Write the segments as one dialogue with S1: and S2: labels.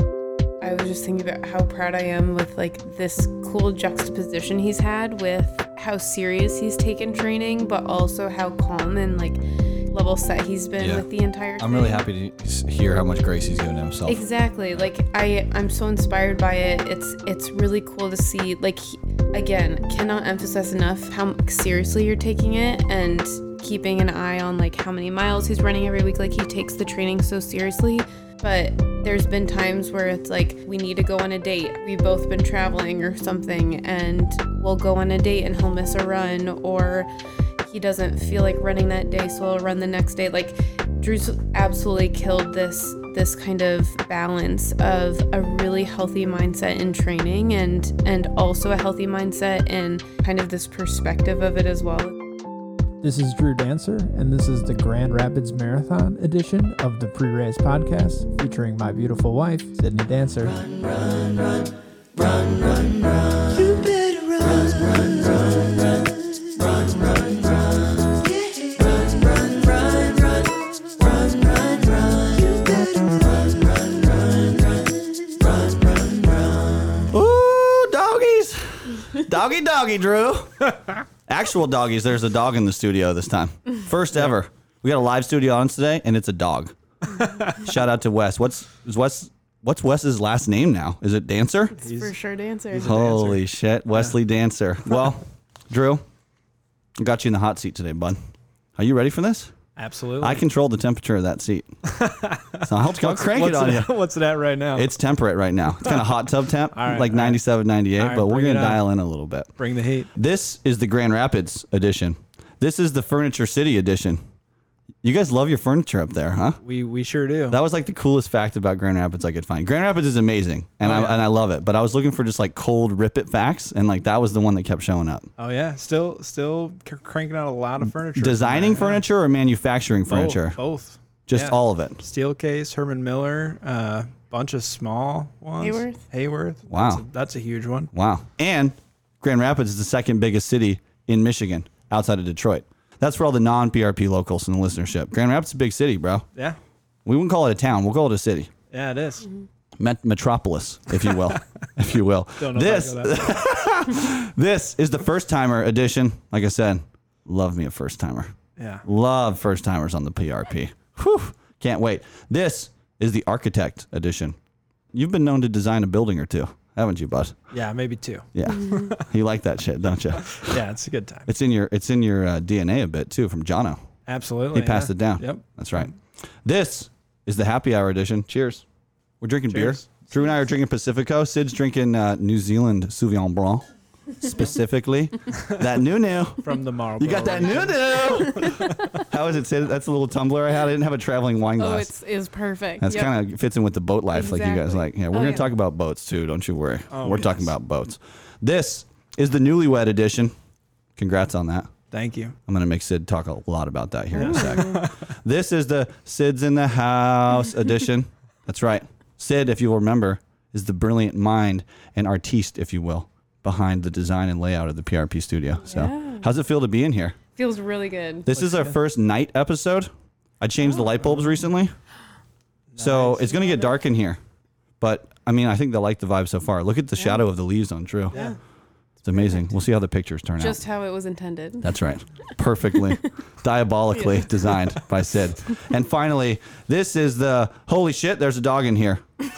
S1: I was just thinking about how proud I am with like this cool juxtaposition he's had with how serious he's taken training, but also how calm and like level set he's been
S2: Yeah.
S1: with the entire.
S2: I'm really
S1: thing.
S2: happy to s- hear how much grace he's given himself.
S1: Exactly. Like I, I'm so inspired by it. It's it's really cool to see. Like he, again, cannot emphasize enough how seriously you're taking it and keeping an eye on like how many miles he's running every week. Like he takes the training so seriously. But there's been times where it's like we need to go on a date. We've both been traveling or something, and we'll go on a date and he'll miss a run or he doesn't feel like running that day, so he'll run the next day. Like Drew's absolutely killed this this kind of balance of a really healthy mindset in training and and also a healthy mindset and kind of this perspective of it as well.
S3: This is Drew Dancer, and this is the Grand Rapids Marathon edition of the Pre Race Podcast featuring my beautiful wife, Sydney Dancer.
S2: Ooh, doggies. Doggy, doggy, Drew. Actual doggies. There's a dog in the studio this time. First ever. We got a live studio audience today, and it's a dog. Shout out to Wes. What's is Wes? What's Wes's last name now? Is it Dancer?
S1: For sure, dancer.
S2: Holy shit, Wesley Dancer. Well, Drew, I got you in the hot seat today, bud. Are you ready for this?
S4: Absolutely.
S2: I control the temperature of that seat, so I'll, I'll crank it
S4: what's
S2: on you.
S4: at, What's it at right now?
S2: It's temperate right now. It's kind of hot tub temp,
S4: right,
S2: like
S4: Oh. all right.
S2: 97, 98,
S4: All right,
S2: but we're
S4: bring
S2: going
S4: it
S2: to
S4: up.
S2: dial in a little bit.
S4: Bring the heat.
S2: This is the Grand Rapids edition. This is the Furniture City edition. You guys love your furniture up there, huh?
S4: We we sure do.
S2: That was like the coolest fact about Grand Rapids I could find. Grand Rapids is amazing, and
S4: Oh,
S2: I and I love it. But I was looking for just like cold rip it facts, and like that was the one that kept showing up.
S4: oh yeah, still still cr- cranking out a lot of furniture.
S2: Designing
S4: Yeah.
S2: furniture or manufacturing
S4: Both-
S2: furniture,
S4: Both.
S2: just
S4: Yeah.
S2: all of it.
S4: Steelcase, Herman Miller, a uh, bunch of small ones.
S1: Hayworth.
S4: Hayworth.
S2: Wow.
S4: That's a, that's a huge one.
S2: Wow. And Grand Rapids is the second biggest city in Michigan outside of Detroit. That's for all the non PRP locals and the listenership. Grand Rapids is a big city, bro.
S4: Yeah.
S2: We wouldn't call it a town. We'll call it a city.
S4: Yeah, it is.
S2: Met- metropolis, if you will, if you will.
S4: Don't know
S2: This
S4: if I know that.
S2: this is the first timer edition. Like I said, love me a first timer.
S4: Yeah.
S2: Love first timers on the PRP. Whew, can't wait. This is the architect edition. You've been known to design a building or two, haven't you, bud?
S4: Yeah, maybe two.
S2: Yeah, you like that shit, don't you?
S4: Yeah, it's a good time.
S2: It's in your it's in your uh, DNA a bit too from Jono.
S4: Absolutely.
S2: He passed
S4: yeah.
S2: it down.
S4: Yep.
S2: that's right. This is the happy hour edition. Cheers. We're drinking
S4: Cheers.
S2: beer. Drew and I are drinking Pacifico. Sid's drinking uh, New Zealand Sauvignon Blanc, specifically that new new.
S4: From the Marlboro.
S2: You got that new new. How is it, Sid? That's a little tumbler I had. I didn't have a traveling wine glass.
S1: Oh, it's is perfect.
S2: That's
S1: Yep.
S2: kind of fits in with the boat life, like you guys
S1: Exactly.
S2: like. Yeah, we're
S1: Oh,
S2: gonna
S1: yeah.
S2: talk about boats too. Don't you worry. we're
S4: yes.
S2: talking about boats. This is the newlywed edition. Congrats on that.
S4: Thank you.
S2: I'm gonna make Sid talk a lot about that here in a sec. this is the Sid's in the house edition. That's right. Sid, if you'll remember, is the brilliant mind and artiste, if you will, behind the design and layout of the PRP studio. So,
S1: Yeah.
S2: how's it feel to be in here?
S1: feels really good.
S2: This is our first night episode. I changed
S1: Oh.
S2: the light bulbs recently. So it's going to get dark in here. But I mean, I think they like the vibe so far. Look at the shadow of the leaves on Drew.
S4: Yeah.
S2: It's amazing. We'll see how the pictures turn
S1: Just
S2: out.
S1: how it was intended.
S2: That's right. Perfectly, diabolically designed by Sid. And finally, this is the holy shit, there's a dog in here.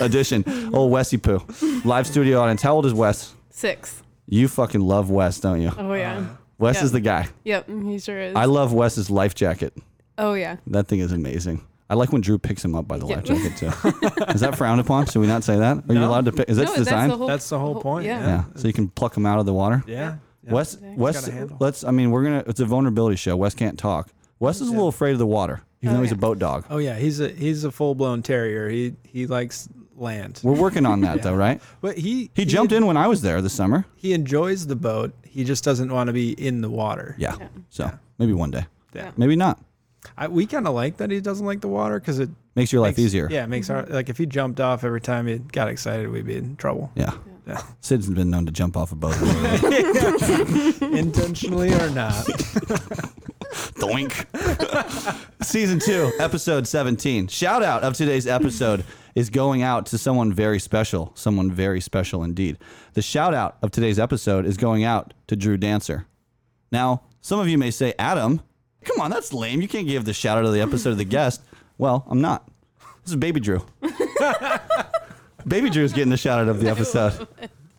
S2: Edition. Old Wessie Poo. Live studio audience. How old is Wes?
S1: Six.
S2: You fucking love Wes, don't you?
S1: Oh yeah.
S2: Wes
S1: yeah.
S2: is the guy.
S1: Yep, he sure is.
S2: Uh, I love Wes's life jacket.
S1: oh yeah.
S2: That thing is amazing. I like when Drew picks him up by the
S1: Yeah.
S2: life jacket too. is that frowned upon? Should we not say that? Are you
S4: No.
S2: allowed to pick? Is that
S1: no, that's
S2: design?
S1: the whole.
S4: That's the whole point,
S1: Yeah.
S4: yeah.
S2: yeah. So you can pluck him out of the water.
S4: Yeah. yeah.
S2: Wes,
S4: He's
S2: Wes,
S4: got a handle.
S2: let's. I mean, we're gonna. It's a vulnerability show. Wes can't talk. Wes is a little afraid of the water, even
S1: Oh,
S2: though he's a
S1: yeah.
S2: boat dog.
S4: Oh yeah, he's a he's a full blown terrier. He he likes land.
S2: We're working on that though, right?
S4: But he
S2: He jumped in when I was there this summer.
S4: He enjoys the boat. He just doesn't want to be in the water.
S2: Yeah. So maybe one day.
S4: Yeah.
S2: Maybe not.
S4: I, we kind of like that he doesn't like the water because it
S2: Makes your life
S4: makes-
S2: easier.
S4: Yeah, it makes our like if he jumped off every time he got excited, we'd be in trouble.
S2: Yeah.
S4: Yeah.
S2: Sid's been known to jump off a boat.
S4: Intentionally or not.
S2: Doink. Season two, episode 17. Shout out of today's episode is going out to someone very special, someone very special indeed. The shout out of today's episode is going out to Drew Dancer. Now, some of you may say, Adam, come on, that's lame. You can't give the shout out of the episode of the guest. Well, I'm not. This is Baby Drew. Baby Drew's getting the shout out of the episode.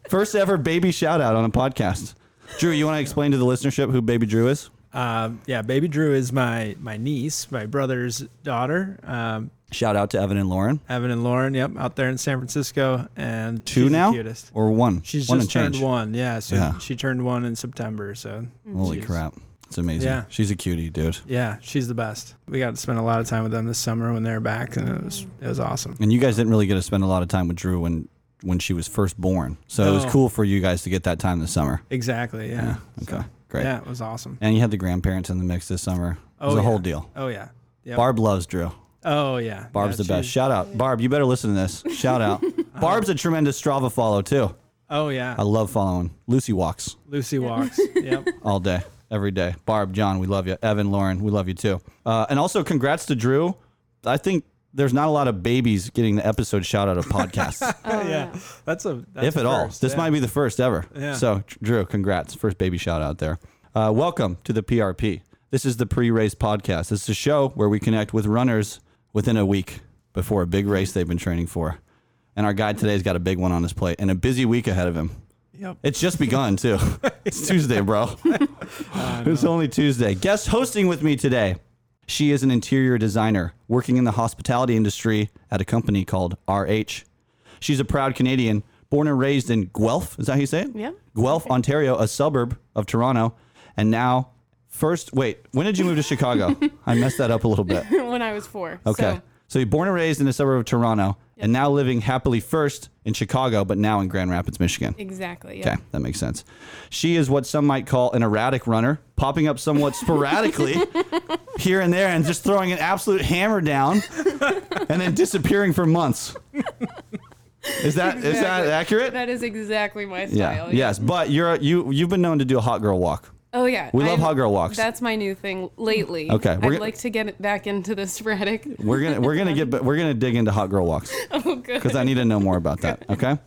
S2: First ever baby shout out on a podcast. Drew, you want to explain to the listenership who Baby Drew is?
S4: Um, yeah, baby Drew is my my niece, my brother's daughter. Um,
S2: Shout out to Evan and Lauren.
S4: Evan and Lauren, yep, out there in San Francisco, and
S2: Two
S4: she's the
S2: now
S4: cutest.
S2: or one?
S4: She's
S2: one
S4: just
S2: and
S4: turned
S2: change.
S4: one. Yeah, so
S2: Yeah.
S4: she turned one in September. So
S2: Holy
S4: she's-
S2: crap! It's amazing.
S4: Yeah.
S2: She's a cutie, dude.
S4: Yeah, she's the best. We got to spend a lot of time with them this summer when they were back, and it was it was awesome.
S2: And you guys didn't really get to spend a lot of time with Drew when when she was first born, so it was
S4: No.
S2: cool for you guys to get that time this summer.
S4: Exactly. Yeah.
S2: Okay,
S4: So,
S2: great.
S4: Yeah, it was awesome.
S2: And you had the grandparents in the mix this summer. It was
S4: Oh,
S2: a
S4: yeah.
S2: whole deal.
S4: Oh yeah. Yep.
S2: Barb loves Drew.
S4: Oh yeah.
S2: Barb's
S4: Yeah,
S2: the best.
S4: she's-
S2: Shout out, Barb. You better listen to this. Shout out. Barb's a tremendous Strava follow too.
S4: Oh yeah.
S2: I love following. Lucy walks.
S4: Lucy walks. yep.
S2: all day, every day. Barb, John, we love you. Evan, Lauren, we love you too. Uh, and also, congrats to Drew. I think there's not a lot of babies getting the episode shout out of podcasts,
S4: Oh, yeah. That's a that's
S2: if
S4: a
S2: at all.
S4: first,
S2: This
S4: yeah.
S2: might be the first ever.
S4: Yeah.
S2: So, Drew, congrats. First baby shout out there. Uh, welcome to the PRP. This is the pre race podcast. It's a show where we connect with runners within a week before a big race they've been training for. And our guy today's got a big one on his plate and a busy week ahead of him.
S4: Yep.
S2: It's just begun too. It's Tuesday, bro. it's only Tuesday. Guest hosting with me today. She is an interior designer working in the hospitality industry at a company called RH. She's a proud Canadian, born and raised in Guelph. Is that how you say it?
S1: Yeah.
S2: Guelph, Ontario, a suburb of Toronto. And now, first, wait, when did you move to Chicago? I messed that up a little bit.
S1: when I was four.
S2: Okay. So,
S1: So,
S2: you're born and raised in a suburb of Toronto and now living happily first in Chicago, but now in Grand Rapids, Michigan.
S1: exactly. Yeah.
S2: Okay, that makes sense. She is what some might call an erratic runner, popping up somewhat sporadically here and there and just throwing an absolute hammer down and then disappearing for months. Is that is that
S1: Exactly.
S2: accurate?
S1: That is exactly my
S2: yeah.
S1: style.
S2: Yes, but you're a- you you've been known to do a hot girl walk.
S1: Oh yeah.
S2: We love
S1: I'm-
S2: hot girl walks.
S1: That's my new thing lately.
S2: Okay,
S1: I'd
S2: we're gonna-
S1: like to get it back into the sporadic.
S2: We're gonna we're gonna get but we're gonna dig into hot girl walks.
S1: Oh good.
S2: because I need to know more about that. Okay.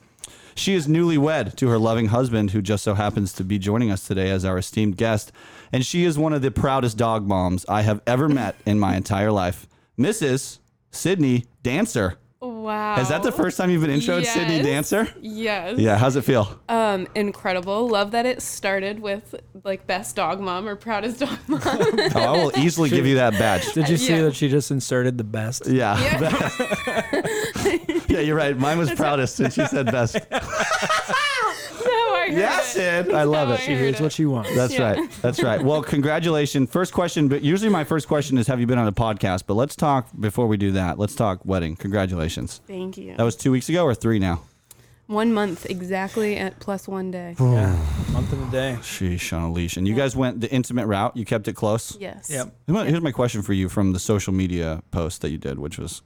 S2: She is newlywed to her loving husband, who just so happens to be joining us today as our esteemed guest. And she is one of the proudest dog moms I have ever met in my entire life. Mrs. Sydney Dancer.
S1: Wow.
S2: Is that the first time you've been introed,
S1: Oh,
S2: Sydney
S1: Yes.
S2: Dancer?
S1: Yes.
S2: Yeah, how's it feel?
S1: Um, incredible. Love that it started with like best dog mom or proudest dog mom.
S2: Oh, I will easily give you that badge.
S4: Did you see
S1: Yeah.
S4: that she just inserted the best?
S2: Yeah.
S1: Yeah.
S2: Yeah, you're right. Mine was proudest, and she said best.
S1: no, I heard
S2: Yeah,
S1: it.
S2: Sid. I love
S1: No,
S2: it.
S1: I
S4: She
S1: heard
S4: hears
S1: it.
S4: what she wants.
S2: That's
S1: Yeah.
S2: right. That's right. Well, congratulations. First question, but usually my first question is have you been on a podcast? But let's talk before we do that. Let's talk wedding. Congratulations.
S1: Thank you.
S2: That was 2 weeks ago or 3 now?
S1: one month exactly at plus one day.
S4: yeah. Month and a day.
S2: Sheesh on a leash. And you guys went the intimate route. You kept it close.
S1: Yes.
S4: Yep.
S2: Here's my- Here's my question for you from the social media post that you did, which was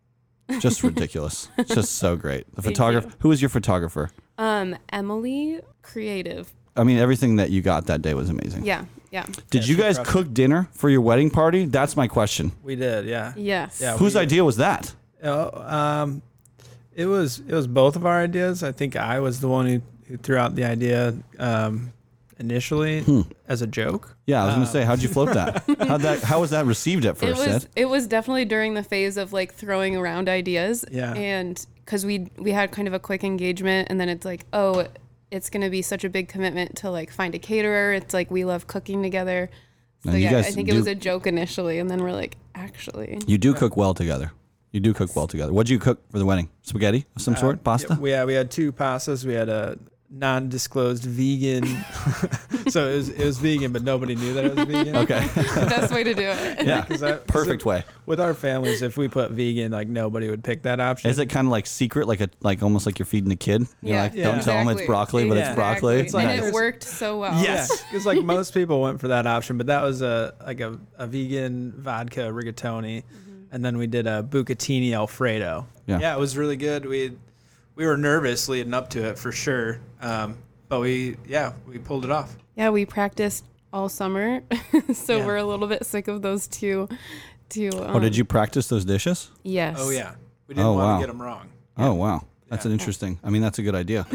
S2: just ridiculous. just so great. The
S1: Thank
S2: photographer.
S1: you.
S2: Who was your photographer?
S1: Um, Emily, creative.
S2: I mean, everything that you got that day was amazing.
S1: Yeah. Yeah.
S2: Did
S4: Yeah,
S2: you
S4: she
S2: guys
S4: crushed
S2: cook dinner for your wedding party? That's my question.
S4: We did, yeah.
S1: Yes.
S4: Yeah.
S2: Whose
S4: we-
S2: idea was that?
S4: Oh, um, it was it was both of our ideas. I think I was the one who, who threw out the idea um, initially
S2: Hmm.
S4: as a joke.
S2: Yeah, I was gonna say, how'd you float that? How that? How was that received at
S1: Um, It
S2: first?
S1: was
S2: Sid?
S1: it was definitely during the phase of like throwing around ideas.
S4: Yeah.
S1: And because we we had kind of a quick engagement and then it's like, oh, it's gonna be such a big commitment to like find a caterer. It's like we love cooking together. So
S2: And you
S1: yeah,
S2: guys
S1: I think
S2: do-
S1: it was a joke initially and then we're like, actually.
S2: You do cook well together. You do cook well together. What'd you cook for the wedding? Spaghetti of some sort, pasta.
S4: Yeah, we had we had two pastas. We had a non-disclosed vegan. so it was it was vegan, but nobody knew that it was vegan.
S2: okay.
S1: Best way to do it.
S2: yeah.
S4: 'Cause that- 'cause
S2: Perfect
S4: it-
S2: way.
S4: With our families, if we put vegan, like nobody would pick that option.
S2: Is it kind of like secret, like a like almost like you're feeding a kid? You're
S1: Yeah.
S2: like, don't tell them it's
S1: Exactly.
S2: broccoli, but it's
S4: Yeah.
S2: broccoli.
S1: Exactly.
S4: like-
S2: Nice.
S1: and it worked so well.
S2: Yeah. Yes.
S4: because like most people went for that option, but that was a like a, a vegan vodka rigatoni, and then we did a bucatini alfredo.
S2: Yeah.
S4: it was really good. We we were nervous leading up to it for sure, um, but we yeah we pulled it off.
S1: Yeah, we practiced all summer, so
S4: Yeah.
S1: we're a little bit sick of those two. Two. Um,
S2: Oh, did you practice those dishes?
S1: Yes.
S4: Oh yeah, we didn't
S2: Oh,
S4: want
S2: wow.
S4: to get them wrong.
S2: Oh wow, that's an interesting. I mean, that's a good idea.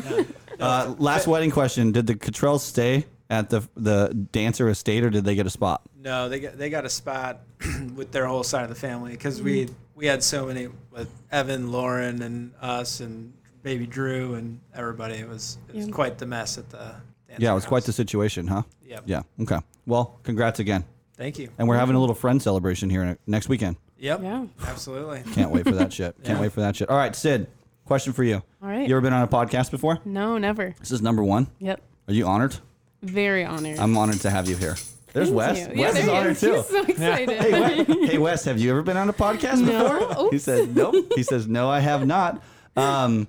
S2: Uh, last wedding question: Did the Cottrells stay at the the dancer estate, or did they get a spot?
S4: No, they got they got a spot with their whole side of the family because we
S1: Mm-hmm.
S4: we had so many with Evan, Lauren, and us, and baby Drew, and everybody. It was it was
S1: Yeah.
S4: quite the mess at the. Dancer
S2: Yeah, it was quite the
S4: house.
S2: situation, huh?
S4: Yep.
S2: Yeah. Okay. Well, congrats again,
S4: Thank you.
S2: and we're having a little friend celebration here next weekend.
S4: Yep.
S1: Yeah.
S4: Absolutely.
S2: Can't wait for that shit. Can't
S4: Yeah.
S2: wait for that shit. All right, Sid. Question for you.
S1: All right.
S2: You ever been on a podcast before?
S1: No, never.
S2: This is number one.
S1: Yep.
S2: Are you honored?
S1: Very honored.
S2: I'm honored to have you here. There's
S1: Thank
S2: Wes.
S1: you.
S2: Wes
S1: Yeah,
S2: is
S1: there he
S2: honored
S1: is.
S2: too.
S1: He's so excited.
S2: Hey, Wes, Oh, hey, Wes, have you ever been on a podcast before?
S1: Oops.
S2: He says, nope. He says, no, I have not. Um,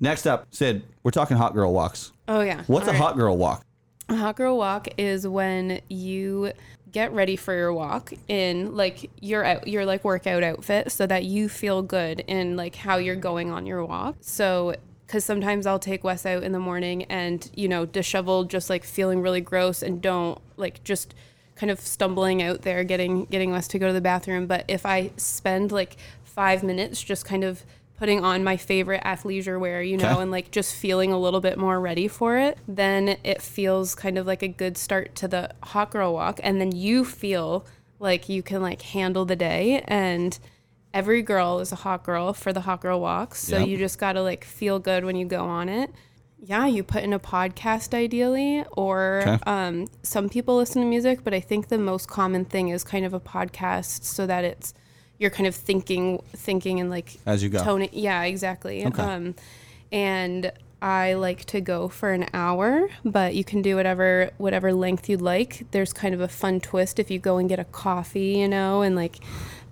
S2: next up, Sid, we're talking hot girl walks.
S1: Oh yeah.
S2: What's
S1: All
S2: a
S1: right.
S2: hot girl walk?
S1: A hot girl walk is when you get ready for your walk in like your out, your like workout outfit so that you feel good in like how you're going on your walk. So because sometimes I'll take Wes out in the morning and you know disheveled, just like feeling really gross and don't like just kind of stumbling out there getting getting Wes to go to the bathroom. But if I spend like five minutes just kind of putting on my favorite athleisure wear, you know,
S2: Okay.
S1: and like just feeling a little bit more ready for it, then it feels kind of like a good start to the hot girl walk. And then you feel like you can like handle the day. And every girl is a hot girl for the hot girl walk. So
S2: Yep.
S1: you just got to like feel good when you go on it. Yeah, you put in a podcast ideally, or
S2: Okay.
S1: um, some people listen to music, but I think the most common thing is kind of a podcast so that it's you're kind of thinking, thinking, and like
S2: As you go.
S1: toning. Yeah, exactly.
S2: Okay.
S1: Um, and I like to go for an hour, but you can do whatever whatever length you'd like. There's kind of a fun twist if you go and get a coffee, you know, and like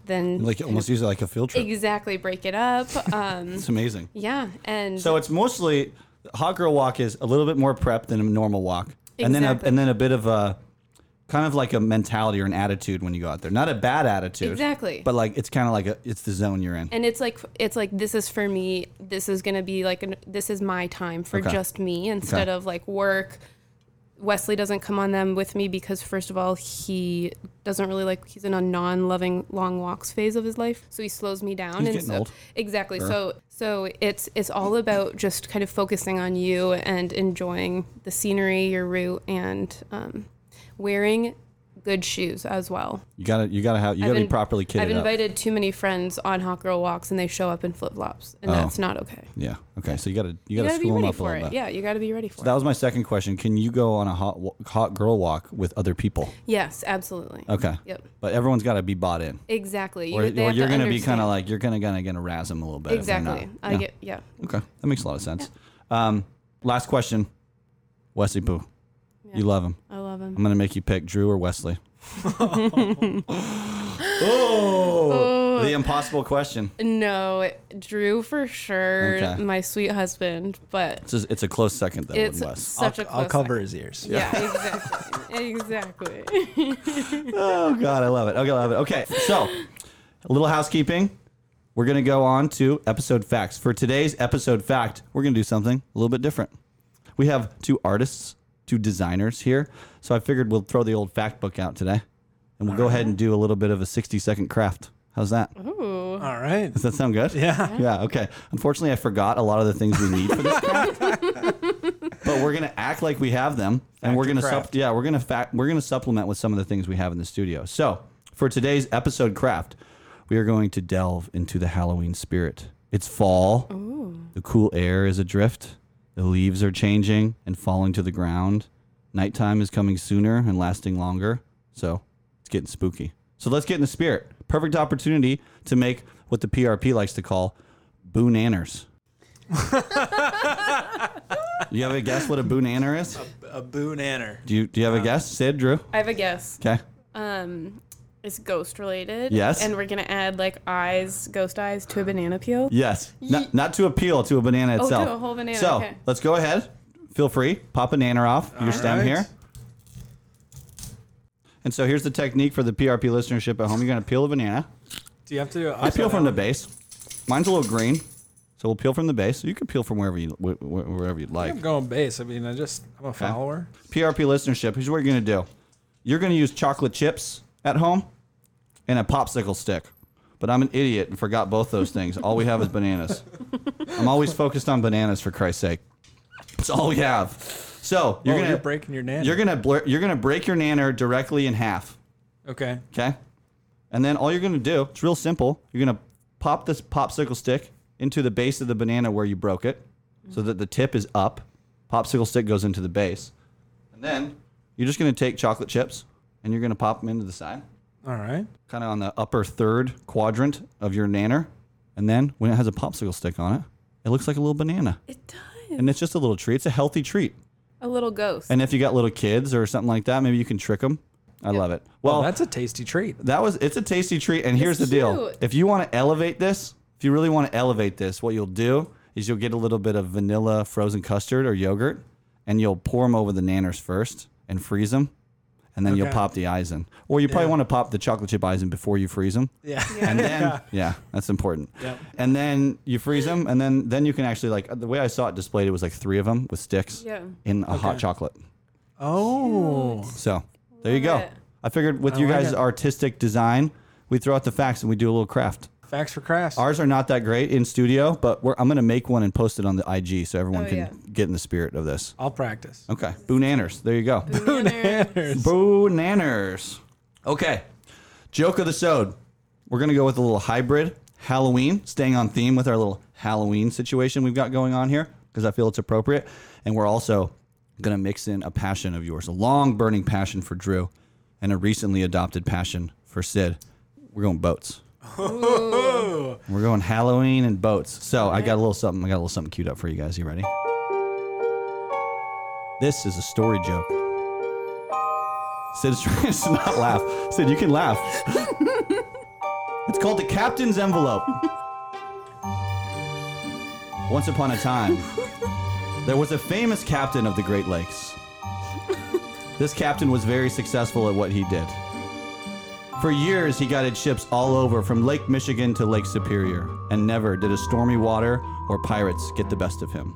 S1: then
S2: Like almost use it like a field trip.
S1: exactly break it up. Um,
S2: It's amazing.
S1: yeah, and
S2: So it's mostly hot girl walk is a little bit more prep than a normal walk, and then a,
S1: Exactly.
S2: and then a bit of a kind of like a mentality or an attitude when you go out there. Not a bad attitude,
S1: Exactly.
S2: but like it's kind of like a, it's the zone you're in.
S1: and it's like it's like this is for me this is gonna be like an, this is my time for
S2: Okay.
S1: just me instead
S2: Okay.
S1: of like work wesley doesn't come on them with me because first of all he doesn't really like he's in a non-loving long walks phase of his life so he slows me down and
S2: He's getting
S1: so,
S2: old.
S1: exactly so so it's it's all about just kind of focusing on you and enjoying the scenery your route and um, wearing good shoes as well
S2: You gotta you gotta have you gotta
S1: I've
S2: be
S1: in-
S2: properly kitted
S1: I've
S2: up.
S1: invited too many friends on hot girl walks, and they show up in flip flops, and
S2: Oh.
S1: that's not okay.
S2: Yeah. Okay. So you gotta you
S1: You
S2: gotta,
S1: gotta be
S2: school them
S1: ready
S2: up a
S1: for
S2: little
S1: it.
S2: bit.
S1: Yeah, you gotta be ready for
S2: That
S1: it.
S2: was my second question. Can you go on a hot wa- hot girl walk with other people?
S1: Yes, absolutely.
S2: Okay.
S1: Yep.
S2: But everyone's got to be bought in,
S1: Exactly.
S2: Uh, or,
S1: they
S2: or
S1: have
S2: you're
S1: to
S2: gonna be
S1: understand.
S2: kind of like you're gonna gonna gonna razz them a little bit. if they're
S1: exactly.
S2: not.
S1: I
S2: Yeah.
S1: get yeah.
S2: Okay, that makes a lot of sense. Um, last question, Wesley Pooh. You love him.
S1: I love
S2: I'm
S1: him.
S2: gonna make you pick Drew or Wesley. oh, the impossible question.
S1: No, Drew for sure,
S2: Okay.
S1: my sweet husband, but
S2: It's a, it's a close second though
S1: it's
S2: with Wes.
S1: such a
S4: I'll,
S1: close
S4: I'll cover his ears.
S1: Yeah, exactly. exactly.
S2: Oh God, I love it. Okay, I love it. Okay, so a little housekeeping. We're gonna go on to episode facts. For today's episode fact, we're gonna do something a little bit different. We have two artists, two designers here, so I figured we'll throw the old fact book out today, and we'll go ahead and do a little bit of a sixty-second craft. How's that?
S1: Ooh.
S4: All right.
S2: Does that sound good?
S4: Yeah.
S2: Yeah. Okay. Unfortunately, I forgot a lot of the things we need for this craft, but we're gonna act like we have them, and
S4: Fact
S2: we're
S4: or
S2: gonna
S4: craft?
S2: sup- yeah, we're gonna fact we're gonna supplement with some of the things we have in the studio. So for today's episode craft, we are going to delve into the Halloween spirit. It's fall. The cool air is adrift. The leaves are changing and falling to the ground. Nighttime is coming sooner and lasting longer. So it's getting spooky. So let's get in the spirit. Perfect opportunity to make what the PRP likes to call boonanners. do you have a guess what a boonanner is?
S4: A boon anner.
S2: Do you do you have a
S1: Um,
S2: guess, Sid, Drew?
S1: I have a guess.
S2: Okay.
S1: Um it's ghost related.
S2: Yes.
S1: And we're gonna add like eyes, ghost eyes to a banana peel.
S2: Yes. Not, not to appeal to a banana
S1: Oh, to
S2: itself.
S1: a whole banana,
S2: So
S1: okay.
S2: let's go ahead. Feel free. Pop a nanner off your
S4: All
S2: stem
S4: right.
S2: here. And so here's the technique for the PRP listenership at home. You're going to peel a banana.
S4: Do you have to? do-
S2: I peel from the base. Mine's a little green, so we'll peel from the base. You can peel from wherever you wh- wh- wherever you'd like.
S4: I'm going base. I mean, I just I'm a follower.
S2: PRP listenership. Here's what you're gonna do. You're going to use chocolate chips at home and a popsicle stick. But I'm an idiot and forgot both those things. All we have is bananas. I'm always focused on bananas for Christ's sake. It's all we have. So you're
S4: Oh,
S2: gonna
S4: you're breaking your nanner.
S2: You're gonna blur, you're gonna break your nanner directly in half.
S4: Okay.
S2: Okay. And then all you're going to do, it's real simple. You're going to pop this popsicle stick into the base of the banana where you broke it so that the tip is up. Popsicle stick goes into the base. And then you're just going to take chocolate chips and you're going to pop them into the side,
S4: All right.
S2: kind of on the upper third quadrant of your nanner. And then when it has a popsicle stick on it, it looks like a little banana.
S1: It does.
S2: And it's just a little treat. It's a healthy treat.
S1: A little ghost.
S2: And if you got little kids or something like that, maybe you can trick them. I love it. Well,
S4: Oh, that's a tasty treat.
S2: that was it's a tasty treat. And here's
S1: It's
S2: the deal:
S1: cute.
S2: if you want to elevate this, if you really want to elevate this, what you'll do is you'll get a little bit of vanilla frozen custard or yogurt, and you'll pour them over the nanners first and freeze them, and then you'll
S4: Okay.
S2: pop the eyes in. Or you probably want to pop the chocolate chip eyes in before you freeze them.
S4: Yeah.
S2: And then, yeah, that's important. And then you freeze them, and then then you can actually like the way I saw it displayed, it was like three of them with sticks
S1: Yeah.
S2: in a hot chocolate.
S4: oh.
S2: So there you go.
S1: Love it.
S2: I figured with you
S4: like
S2: guys'
S4: it.
S2: artistic design, we throw out the facts and we do a little craft.
S4: Facts for crafts.
S2: Ours are not that great in studio, but we're, I'm going to make one and post it on the IG so everyone
S1: Oh,
S2: can
S1: yeah.
S2: get in the spirit of this.
S4: I'll practice.
S2: Okay. Boonanners. There you go.
S1: Bananas.
S2: Boonanners. Okay. Joke of the Sode. We're going to go with a little hybrid Halloween, staying on theme with our little Halloween situation we've got going on here because I feel it's appropriate. And we're also going to mix in a passion of yours, a long burning passion for Drew and a recently adopted passion for Sid. We're going boats. We're going Halloween and boats. So I got a little something. I got a little something queued up for you guys. You ready? This is a story joke. Sid's trying to not laugh. Sid, you can laugh. it's called the Captain's Envelope. Once upon a time, there was a famous captain of the Great Lakes. This captain was very successful at what he did. For years, he guided ships all over from Lake Michigan to Lake Superior, and never did a stormy water or pirates get the best of him.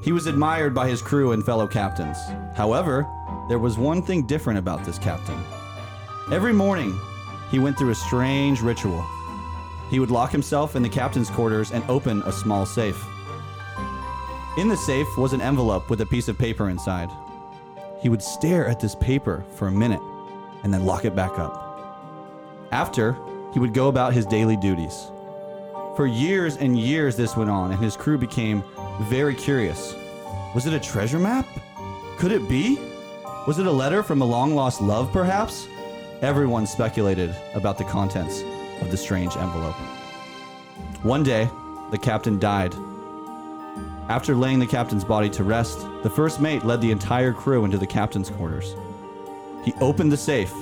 S2: He was admired by his crew and fellow captains. However, there was one thing different about this captain. Every morning, he went through a strange ritual. He would lock himself in the captain's quarters and open a small safe. In the safe was an envelope with a piece of paper inside. He would stare at this paper for a minute and then lock it back up. After, he would go about his daily duties. For years and years, this went on, and his crew became very curious. Was it a treasure map? Could it be? Was it a letter from a long lost love, perhaps? Everyone speculated about the contents of the strange envelope. One day, the captain died. After laying the captain's body to rest, the first mate led the entire crew into the captain's quarters. He opened the safe,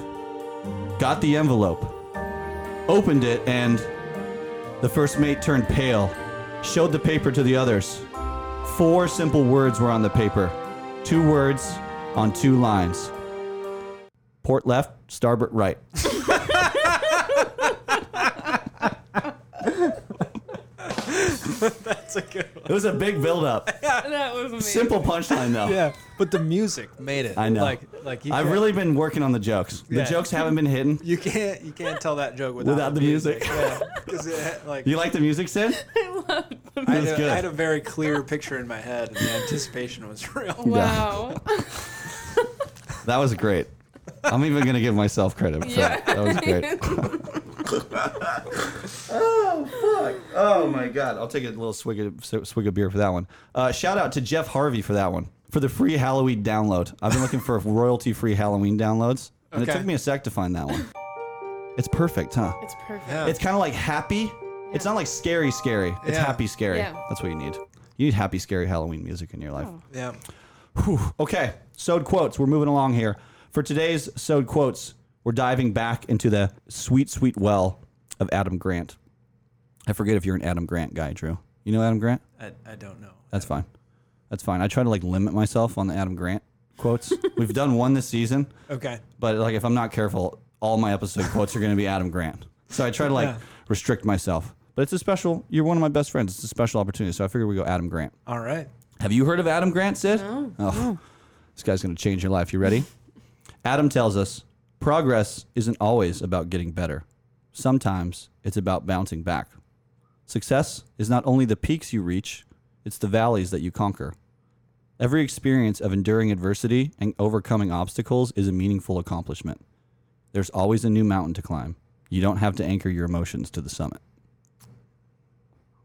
S2: got the envelope, opened it, and the first mate turned pale, showed the paper to the others. Four simple words were on the paper. Two words on two lines. Port left, starboard right.
S4: That's a good one.
S2: It was a big buildup.
S1: that was amazing.
S2: Simple punchline though.
S4: Yeah, but the music made it.
S2: I know.
S4: Like, like you
S2: I've
S4: can't-
S2: really been working on the jokes. The
S4: Yeah.
S2: jokes haven't been hidden.
S4: you can't you can't tell that joke without,
S2: Without the music.
S4: yeah, because it had, like
S2: You like the music, Sid?
S4: I,
S2: was
S4: had
S2: good.
S4: a, I had a very clear picture in my head, and the anticipation was real.
S1: Wow.
S2: That was great. I'm even gonna give myself credit for that. That was great. Oh my god! I'll take a little swig of swig of beer for that one. Uh, shout out to Jeff Harvey for that one for the free Halloween download. I've been looking for royalty free Halloween downloads, and it
S4: Okay.
S2: took me a sec to find that one. It's perfect, huh?
S1: it's perfect.
S4: Yeah.
S2: It's kind of like happy. It's not like scary, scary. It's
S4: Yeah. Oh.
S2: happy, scary.
S1: Yeah.
S2: That's what you need. You need happy, scary Halloween music in your life.
S4: yeah.
S2: Okay, sewed quotes. We're moving along here. For today's sewed quotes, we're diving back into the sweet, sweet well of Adam Grant. I forget if you're an Adam Grant guy, Drew. You know Adam Grant?
S4: I, I don't know.
S2: That's fine. That's fine. I try to like limit myself on the Adam Grant quotes. We've done one this season,
S4: Okay.
S2: but like if I'm not careful, all my episode quotes are going to be Adam Grant. So I try to like
S4: Yeah.
S2: restrict myself. But it's a special. You're one of my best friends. It's a special opportunity. So I figure we go Adam Grant.
S4: All right.
S2: Have you heard of Adam Grant, Sid? No. Oh, this guy's going to change your life. You ready? Adam tells us progress isn't always about getting better. Sometimes it's about bouncing back. Success is not only the peaks you reach, it's the valleys that you conquer. Every experience of enduring adversity and overcoming obstacles is a meaningful accomplishment. There's always a new mountain to climb. You don't have to anchor your emotions to the summit.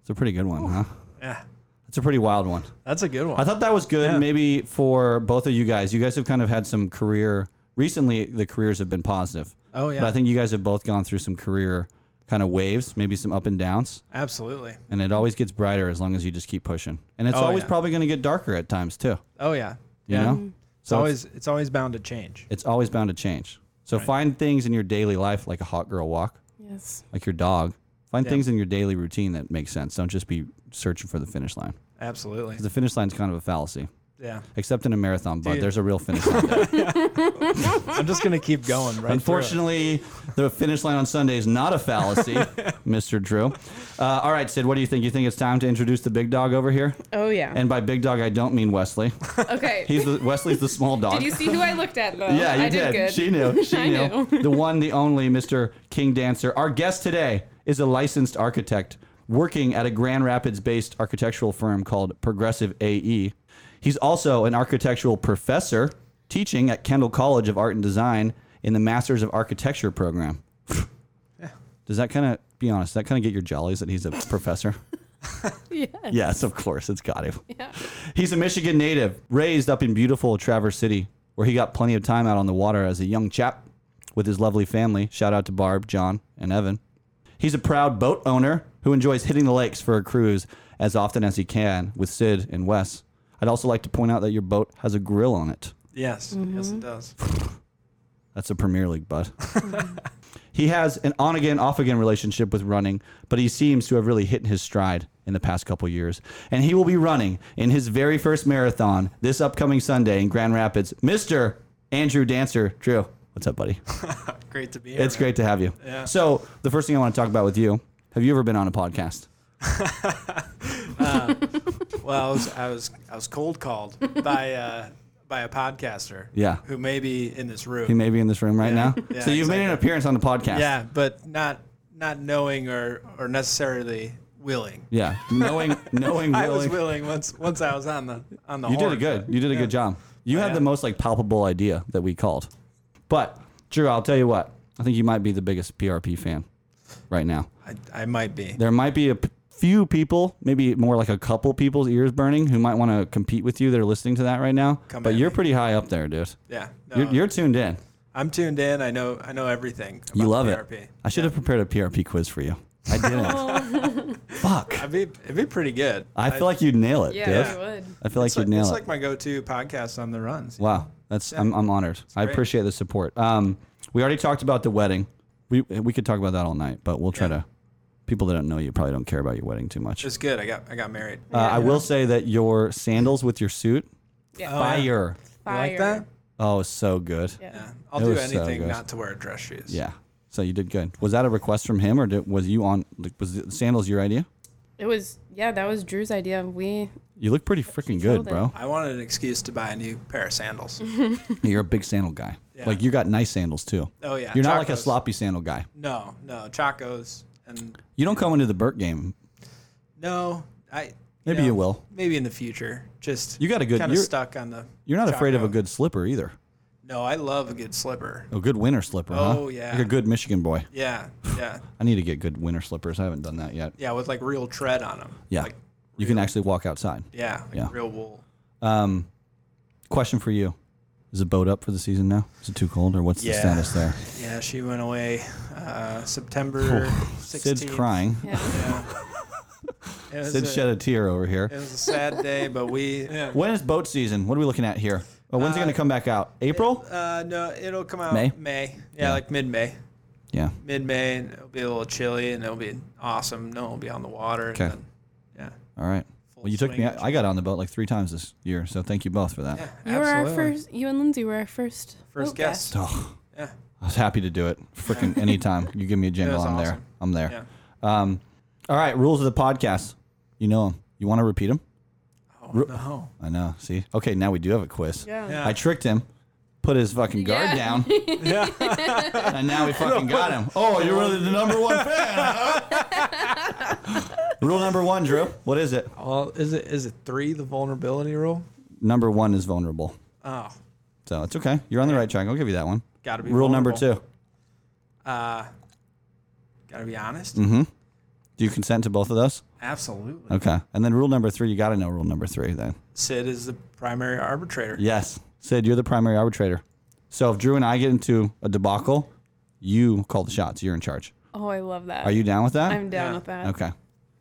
S2: It's a pretty good one, huh?
S4: Yeah.
S2: It's a pretty wild one.
S4: That's a good one.
S2: I thought that was good. Maybe for both of you guys, you guys have kind of had some career recently. The careers have been positive.
S4: Oh, yeah.
S2: But I think you guys have both gone through some career kind of waves, maybe some up and downs,
S4: Absolutely.
S2: and it always gets brighter as long as you just keep pushing. And it's
S4: Oh,
S2: always
S4: yeah.
S2: probably going to get darker at times too. You
S4: Oh yeah.
S2: know,
S4: It's always it's always bound to change.
S2: it's always bound to change. So find things in your daily life, like a hot girl walk,
S1: Yes.
S2: like your dog. Find things in your daily routine that make sense. Don't just be searching for the finish line.
S4: Absolutely.
S2: 'Cause The finish line's kind of a fallacy,
S4: Yeah.
S2: except in a marathon. But
S4: Dude.
S2: there's a real finish line.
S4: I'm just gonna keep going. Right. through it.
S2: Unfortunately, the finish line on Sunday is not a fallacy, Mr. Drew. Uh, all right, Sid, what do you think? You think it's time to introduce the big dog over here?
S1: Oh yeah.
S2: And by big dog, I don't mean Wesley.
S1: okay.
S2: He's the, Wesley's the small dog.
S1: Did you see who I looked at though?
S2: yeah, you
S1: I did. good.
S2: She knew. She
S1: I
S2: knew.
S1: knew.
S2: the one, the only Mr. King Dancer. Our guest today is a licensed architect working at a Grand Rapids based architectural firm called Progressive AE. He's also an architectural professor teaching at Kendall College of Art and Design in the Masters of Architecture program. Does that kind of, be honest, that kind of get your jollies that he's a professor?
S1: yeah.
S2: Yes, of course. It's got him.
S1: Yeah.
S2: He's a Michigan native, raised up in beautiful Traverse City, where he got plenty of time out on the water as a young chap with his lovely family. Shout out to Barb, John, and Evan. He's a proud boat owner who enjoys hitting the lakes for a cruise as often as he can with Sid and Wes. I'd also like to point out that your boat has a grill on it.
S4: Yes. Yes, it does.
S2: That's a Premier League bud. he has an on again, off again relationship with running, but he seems to have really hit his stride in the past couple years. And he will be running in his very first marathon this upcoming Sunday in Grand Rapids. Mr. Andrew Dancer. Drew, what's up, buddy?
S4: Great to be here.
S2: It's great to have you.
S4: Yeah.
S2: So, the first thing I want to talk about with you have you ever been on a podcast?
S4: Well, I was I was, I was cold called by uh, by a podcaster.
S2: Yeah.
S4: Who may be in this room.
S2: He may be in this room right now.
S4: Yeah,
S2: so, you've made an
S4: exactly.
S2: appearance on the podcast.
S4: yeah, but not not knowing or or necessarily willing.
S2: Yeah. Knowing, knowing,
S4: I was
S2: willing.
S4: willing once once I was on the on the.
S2: You did
S4: horn.
S2: it good. You did a good job. You had
S4: yeah.
S2: the most like palpable idea that we called. But Drew, I'll tell you what. I think you might be the biggest PRP fan right now.
S4: I, I might be.
S2: There might be a p- few people, maybe more like a couple people's ears burning, who might want to compete with you that are listening to that right now.
S4: Come
S2: but
S4: at
S2: you're
S4: me. Uh,
S2: pretty high up there, dude.
S4: Yeah. No,
S2: You're, you're tuned in.
S4: I'm tuned in. I know I know everything.
S2: You
S4: about
S2: love
S4: PRP.
S2: it. I should have prepared a PRP quiz for you. I didn't. Fuck.
S4: I'd be it'd be pretty good.
S2: I feel like you'd nail it,
S1: Yeah,
S2: dude.
S1: I would.
S2: I feel like
S4: it's like,
S2: you'd nail
S4: it's
S2: it.
S4: like my go-to podcast on the runs.
S2: Wow, that's I'm, I'm honored. I
S4: great.
S2: appreciate the support. Um, we already talked about the wedding. We we could talk about that all night, but we'll try
S4: Yeah.
S2: to. People that don't know you probably don't care about your wedding too much.
S4: It's good. I got I got married.
S2: uh, I will say that your sandals with your suit,
S1: Yeah.
S2: fire.
S4: Oh, You
S1: Fire.
S4: like that?
S2: Oh, so good. Yeah.
S1: Yeah.
S4: Yeah. I'll
S2: It
S4: do
S2: was so
S4: anything
S2: good.
S4: not to wear dress shoes.
S2: So you did good. Was that a request from him, or did, was you on? like, Was the sandals your idea?
S1: It was yeah, that was Drew's idea. We
S2: You look pretty freaking good,
S1: killed
S2: bro.
S4: I wanted an excuse to buy a new pair of sandals.
S2: You're a big sandal guy. Like you got nice sandals too.
S4: Oh, yeah.
S2: You're not like a
S4: Chacos.
S2: sloppy sandal guy.
S4: no, no, Chacos and
S2: You don't come into the Burt game.
S4: no, I you
S2: Maybe
S4: know,
S2: you will.
S4: Maybe in the future. Just
S2: You got a good-
S4: kind of
S2: you're-
S4: stuck on the
S2: You're not afraid of a
S4: Chaco.
S2: good slipper either.
S4: No, I love a good slipper.
S2: A good winter slipper, huh?
S4: Oh, yeah.
S2: Like a good Michigan boy.
S4: Yeah. Yeah.
S2: I need to get good winter slippers. I haven't done that yet.
S4: Yeah, with like real tread on them.
S2: Yeah.
S4: Like,
S2: you can actually walk outside.
S4: yeah, like
S2: Yeah.
S4: real wool.
S2: Um, question for you. Is the boat up for the season now? Is it too cold or what's the
S4: Yeah.
S2: status there?
S4: Yeah, she went away uh, September 16th.
S2: Sid's crying.
S4: It was,
S2: Sid
S4: a,
S2: shed a tear over
S4: it
S2: here.
S4: was a sad day, but we.
S2: When is boat season? What are we looking at here? Oh, when's it going to come back out? April?
S4: Uh, no, it'll come out
S2: May?
S4: May. Yeah, like mid May.
S2: yeah.
S4: Mid May, and it'll be a little chilly, and it'll be awesome. No, one will be on the water. and
S2: Okay.
S4: then- yeah.
S2: All right. Well, you took me. I I got on the boat like three times this year, so thank you both for that.
S4: Yeah,
S1: you were our
S4: absolutely.
S1: first you and Lindsay were our first
S4: First
S1: boat
S4: guest.
S2: Oh,
S4: Yeah.
S2: I was happy to do it. Freaking anytime you give me a jingle,
S4: was
S2: I'm there.
S4: awesome.
S2: I'm there.
S4: Yeah.
S2: Um, all right, rules of the podcast. You know them. You want to repeat them?
S4: Oh, no.
S2: I know. See? Okay, now we do have a quiz.
S1: Yeah.
S4: Yeah.
S2: I tricked him. put his fucking guard
S1: Yeah.
S2: down,
S4: Yeah.
S2: and now we fucking got him. Oh, you're really the number one fan. huh? Rule number one, Drew. What is it?
S4: All is it is it three the vulnerability rule?
S2: Number one is vulnerable.
S4: Oh,
S2: So it's okay. You're on the right track. I'll give you that one.
S4: Gotta be
S2: Rule number two.
S4: vulnerable. gotta be honest.
S2: Do you consent to both of those?
S4: Absolutely.
S2: Mm-hmm. Okay. And then rule number three, you got to know rule number three then.
S4: Sid is the primary arbitrator.
S2: Yes. Sid, you're the primary arbitrator. So if Drew and I get into a debacle, you call the shots. You're in charge.
S1: Oh, I love that.
S2: Are you down with that?
S1: I'm down
S4: Yeah.
S1: with that.
S2: Okay.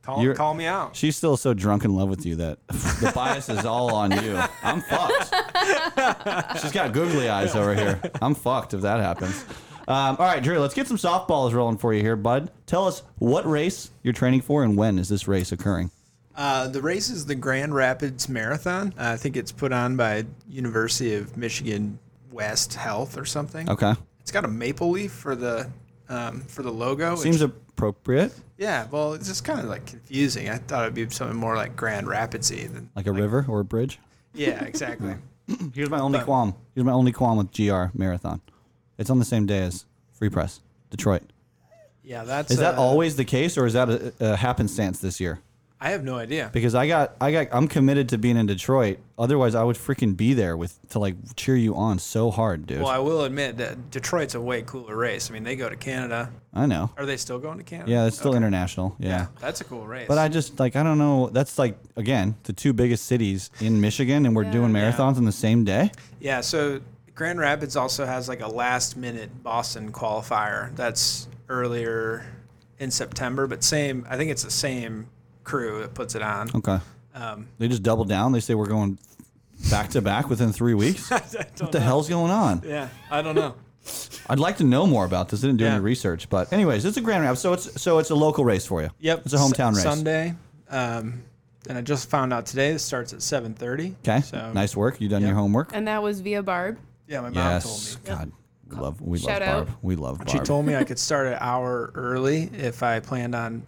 S4: Call,
S2: You're-
S4: call me out.
S2: She's still so drunk in love with you that the bias is all on you. I'm fucked. She's got googly eyes over here. I'm fucked if that happens. Um, all right, Drew, let's get some softballs rolling for you here, bud. Tell us what race you're training for and when is this race occurring?
S4: Uh, the race is the Grand Rapids Marathon. Uh, I think it's put on by University of Michigan West Health or something.
S2: Okay.
S4: It's got a maple leaf for the um, for the logo. It's-
S2: Seems appropriate.
S4: yeah. Well, it's just kind of like confusing. I thought it'd be something more like Grand Rapidsy than
S2: Like a river or a bridge.
S4: yeah, exactly.
S2: Here's my only qualm. Here's my only qualm with GR Marathon. It's on the same day as Free Press, Detroit.
S4: yeah, that's
S2: Is that
S4: uh,
S2: always the case, or is that a, a happenstance this year?
S4: I have no idea.
S2: Because I got, I got, I'm committed to being in Detroit. Otherwise, I would freaking be there with to like cheer you on so hard, dude.
S4: Well, I will admit that Detroit's a way cooler race. I mean, they go to Canada.
S2: I know.
S4: Are they still going to Canada?
S2: Yeah, it's still international. yeah.
S4: That's a cool race.
S2: But I just like I don't know. That's like again the two biggest cities in Michigan, and we're doing marathons on the same day.
S4: Yeah, so Grand Rapids also has like a last minute Boston qualifier that's earlier in September, but same, I think it's the same crew that puts it on.
S2: Okay. they just double down. They say we're going back to back within three weeks. what the hell's going on?
S4: Yeah, I don't know.
S2: I'd like to know more about this. I didn't do
S4: Yeah.
S2: any research, but anyways, it's a Grand Rapids, so it's so it's a local race for you.
S4: Yep,
S2: it's a hometown
S4: S-
S2: race.
S4: Sunday, um, and I just found out today it starts at seven thirty.
S2: Okay,
S4: so
S2: nice work. You done your homework?
S1: And that was via Barb.
S4: Yeah, my mom
S2: Yes.
S4: told me.
S2: God, we love we
S1: Shout
S2: love
S1: out.
S2: Barb. We love Barb.
S4: She told me I could start an hour early if I planned on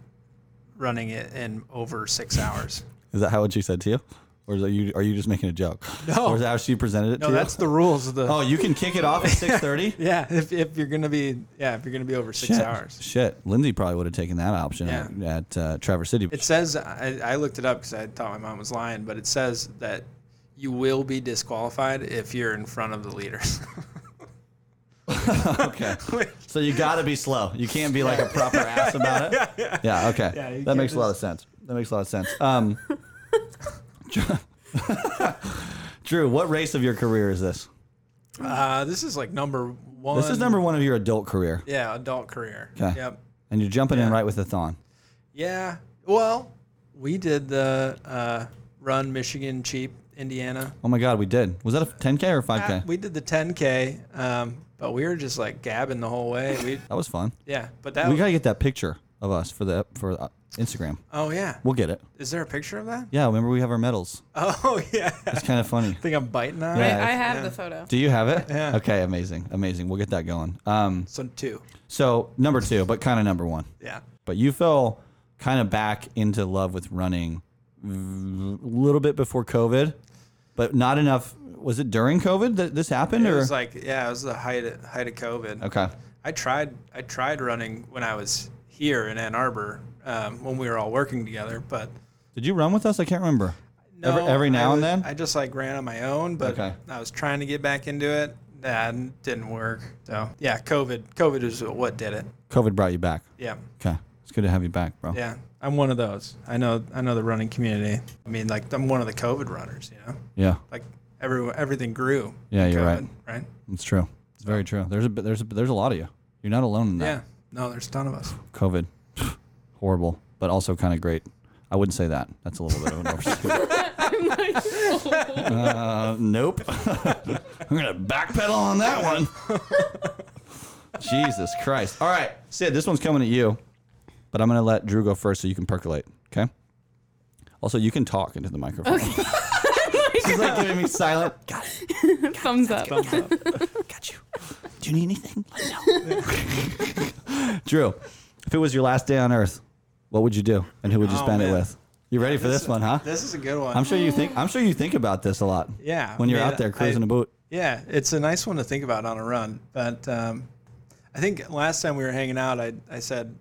S4: running it in over six hours.
S2: is that how what she said to you, or is that you are you just making a joke?
S4: No.
S2: Or is that how she presented it
S4: No,
S2: to
S4: that's
S2: you?
S4: the rules of the.
S2: Oh, you can kick it off at six thirty.
S4: Yeah, if, if you're gonna be yeah, if you're gonna be over six
S2: Shit.
S4: hours.
S2: Shit. Lindsay probably would have taken that option
S4: Yeah.
S2: at, at uh, Traverse City.
S4: It says I, I looked it up because I thought my mom was lying, but it says that you will be disqualified if you're in front of the leaders.
S2: Okay. so you got to be slow. You can't be like a proper ass about it. Yeah. okay.
S4: you
S2: that
S4: can't
S2: makes a lot of sense. That makes a lot of sense. Um, Drew- Drew, what race of your career is this?
S4: uh, this is like number one.
S2: This is number one of your adult career,
S4: yeah adult career.
S2: 'Kay.
S4: Yep.
S2: and you're jumping in right with a thon.
S4: Yeah. Well, we did the uh, run Michigan cheap Indiana.
S2: Oh my God, we did. Was that a 10K or 5K?
S4: We did the 10k, um, but we were just like gabbing the whole way. We
S2: that was fun.
S4: yeah, but that
S2: We got to get that picture of us for the for uh, Instagram.
S4: oh yeah.
S2: We'll get it.
S4: Is there a picture of that?
S2: Yeah, remember we have our medals.
S4: Oh yeah. I
S2: It's kind of funny.
S4: think I'm biting on
S1: I,
S4: it.
S2: Yeah,
S1: I
S2: it's-
S1: have the photo.
S2: Do you have it?
S4: Yeah.
S2: Okay, amazing, amazing. We'll get that going. Um,
S4: So two.
S2: so number two, but kind of number one.
S4: Yeah.
S2: but you fell kind of back into love with running v- a little bit before COVID, but not enough. Was it during COVID that this happened,
S4: It
S2: or
S4: was like yeah, it was the height of, height of COVID.
S2: okay,
S4: I tried I tried running when I was here in Ann Arbor um, when we were all working together, but
S2: did you run with us? I can't remember.
S4: no,
S2: every, every now
S4: I
S2: and
S4: was-
S2: then.
S4: I just like ran on my own, but
S2: Okay.
S4: I was trying to get back into it. That didn't work. So yeah, COVID COVID is what did it.
S2: COVID brought you back.
S4: Yeah.
S2: Okay, it's good to have you back, bro.
S4: Yeah. I'm one of those. I know I know the running community. I mean like I'm one of the COVID runners, you know?
S2: yeah,
S4: Like every, everything grew.
S2: Yeah,
S4: in
S2: you're right.
S4: COVID, Right?
S2: it's true. It's very true. There's a bit- there's a, there's a lot of you. You're not alone in that.
S4: Yeah. No, there's a ton of us.
S2: COVID, horrible, but also kind of great. I wouldn't say that. That's a little bit of an overstatement. uh, nope. I'm gonna backpedal on that one. Jesus Christ! All right, Sid, this one's coming at you, but I'm gonna let Drew go first so you can percolate. Okay. Also, you can talk into the microphone. She's like giving me silent. Got it.
S1: Thumbs up.
S2: Got you. Do you need anything? Let me know. Drew, if it was your last day on Earth, what would you do, and who would you
S4: Oh,
S2: spend it
S4: man.
S2: with? You ready for this one, huh?
S4: This is a good one.
S2: I'm sure you think. I'm sure you think about this a lot.
S4: Yeah,
S2: When you're
S4: man,
S2: out there cruising
S4: I-
S2: a boat.
S4: Yeah, it's a nice one to think about on a run. But um, I think last time we were hanging out, I, I said,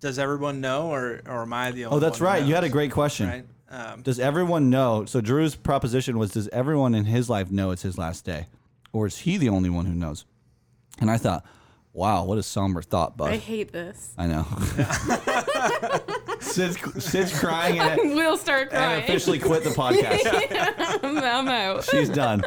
S4: "Does everyone know, or or am I the only?"
S2: Oh, that's
S4: one who
S2: right. You had a
S4: knows?"
S2: great question.
S4: Right. Um,
S2: Does everyone know? So Drew's proposition was, does everyone in his life know it's his last day, or is he the only one who knows? And I thought, wow, what a somber thought, bud.
S1: I
S2: I,
S1: hate this.
S2: know. Sid's, Sid's crying and,
S1: We'll start
S2: and
S1: crying.
S2: officially quit the podcast.
S1: I'm, I'm out.
S2: She's done.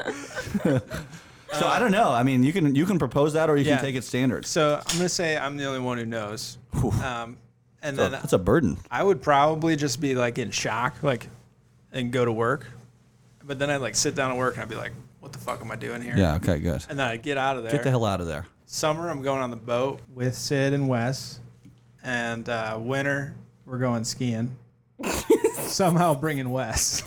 S2: so I don't know. I mean, you can you can propose that, or you
S4: Yeah.
S2: can take it standard.
S4: so I'm gonna say I'm the only one who knows. Um, and
S2: So
S4: then
S2: that's a burden.
S4: I would probably just be like in shock, like, and go to work. But then I'd like sit down at work and I'd be like, "What the fuck am I doing here?"
S2: Yeah. Okay. Good.
S4: And then I'd get out of there.
S2: Get the hell out of there.
S4: Summer, I'm going on the boat with Sid and Wes. And uh, winter, we're going skiing. Somehow bringing Wes.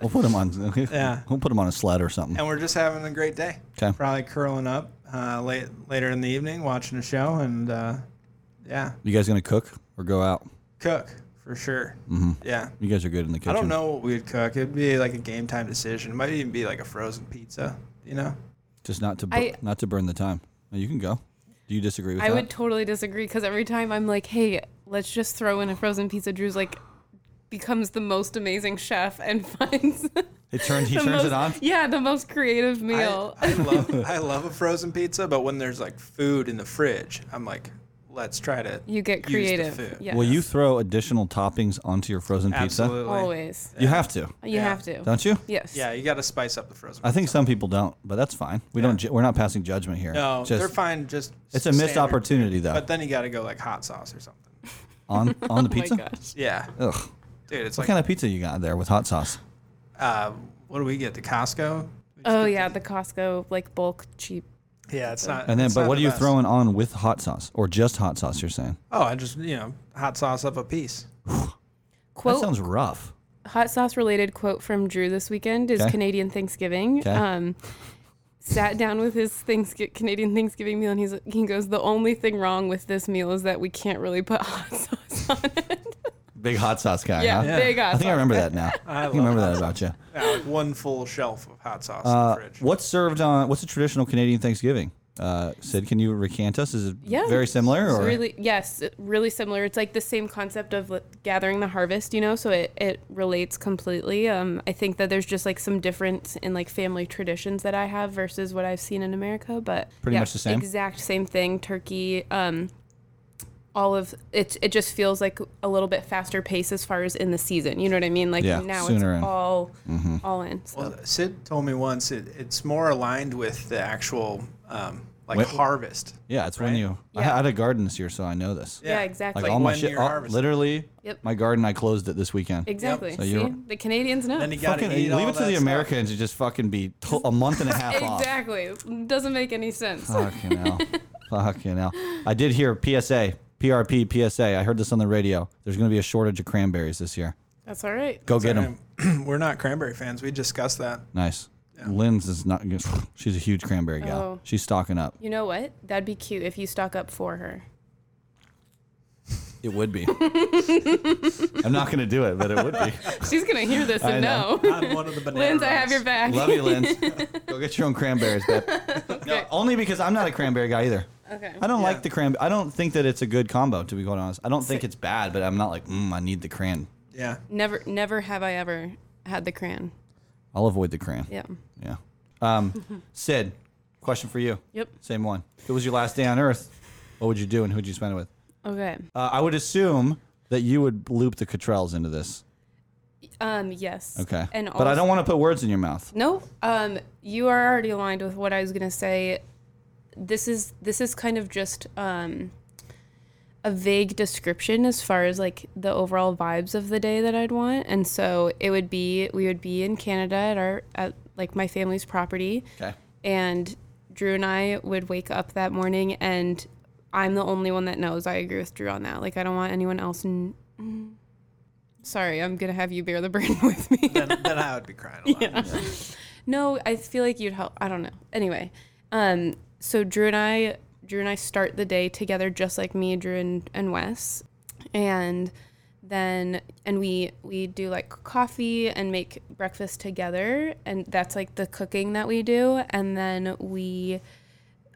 S2: We'll put him on.
S4: Yeah.
S2: We'll put him on a sled or something.
S4: and we're just having a great day.
S2: 'Kay.
S4: Probably curling up uh, late later in the evening, watching a show, and uh, yeah,
S2: You guys gonna cook or go out?
S4: cook for sure. Yeah.
S2: You guys are good in the kitchen.
S4: I don't know what we'd cook. It'd be like a game time decision. It might even be like a frozen pizza, you know?
S2: Just not to bur-
S1: I-
S2: not to burn the time. No, you can go. Do you disagree with
S1: I
S2: that?
S1: would totally disagree because every time I'm like, hey, let's just throw in a frozen pizza, Drew's like, becomes the most amazing chef and finds
S2: it turns. He
S1: the
S2: turns
S1: most,
S2: it on.
S1: Yeah, the most creative meal.
S4: I, I love I love a frozen pizza, but when there's like food in the fridge, I'm like, let's try to
S1: you get
S4: use the
S1: creative.
S4: food.
S1: Yes.
S2: Will you throw additional toppings onto your frozen
S4: Absolutely.
S1: Always.
S2: pizza? You have to,
S1: You
S4: Yeah.
S1: have to.
S2: don't you?
S1: Yes.
S4: Yeah, you got to spice up the frozen.
S2: I think some people don't, but that's fine. We don't. Ju- we're not passing judgment here.
S4: no,
S2: Just-
S4: they're fine. Just
S2: It's a missed
S4: standard.
S2: opportunity though.
S4: But then you got to go like hot sauce or something.
S2: on on the
S1: Oh my
S2: pizza.
S1: gosh.
S4: Yeah,
S2: Ugh. Uh, What
S4: dude, it's like
S2: kind of pizza you got there with hot sauce?
S4: uh, what do we get? The Costco. We just
S1: Oh
S4: get
S1: yeah, the Costco like bulk cheap.
S4: the- yeah, it's not.
S2: And then,
S4: it's
S2: but
S4: not
S2: what
S4: the
S2: are you
S4: best.
S2: throwing on with hot sauce or just hot sauce? You're saying
S4: Oh, I just you know hot sauce up a piece.
S2: that
S1: Quote
S2: sounds rough.
S1: hot sauce related quote from Drew this weekend is
S2: Okay.
S1: Canadian Thanksgiving.
S2: Okay.
S1: Um, sat down with his Thanksgiving, Canadian Thanksgiving meal and he's he goes the only thing wrong with this meal is that we can't really put hot sauce on it.
S2: Big hot sauce guy.
S1: yeah,
S2: huh?
S1: big hot
S2: I think
S1: sauce.
S2: I remember that now.
S4: I
S2: I, think I
S4: love
S2: remember that about you.
S4: Yeah, like one full shelf of hot sauce
S2: Uh,
S4: in the fridge.
S2: what's served on? What's a traditional Canadian Thanksgiving? Uh, Sid, can you recant us? Is it very similar?
S1: It's
S2: Or
S1: really yes, it- really similar. It's like the same concept of like, gathering the harvest, you know. So it it relates completely. Um, I think that there's just like some difference in like family traditions that I have versus what I've seen in America, but
S2: Pretty much the same?
S1: exact same thing. Turkey, um, all of it. It just feels like a little bit faster pace as far as in the season. You know what I mean? Like
S2: Yeah,
S1: now it's
S2: sooner Mm-hmm. in.
S1: all all in. So
S4: Well, Sid told me once it, it's more aligned with the actual um, like
S2: When-
S4: harvest.
S2: yeah, it's when
S4: Right?
S2: you. I
S1: Yeah.
S2: had a garden this year, so I know this.
S1: yeah,
S4: yeah.
S1: exactly.
S2: Like, all my
S4: when
S2: shit,
S4: you're
S2: all-
S4: harvesting.
S2: literally,
S1: Yep.
S2: my garden. I closed it this weekend.
S1: exactly.
S2: So
S1: See,
S2: you're-
S1: the Canadians know.
S4: Then you got to
S2: Fucking-
S4: eat
S2: leave
S4: all
S2: it to
S4: that
S2: the
S4: stuff.
S2: Americans to just fucking be to- a month and a half off.
S1: Exactly. Doesn't make any sense.
S2: Fucking hell. Fucking hell. I did hear PSA, PRP, PSA. I heard this on the radio. There's going to be a shortage of cranberries this year.
S1: That's all right.
S2: Go get 'em. get them.
S4: We're not cranberry fans. We discussed that.
S2: Nice. Lynn's is not. good. She's a huge cranberry gal.
S1: Oh.
S2: She's stocking up.
S1: You know what? That'd be cute if you stock up for her.
S2: It would be. I'm not going to do it, but it would be.
S1: She's gonna hear this and
S2: know.
S1: know.
S4: On one of the banana
S1: Linz, I have
S4: rolls.
S1: your back.
S2: Love you, Lynn. Go get your own cranberries, babe. No, only because I'm not a cranberry guy either.
S1: Okay.
S2: I don't
S4: Yeah.
S2: like the cran. I don't think that it's a good combo, to be quite honest. I don't think it's bad, but I'm not like, mm, I need the cran.
S4: Yeah.
S1: Never, never have I ever had the crayon.
S2: I'll avoid the cran.
S1: Yeah.
S2: Yeah. Um, Sid, question for you.
S1: Yep.
S2: Same one. If it was your last day on Earth, what would you do and who'd you spend it with?
S1: Okay.
S2: Uh, I would assume that you would loop the Cottrells into this.
S1: Um. Yes.
S2: Okay.
S1: And
S2: but I
S1: also-
S2: don't want to put words in your mouth.
S1: No, um, you are already aligned with what I was gonna say. This is this is kind of just um, a vague description as far as like the overall vibes of the day that I'd want, and so it would be we would be in Canada at our at like my family's property,
S2: Okay.
S1: and Drew and I would wake up that morning, and I'm the only one that knows. I agree with Drew on that. Like I don't want anyone else. N- mm. Sorry, I'm gonna have you bear the burden with me.
S4: Then, then I would be crying a lot.
S1: No, I feel like you'd help. I don't know. Anyway, um, so Drew and I, Drew and I start the day together, just like me, Drew and, and Wes, and then and we we do like coffee and make breakfast together and that's like the cooking that we do and then we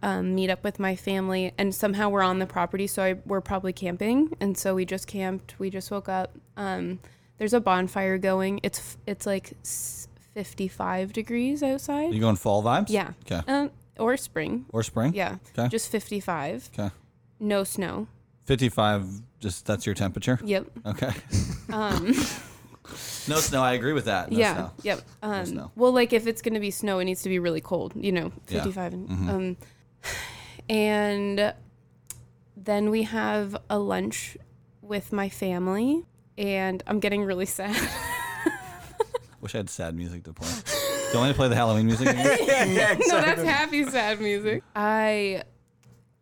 S1: um, meet up with my family and somehow we're on the property so I, we're probably camping and so we just camped we just woke up um, there's a bonfire going it's f- it's like s- 55 degrees outside
S2: You going fall vibes?
S1: yeah
S2: Okay.
S1: um, or spring
S2: Or spring?
S1: yeah
S2: Okay.
S1: just 55
S2: Okay.
S1: no snow
S2: 55, just that's your temperature?
S1: yep
S2: Okay. no snow. I agree with that. No
S1: Um. yeah.
S2: snow.
S1: Yep. Um,
S2: snow.
S1: Well, like if it's gonna be snow, it needs to be really cold. You know,
S2: Yeah. Mm-hmm.
S1: fifty-five. And, um, and then we have a lunch with my family, and I'm getting really sad.
S2: Wish I had sad music to play. Do you want me to play the Halloween music? again?
S4: yeah, yeah,
S1: no, that's happy sad music. I,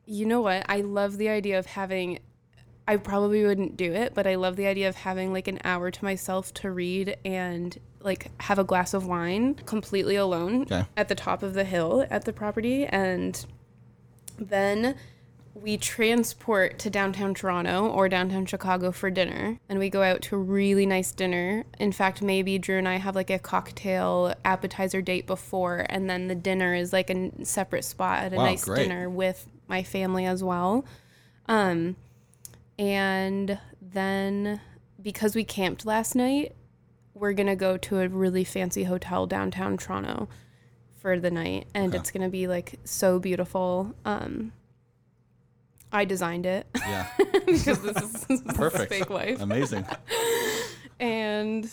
S1: you know what? I love the idea of having. I probably wouldn't do it, but I love the idea of having like an hour to myself to read and like have a glass of wine completely alone
S2: Okay.
S1: at the top of the hill at the property. And then we transport to downtown Toronto or downtown Chicago for dinner. And we go out to a really nice dinner. In fact, maybe Drew and I have like a cocktail appetizer date before, and then the dinner is like a n- separate spot at a
S2: Wow,
S1: nice
S2: great.
S1: dinner with my family as well. Um, and then because we camped last night, we're gonna go to a really fancy hotel downtown Toronto for the night, and it's gonna be like so beautiful. Um, I designed it
S2: yeah.
S1: because this is this is
S2: Perfect.
S1: fake life,
S2: Amazing.
S1: and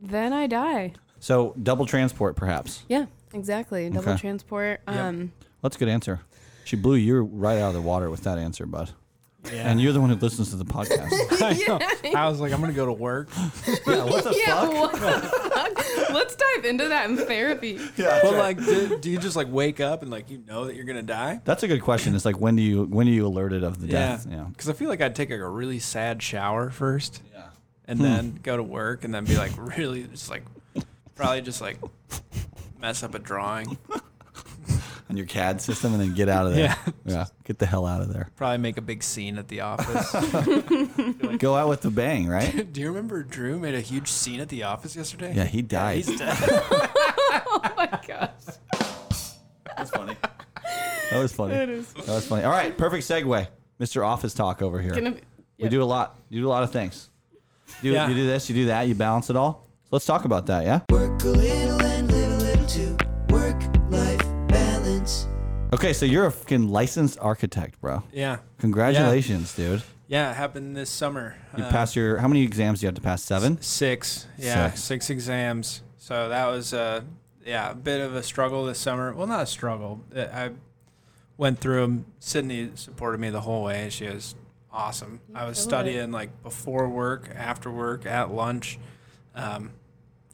S1: then I die.
S2: So double transport, perhaps.
S1: Yeah, exactly. Double
S2: Okay.
S1: transport. Um,
S2: That's a good answer. She blew you right out of the water with that answer, bud. And you're the one who listens to the podcast.
S3: I, know. I was like, I'm gonna go to work.
S2: yeah, what the
S1: yeah. What the fuck? Let's dive into that in therapy.
S4: But like, do, do you just like wake up and like you know that you're gonna die?
S2: That's a good question. It's like when do you when are you alerted of the death? Yeah.
S4: Because I feel like I'd take like a really sad shower first,
S2: Yeah. Hmm.
S4: and then go to work, and then be like really just like probably just like mess up a drawing,
S2: On your CAD system and then get out of there.
S4: Yeah.
S2: yeah. Get the hell out of there.
S4: probably make a big scene at the office.
S2: Go out with the bang, right?
S4: do you remember Drew made a huge scene at the office yesterday?
S2: Yeah, he died.
S4: He's dead.
S1: Oh my gosh.
S2: That's funny. That was funny. That was funny. All right, perfect segue. Mr. Office Talk over here.
S1: Gonna be-
S2: We do a lot. You do a lot of things. You,
S4: Yeah.
S2: you do this, you do that, you balance it all. So let's talk about that, yeah?
S5: Work a little and live a little too. Work life balance.
S2: Okay, so you're a fucking licensed architect, bro.
S4: yeah.
S2: Congratulations, dude.
S4: Yeah, it happened this summer.
S2: You
S4: Uh,
S2: passed your how many exams do you have to pass? Seven?
S4: Six. Yeah,
S2: Six.
S4: six, exams. So that was uh, yeah, a bit of a struggle this summer. Well, not a struggle. Uh, I went through them. Sydney supported me the whole way. She was awesome. I
S1: killed it.
S4: was studying like before work, after work, at lunch, um,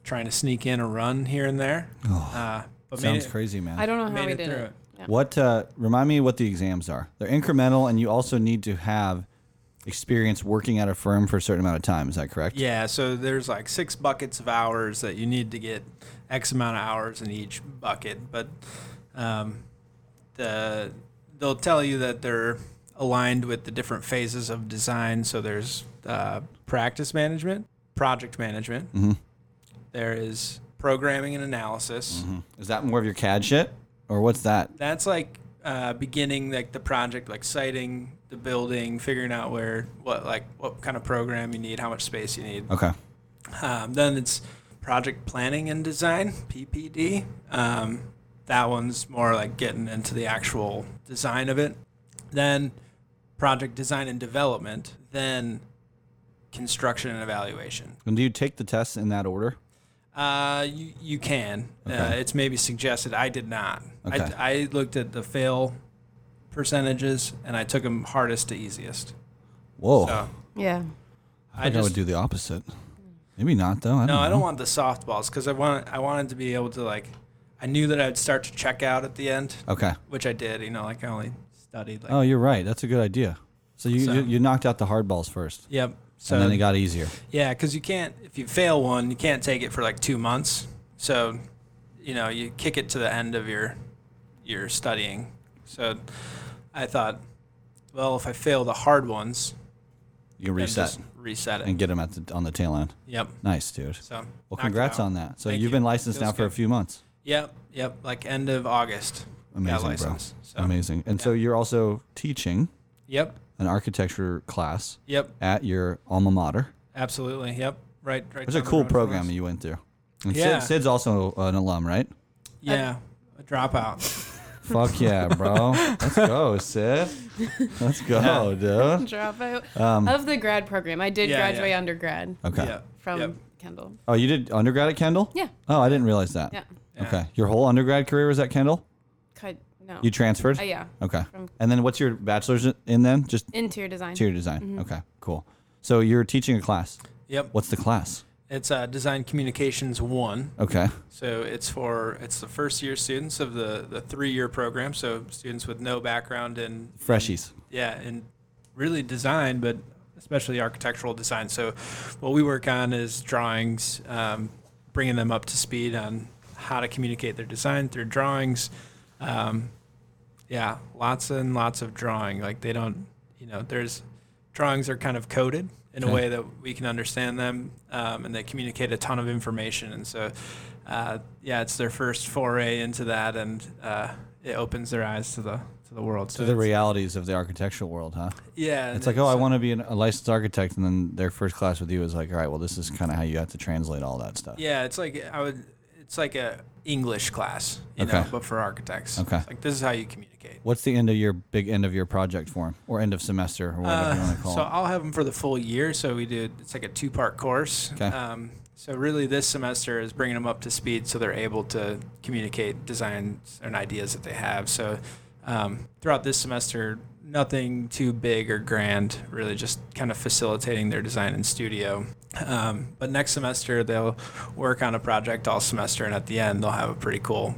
S4: trying to sneak in a run here and there. uh, but made
S2: Sounds
S4: it-
S2: crazy, man.
S1: I don't know how
S4: Made
S1: we
S4: it
S1: did
S4: through
S1: it.
S4: it.
S1: Yeah.
S2: What uh, remind me what the exams are? They're incremental, and you also need to have experience working at a firm for a certain amount of time. Is that correct?
S4: Yeah, so there's like six buckets of hours that you need to get X amount of hours in each bucket, but um, the they'll tell you that they're aligned with the different phases of design. So there's uh, practice management, project management.
S2: Mm-hmm.
S4: There is programming and analysis.
S2: Mm-hmm. Is that more of your CAD shit, or what's that?
S4: That's like uh, beginning like the project, like siting the building, figuring out where what like what kind of program you need, how much space you need.
S2: Okay.
S4: Um, then it's project planning and design (PPD). Um, that one's more like getting into the actual design of it. Then project design and development. Then construction and evaluation.
S2: And do you take the tests in that order?
S4: Uh, you you can. Uh,
S2: Okay.
S4: it's maybe suggested. I did not.
S2: Okay.
S4: I, I looked at the fail percentages and I took them hardest to easiest.
S2: Whoa.
S4: So
S1: Yeah.
S2: I, think I would do the opposite. Maybe not though. I don't
S4: No, I don't
S2: know.
S4: want the softballs because I want I wanted to be able to like, I knew that I'd start to check out at the end,
S2: Okay.
S4: which I did. You know, like I only studied like.
S2: Oh, you're right. That's a good idea. So you
S4: So-
S2: you, you knocked out the hard balls first,
S4: Yep. So
S2: and
S4: yeah,
S2: then it
S4: 'cause
S2: got easier.
S4: yeah, because you can't if you fail one, you can't take it for like two months. So, you know, you kick it to the end of your your studying. So, I thought, well, if I fail the hard ones,
S2: You can
S4: and
S2: reset
S4: just reset it.
S2: and get them at the, on the tail end.
S4: yep.
S2: Nice, dude.
S4: So
S2: Well, congrats on that. So you've been licensed now for a
S4: few.
S2: few months.
S4: Yep, yep. Like end of August.
S2: Amazing,
S4: got license.
S2: bro.
S4: So,
S2: Amazing. And so you're also teaching
S4: Yep,
S2: an architecture class
S4: yep.
S2: at your alma mater.
S4: Absolutely. Yep. Right. Right.
S2: It's a
S4: down the
S2: cool
S4: road from
S2: program
S4: us.
S2: that you went through. And
S4: Yeah.
S2: Sid, Sid's also an alum, right?
S4: Yeah. A dropout.
S2: Fuck yeah, bro. Let's go, Sid. Let's go, dude.
S1: Drop out of the grad program. I did
S4: Yeah, yeah.
S1: graduate undergrad
S2: Um, Okay.
S4: Yeah.
S1: from
S4: Yep.
S1: Kendall.
S2: Oh, you did undergrad at Kendall?
S1: Yeah.
S2: Oh, I didn't realize that.
S1: Yeah.
S2: Okay. Your whole undergrad career was at Kendall?
S1: Cut. No.
S2: You transferred?
S1: Uh, yeah.
S2: Okay.
S1: From-
S2: And then what's your bachelor's in then? Just
S1: Interior design.
S2: interior design. Okay, cool. So you're teaching a class.
S4: Yep.
S2: What's the class?
S4: It's uh, Design Communications One.
S2: Okay.
S4: So it's for it's the first year students of the the three year program. So students with no background in
S2: Freshies.
S4: yeah, and really design, but especially architectural design. So, what we work on is drawings, um, bringing them up to speed on how to communicate their design through drawings. Um, yeah, lots and lots of drawing. Like they don't, you know, there's drawings are kind of coded in a
S2: Okay.
S4: way that we can understand them, um, and they communicate a ton of information. And so, uh, yeah, it's their first foray into that, and uh, it opens their eyes to the to the world. So
S2: To the
S4: it's-
S2: realities of the architectural world, huh?
S4: yeah.
S2: It's like, oh, I want to be an, a licensed architect, and then their first class with you is like, all right, well, this is kind of how you have to translate all that stuff.
S4: Yeah, it's like I would. It's like a English class, you know,
S2: Okay.
S4: but for architects.
S2: Okay.
S4: It's like this is how you communicate.
S2: What's the end of your big end of your project form or end of semester or whatever you want to call
S4: So
S2: it?
S4: I'll have them for the full year. So we do. It's like a two-part course.
S2: Okay.
S4: Um, so really, this semester is bringing them up to speed, so they're able to communicate designs and ideas that they have. So um, throughout this semester, nothing too big or grand. Really, just kind of facilitating their design in studio. Um, but next semester, they'll work on a project all semester, and at the end, they'll have a pretty cool,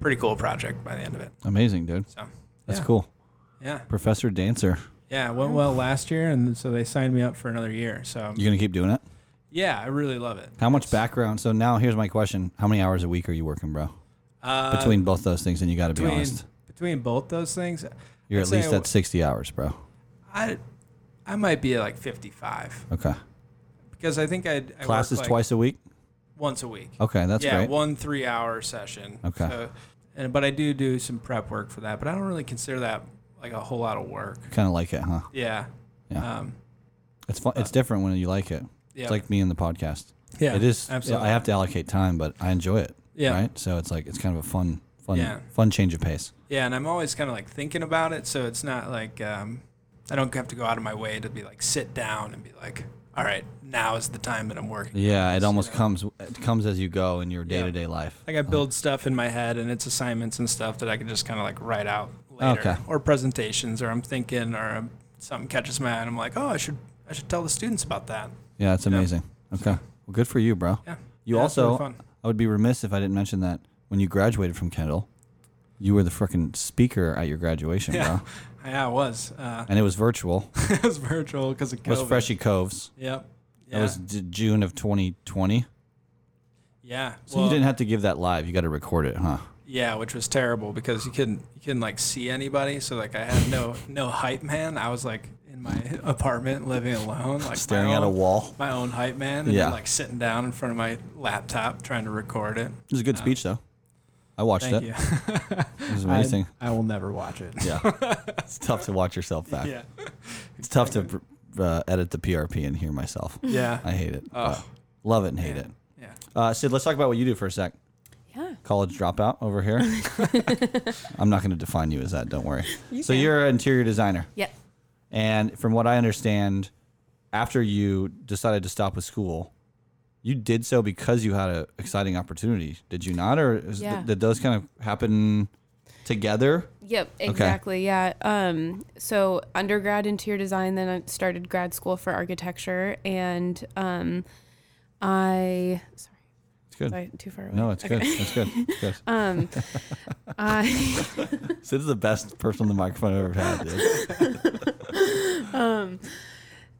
S4: pretty cool project by the end of it.
S2: Amazing, dude.
S4: So
S2: That's
S4: yeah.
S2: cool.
S4: Yeah.
S2: Professor Dancer.
S4: Yeah, it went well last year, and so they signed me up for another year. So
S2: You gonna keep doing it?
S4: yeah, I really love it.
S2: How much background? So now here's my question: How many hours a week are you working, bro?
S4: Uh,
S2: Between both those things, and you got to be
S4: between,
S2: honest,
S4: between both those things,
S2: you're
S4: I'd
S2: at
S4: say
S2: least
S4: I-
S2: at 60 hours, bro.
S4: I I might be at like 55
S2: Okay.
S4: because I think I'd, I work,
S2: Classes
S4: like,
S2: twice a week.
S4: once a week.
S2: Okay, that's
S4: yeah,
S2: great.
S4: one three-hour session.
S2: Okay.
S4: So, and but I do do some prep work for that, but I don't really consider that like a whole lot of work.
S2: kind of like it, huh?
S4: Yeah.
S2: Yeah.
S4: Um,
S2: It's fun. It's different when you like it.
S4: Uh, yeah.
S2: It's like me and the podcast.
S4: yeah.
S2: it is.
S4: Absolutely.
S2: I have to allocate time, but I enjoy it.
S4: Yeah.
S2: Right. So it's like it's kind of a fun, fun,
S4: Yeah.
S2: fun change of pace.
S4: Yeah, and I'm always kind of like thinking about it, so it's not like um, I don't have to go out of my way to be like sit down and be like, all right, now is the time that I'm working.
S2: Yeah. It almost
S4: Yeah.
S2: comes. It comes as you go in your day to day life.
S4: Like I build stuff in my head, and it's assignments and stuff that I can just kind of like write out later,
S2: Okay.
S4: or presentations, or I'm thinking, or um, something catches my eye, and I'm like, oh, I should, I should tell the students about that.
S2: Yeah, it's amazing. Okay. Well, good for you, bro.
S4: Yeah.
S2: You
S4: Yeah, it's really
S2: also,
S4: fun.
S2: I would be remiss if I didn't mention that when you graduated from Kendall, you were the freaking speaker at your graduation,
S4: Yeah,
S2: bro.
S4: yeah, I was. Uh,
S2: And it was virtual. It
S4: it was virtual because of COVID.
S2: was Freshie Coves.
S4: Yep.
S2: That
S4: Yeah.
S2: was d- June of 2020.
S4: yeah.
S2: So you
S4: Well,
S2: didn't have to give that live. You got to record it, huh?
S4: Yeah, which was terrible because you couldn't you couldn't like see anybody. So like I had no no hype man. I was like in my apartment living alone, like my
S2: Staring at a
S4: own-
S2: wall.
S4: My own hype man, and
S2: Yeah.
S4: then like sitting down in front of my laptop trying to record it.
S2: It was a good speech, though. I watched
S4: Thank
S2: it.
S4: you.
S2: It was amazing.
S3: I will never watch it.
S2: Yeah. it's tough to watch yourself back.
S4: yeah,
S2: It's tough to pr- uh, edit the PRP and hear myself.
S4: yeah,
S2: I hate it.
S4: Oh.
S2: but Love it and hate it.
S4: yeah.
S2: Uh, Sid, let's talk about what you do for a sec.
S1: Yeah.
S2: college dropout over here. I'm not going to define you as that. Don't worry. so
S1: can.
S2: you're an interior designer,
S1: Yeah.
S2: and from what I understand, after you decided to stop with school, you did so because you had an exciting opportunity. Did you not, or is
S1: Yeah.
S2: did those kind of happen together?
S1: Yep, exactly. Yeah. Um, so undergrad interior design, then I started grad school for architecture, and um, I sorry,
S2: It's good.
S1: was I too far away.
S2: No, it's good. It's good. It's good.
S1: Um, I
S2: Sid's the best person on the microphone I've ever had. Dude.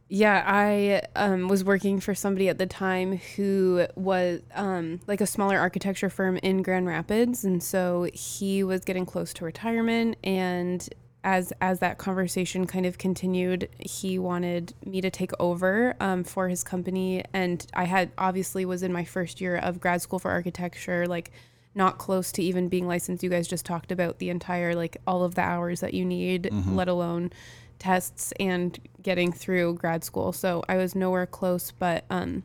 S1: Yeah, I um, was working for somebody at the time who was um, like a smaller architecture firm in Grand Rapids. And so he was getting close to retirement. And as as that conversation kind of continued, he wanted me to take over um, for his company, and I had obviously was in my first year of grad school for architecture, like not close to even being licensed. You guys just talked about the entire like all of the hours that you need,
S2: Mm-hmm.
S1: let alone tests and getting through grad school. So I was nowhere close, but um,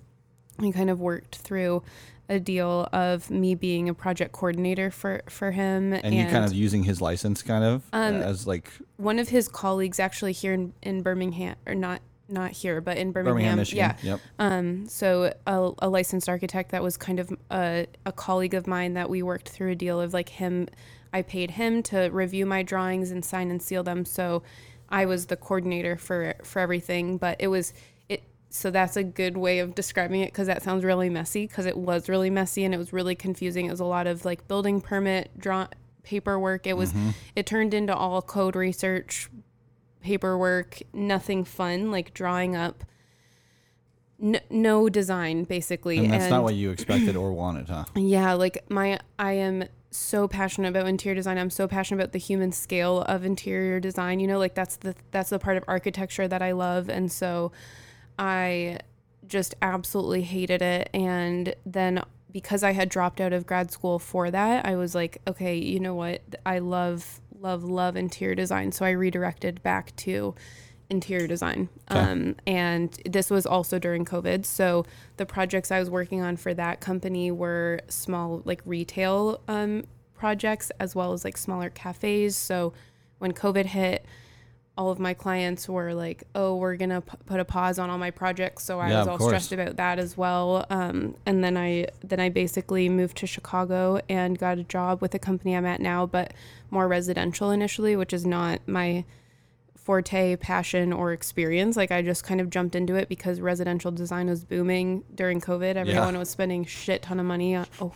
S1: we kind of worked through a deal of me being a project coordinator for for him
S2: And, you kind of using his license kind of
S1: Um,
S2: uh, as like
S1: one of his colleagues actually here in, in Birmingham or not not here but in Birmingham,
S2: Birmingham, Michigan.
S1: yeah
S2: Yep.
S1: um so a, a licensed architect that was kind of a, a colleague of mine that we worked through a deal of like him I paid him to review my drawings and sign and seal them so I was the coordinator for for everything but it was it so that's a good way of describing it because that sounds really messy because it was really messy and it was really confusing it was a lot of like building permit draw paperwork it was it turned into all code research paperwork nothing fun like drawing up n- no design basically
S2: and that's not what you expected or wanted, huh?
S1: yeah, like my I am so passionate about interior design. I'm so passionate about the human scale of interior design. You know, like that's the that's the part of architecture that I love and so I just absolutely hated it and then because I had dropped out of grad school for that, I was like, okay, you know what? I love love love interior design. So I redirected back to interior design. Um, and this was also during COVID. So the projects I was working on for that company were small, like retail um, projects, as well as like smaller cafes. So when COVID hit, all of my clients were like, oh, we're going to p- put a pause on all my projects. So I
S2: Yeah,
S1: was
S2: of
S1: all
S2: course.
S1: stressed about that as well. Um, and then I then I basically moved to Chicago and got a job with the company I'm at now, but more residential initially, which is not my forte, passion, or experience. Like I just kind of jumped into it because residential design was booming during COVID. Everyone was spending shit ton of money. On, oh, um,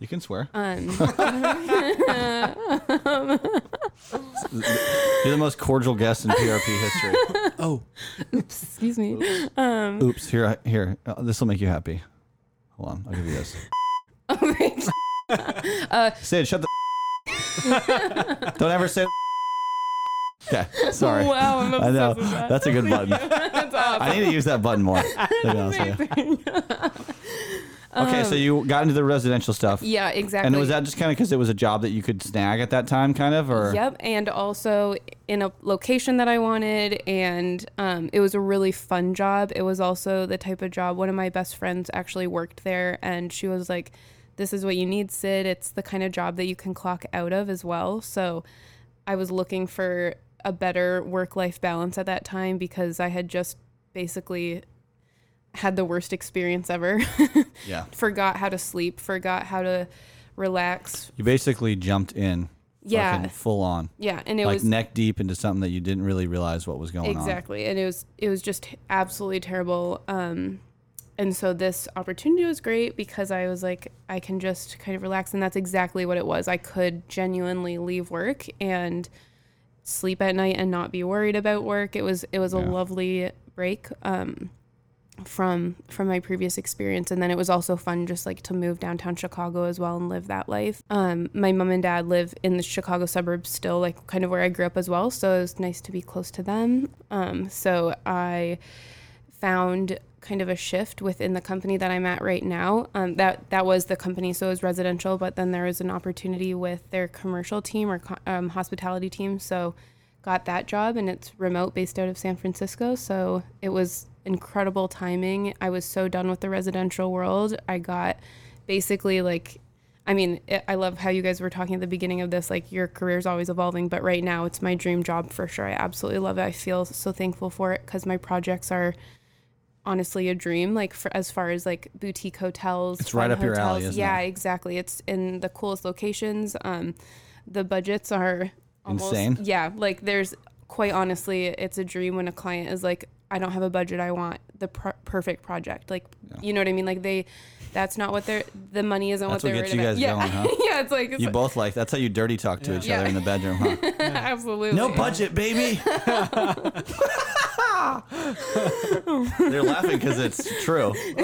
S2: You can swear. You're the most cordial guest in PRP history.
S4: Oh,
S1: excuse me.
S2: Oops, here, I- here. Uh, this will make you happy. Hold on, I'll give you this.
S1: Oh my God.
S2: Sid, shut the. Don't ever say. okay, sorry.
S1: Wow, I'm
S2: I
S1: obsessed
S2: know
S1: with that.
S2: that's a good button.
S1: That's awesome.
S2: I need to use that button more. to be honest with you. Okay, so you got into the residential stuff,
S1: Um, Yeah, exactly.
S2: and was that just kind of because it was a job that you could snag at that time, kind of, or
S1: Yep, and also in a location that I wanted, and um, it was a really fun job. It was also the type of job one of my best friends actually worked there, and she was like, "This is what you need, Sid. It's the kind of job that you can clock out of as well." So, I was looking for a better work-life balance at that time because I had just basically had the worst experience ever.
S2: yeah?
S1: forgot how to sleep. Forgot how to relax.
S2: You basically jumped in,
S1: Yeah.
S2: fucking full on,
S1: Yeah, and it
S2: like
S1: was
S2: neck deep into something that you didn't really realize what was going on.
S1: exactly and it was it was just absolutely terrible um and so this opportunity was great because i was like i can just kind of relax and that's exactly what it was i could genuinely leave work and sleep at night and not be worried about work it was it was a
S2: Yeah.
S1: lovely break um from from my previous experience and then it was also fun just like to move downtown chicago as well and live that life um my mom and dad live in the chicago suburbs still like kind of where i grew up as well so it was nice to be close to them um so i found kind of a shift within the company that I'm at right now. Um, that that was the company, so it was residential, but then there was an opportunity with their commercial team or co- um, hospitality team. So got that job, and it's remote, based out of San Francisco. So it was incredible timing. I was so done with the residential world. I got basically like. I mean, it, I love how you guys were talking at the beginning of this. Like, your career's always evolving, but right now it's my dream job for sure. I absolutely love it. I feel so thankful for it because my projects are honestly a dream like for as far as like boutique hotels
S2: It's
S1: fun
S2: right up your alley,
S1: hotels.
S2: isn't
S1: yeah
S2: it?
S1: exactly it's in the coolest locations um the budgets are almost
S2: Insane.
S1: yeah like there's quite honestly it's a dream when a client is like i don't have a budget i want the pr- perfect project like you know what i mean like they that's not what they're the money isn't
S2: That's
S1: what
S2: what
S1: they're
S2: gets
S1: worried
S2: you
S1: about
S2: guys
S1: yeah
S2: going, huh?
S1: yeah it's like it's
S2: You both like that's how you dirty talk to each
S1: Yeah.
S2: other in the bedroom, huh?
S1: absolutely
S2: No budget, baby. They're laughing because it's true.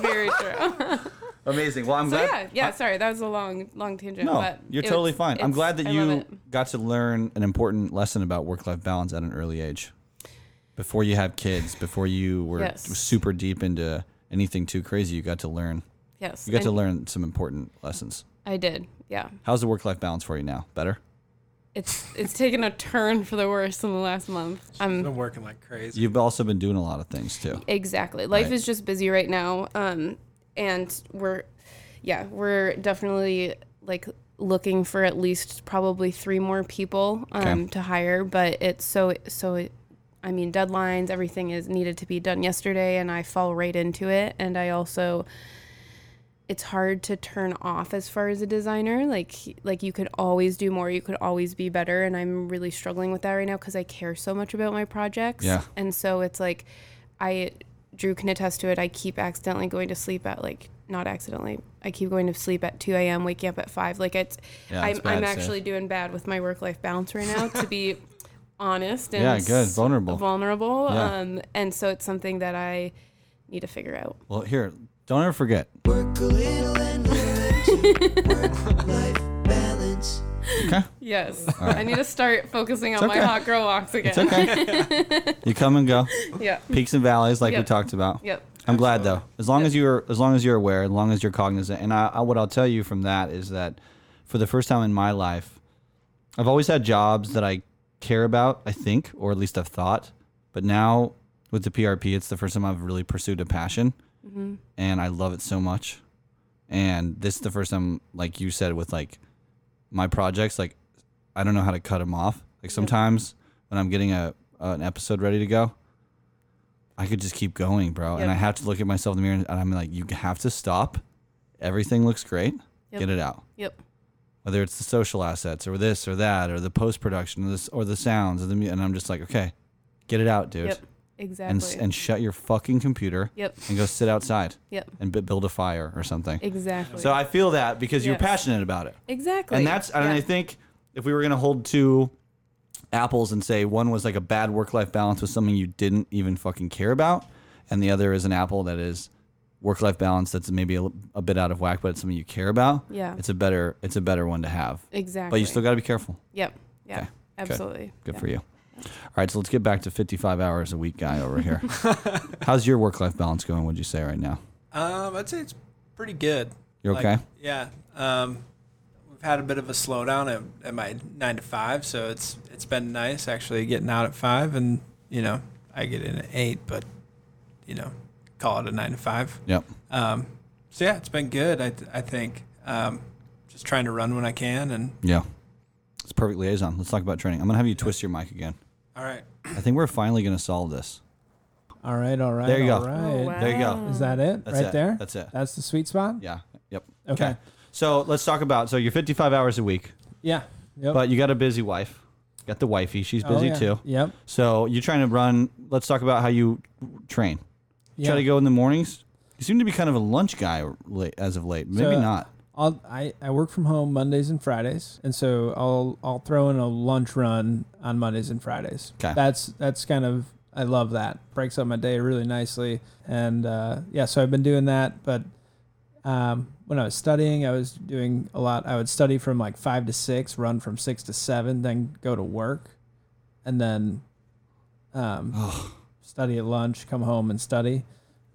S1: very true
S2: Amazing. Well, I'm
S1: So
S2: glad.
S1: yeah, yeah. Sorry, that was a long, long tangent.
S2: No,
S1: but
S2: you're
S1: it
S2: totally
S1: was-
S2: fine. I'm
S1: it's-
S2: glad that
S1: I love
S2: you
S1: it.
S2: got to learn an important lesson about work-life balance at an early age, before you have kids, before you were
S1: Yes.
S2: super deep into anything too crazy. You got to learn.
S1: Yes,
S2: You got
S1: I,
S2: to learn some important lessons.
S1: I did. Yeah,
S2: How's the work-life balance for you now? Better.
S1: it's it's taken a turn for the worse in the last month. I'm
S4: Been working like crazy.
S2: You've also been doing a lot of things too.
S1: Exactly. Life
S2: Right.
S1: is just busy right now. Um, and we're, yeah, we're definitely like looking for at least probably three more people um,
S2: Okay.
S1: to hire. But it's so, so, it, I mean, deadlines, everything is needed to be done yesterday. And I fall right into it. And I also, it's hard to turn off as far as a designer like like you could always do more you could always be better and i'm really struggling with that right now because i care so much about my projects
S2: Yeah.
S1: and so it's like i drew can attest to it i keep accidentally going to sleep at like not accidentally i keep going to sleep at 2 a.m waking up at 5 like it's
S2: Yeah,
S1: i'm,
S2: it's bad,
S1: I'm
S2: Seth.
S1: actually doing bad with my work-life balance right now to be honest and
S2: Yeah, good.
S1: s-
S2: Vulnerable.
S1: vulnerable
S2: Yeah.
S1: um, and so it's something that i need to figure out
S2: Well, here, don't ever forget.
S5: Work a little and live a little too. Work life balance.
S2: Okay.
S1: Yes.
S2: right.
S1: I need to start focusing on
S2: It's okay.
S1: my hot girl walks again.
S2: It's okay. you come and go.
S1: Yeah.
S2: Peaks and valleys, like we
S1: Yep.
S2: talked about.
S1: Yep.
S2: I'm glad though. As long as you're as long as you're aware, as long as you're cognizant, and I, I what I'll tell you from that is that for the first time in my life, I've always had jobs that I care about, I think, or at least I've thought. But now with the PRP, it's the first time I've really pursued a passion,
S1: Mm-hmm.
S2: and I love it so much. And this is the first time, like you said, with like my projects, like I don't know how to cut them off. Like sometimes when I'm getting a an episode ready to go, I could just keep going, bro. And
S1: Yep.
S2: I have to look at myself in the mirror and I'm like, you have to stop. Everything looks great.
S1: Yep.
S2: Get it out.
S1: Yep.
S2: Whether it's the social assets or this or that or the post production or this or the sounds or the mu- and I'm just like, okay, get it out, dude.
S1: Yep.
S2: And s-
S1: Exactly.
S2: and shut your fucking computer.
S1: Yep.
S2: And go sit outside
S1: yep.
S2: and b- build a fire or something.
S1: Exactly.
S2: So I feel that because you're
S1: Yes.
S2: passionate about it.
S1: exactly.
S2: And that's, and I think if we were going to hold two apples and say one was like a bad work life balance with something you didn't even fucking care about, and the other is an apple that is work life balance that's maybe a, l- a bit out of whack, but it's something you care about.
S1: Yeah.
S2: It's a better, it's a better one to have.
S1: exactly.
S2: But you still got to be careful.
S1: Yep. Yeah.
S2: Okay.
S1: Absolutely.
S2: Good
S1: Yeah.
S2: for you. All right, so let's get back to 55 hours a week guy over here. How's your work life balance going, would you say, right now?
S4: Um, I'd say it's pretty good.
S2: You're
S4: Like,
S2: okay?
S4: Yeah. Um, we've had a bit of a slowdown at, at my nine to five, so it's it's been nice actually getting out at five, and you know I get in at eight, but you know call it a nine to five.
S2: Yep.
S4: Um, so yeah, it's been good. I th- I think um, just trying to run when I can, and
S2: Yeah. It's a perfect liaison. Let's talk about training. I'm going to have you twist your mic again.
S4: all right.
S2: I think we're finally going to solve this.
S3: All right, all right.
S2: There you
S3: all
S2: go.
S3: right.
S1: wow.
S2: There you go.
S3: Is that it?
S2: That's
S3: right
S2: it.
S3: there?
S2: That's it.
S3: That's the sweet spot?
S2: Yeah. Yep.
S3: Okay.
S2: So let's talk about. So you're 55 hours a week,
S3: Yeah. Yep.
S2: but you got a busy wife. Got the wifey. She's
S3: Oh,
S2: busy
S3: yeah.
S2: too.
S3: Yep.
S2: So you're trying to run. Let's talk about how you train. You
S3: Yeah.
S2: Try to go in the mornings. You seem to be kind of a lunch guy late, as of late. Maybe
S3: So-
S2: not.
S3: I'll, I, I work from home Mondays and Fridays, and so I'll I'll throw in a lunch run on Mondays and Fridays.
S2: 'Kay.
S3: That's that's kind of I love that breaks up my day really nicely, and uh, yeah, so I've been doing that. But um, when I was studying, I was doing a lot. I would study from like five to six, run from six to seven, then go to work, and then um, study at lunch, come home and study.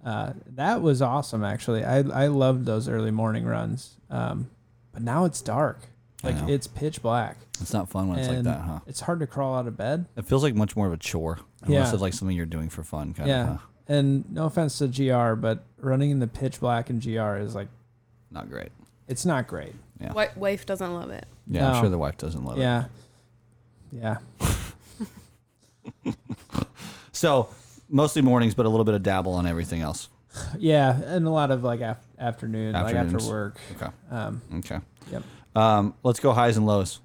S3: Uh, that was awesome, actually. I, I loved those early morning runs. Um, but now it's dark. Like
S2: know.
S3: it's pitch black.
S2: It's not fun when it's like
S3: and
S2: that, huh?
S3: It's hard to crawl out of bed.
S2: It feels like much more of a chore, unless
S3: Yeah.
S2: it's like something you're doing for fun, kind
S3: yeah.
S2: of. Huh?
S3: And no offense to GR, but running in the pitch black in GR is like,
S2: Not great.
S3: it's not great.
S1: Wi- wife doesn't love it.
S2: Yeah, I'm
S3: No.
S2: sure the wife doesn't love it.
S3: Yeah. Yeah.
S2: So mostly mornings, but a little bit of dabble on everything else.
S3: Yeah. And a lot of like af- afternoon, like after
S2: Afternoons.
S3: work.
S2: Okay.
S3: Um,
S2: Okay.
S3: Yep.
S2: Um, let's go highs and lows.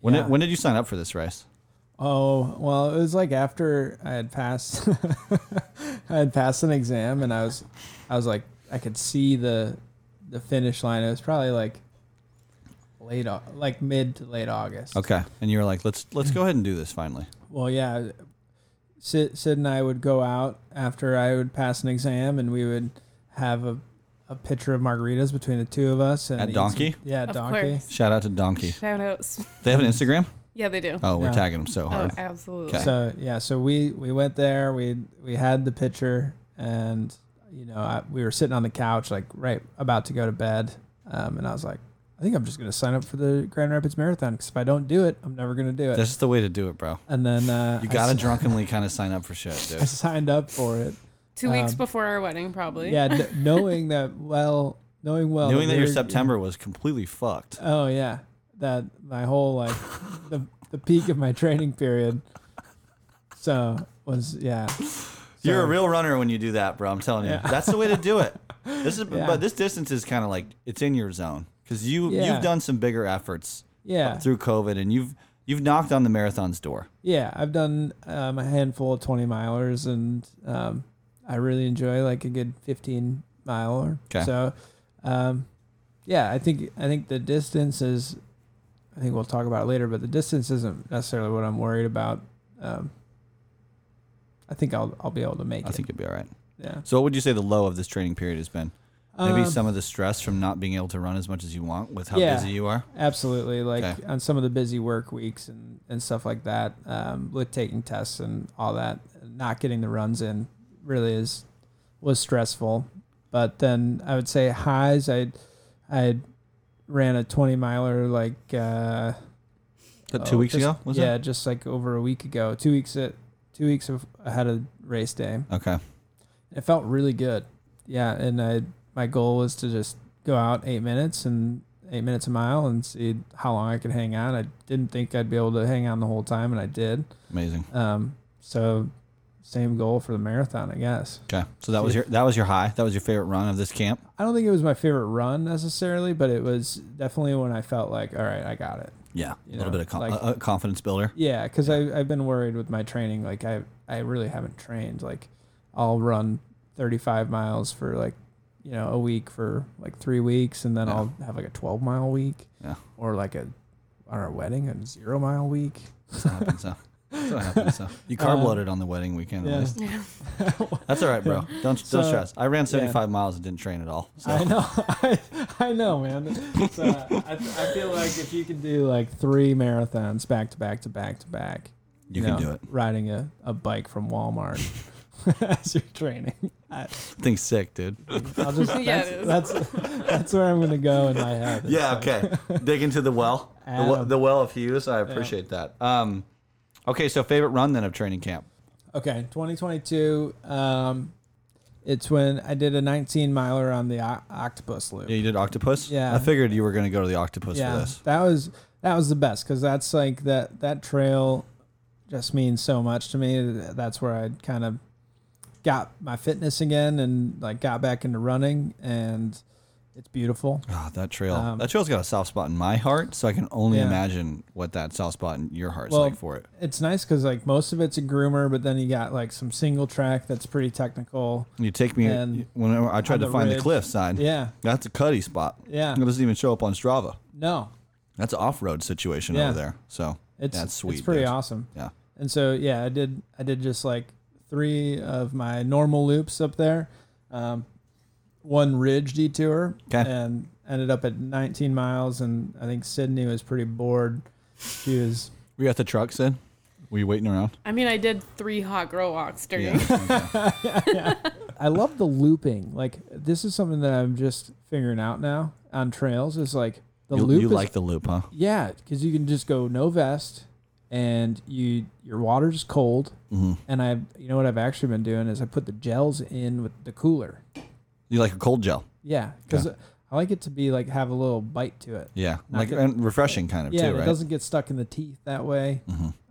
S2: When
S3: Yeah.
S2: did, when did you sign up for this race?
S3: Oh well, it was like after I had passed, I had passed an exam, and I was, I was like, I could see the, the finish line. It was probably like, late, au- like mid to late August.
S2: Okay, and you were like, let's let's go ahead and do this finally.
S3: Well, yeah, Sid, Sid and I would go out after I would pass an exam, and we would have a, a pitcher of margaritas between the two of us. And
S2: At
S3: eat
S2: Donkey?
S3: some- yeah,
S1: Of
S3: Donkey.
S1: course.
S2: Shout out to Donkey.
S1: Shout outs.
S2: They have an Instagram?
S1: Yeah, they do.
S2: Oh, we're
S3: No.
S2: tagging them so
S1: Oh,
S2: hard.
S1: absolutely.
S2: Okay.
S3: So yeah, so we we went there. We we had the pitcher, and you know I, we were sitting on the couch, like right about to go to bed, um, and I was like, I think I'm just gonna sign up for the Grand Rapids Marathon because if I don't do it, I'm never gonna do it.
S2: This is the way to do it, bro.
S3: and then uh,
S2: You
S3: I
S2: gotta
S3: s-
S2: drunkenly kind of sign up for shit,
S3: I
S2: dude.
S3: signed up for it.
S1: Two weeks
S3: Um,
S1: before our wedding, probably.
S3: Yeah, kn- knowing that well, knowing well,
S2: Knowing that
S3: we
S2: your
S3: were-
S2: September was completely fucked.
S3: Oh yeah, that my whole like the the peak of my training period. So was yeah.
S2: You're a
S3: So-
S2: real runner when you do that, bro. I'm telling you,
S3: Yeah.
S2: that's the way to do it. This is,
S3: Yeah.
S2: but this distance is kind of like it's in your zone because you
S3: Yeah.
S2: you've done some bigger efforts
S3: yeah
S2: through COVID, and you've you've knocked on the marathon's door.
S3: yeah I've done um, a handful of twenty milers and um, I really enjoy like a good fifteen miler.
S2: 'Kay.
S3: So um, yeah, I think I think the distance is. I think we'll talk about it later, but the distance isn't necessarily what I'm worried about. Um, I think I'll I'll be able to make
S2: I
S3: it.
S2: think you'd be all right.
S3: yeah.
S2: So, what would you say the low of this training period has been? Maybe
S3: Um,
S2: some of the stress from not being able to run as much as you want with how
S3: Yeah.
S2: busy you are.
S3: Absolutely. Like
S2: Okay.
S3: on some of the busy work weeks and, and stuff like that, um, with taking tests and all that, not getting the runs in really is was stressful. But then I would say highs, I I ran a 20 miler like uh,
S2: But
S3: oh,
S2: two weeks
S3: just-
S2: ago, was
S3: yeah,
S2: it?
S3: just like over a week ago, two weeks at two weeks of, ahead of race day.
S2: Okay.
S3: It felt really good. Yeah, and I my goal was to just go out eight minutes and eight minutes a mile and see how long I could hang on. I didn't think I'd be able to hang on the whole time, and I did.
S2: Amazing.
S3: Um, so same goal for the marathon, I guess.
S2: Okay. So that was your that was your high. That was your favorite run of this camp.
S3: I don't think it was my favorite run necessarily, but it was definitely when I felt like, all right, I got it.
S2: Yeah.
S3: You
S2: a little
S3: know,
S2: bit of con-
S3: like-
S2: a- a confidence builder.
S3: Yeah, because I I've been worried with my training. Like I I really haven't trained. Like I'll run 35 miles for like you know a week for like three weeks, and then
S2: Yeah.
S3: I'll have like a 12 mile week.
S2: Yeah.
S3: Or like a on our wedding a zero mile week.
S2: That's what happened, so. That's what happened, so. You carb loaded on the wedding weekend. at
S3: Uh, yeah.
S2: least. That's all right, bro. Don't don't
S3: So,
S2: stress. I ran 75 miles and didn't train at all. So
S3: I know, I, I know, man. So uh, I, I feel like if you could do like three marathons back to back to back to back,
S2: you
S3: know,
S2: can do it.
S3: Riding a, a bike from Walmart as your training. I,
S2: Thing's sick, dude.
S3: I'll just
S1: Yeah,
S3: that's,
S1: it
S3: that's that's where I'm gonna go in my head.
S2: Yeah. Okay. Dig into the well. The, we-
S3: Adam.
S2: the well of Hughes. I appreciate that. Um. Okay. So favorite run then of training camp.
S3: Okay, 2022. Um, it's when I did a 19 miler on the o- octopus loop.
S2: Yeah, you did octopus.
S3: Yeah.
S2: I figured you were gonna go to the octopus for
S3: yeah,
S2: this.
S3: that was that was the best because that's like that that trail just means so much to me. That's where I kind of got my fitness again and like got back into running, and it's beautiful.
S2: Ah, that trail.
S3: Um,
S2: that trail's got a soft spot in my heart, so I can only
S3: Yeah.
S2: imagine what that soft spot in your heart's
S3: Well,
S2: like for it.
S3: It's nice because like most of it's a groomer, but then you got like some single track that's pretty technical.
S2: You take me
S3: and
S2: whenever I
S3: on
S2: tried to
S3: the
S2: find the
S3: ridge.
S2: cliff side.
S3: Yeah,
S2: That's a cutty spot.
S3: yeah.
S2: It doesn't even show up on Strava.
S3: No,
S2: That's an off-road situation
S3: Yeah.
S2: over there. So
S3: it's
S2: That's sweet,
S3: It's pretty
S2: dude.
S3: awesome.
S2: Yeah.
S3: And so yeah, I did I did just like three of my normal loops up there, um, one ridge detour,
S2: 'Kay.
S3: and ended up at 19 miles. And I think Sydney was pretty bored. She was
S2: we got the truck, Sid. Were you waiting around?
S1: I mean, I did three hot girl walks during.
S3: I love the looping. Like this is something that I'm just figuring out now on trails. Is like the
S2: you,
S3: loop
S2: you
S3: is
S2: like the loop, huh?
S3: Yeah, because you can just go no vest, and you your water's cold.
S2: Mm-hmm.
S3: And I, you know what I've actually been doing is I put the gels in with the cooler.
S2: You like a cold gel.
S3: Yeah, because I like it to be like have a little bite to it.
S2: Yeah.
S3: Not
S2: like
S3: good.
S2: and refreshing kind of
S3: Yeah,
S2: too,
S3: and it
S2: right? Mm-hmm.
S3: doesn't get stuck in the teeth that way.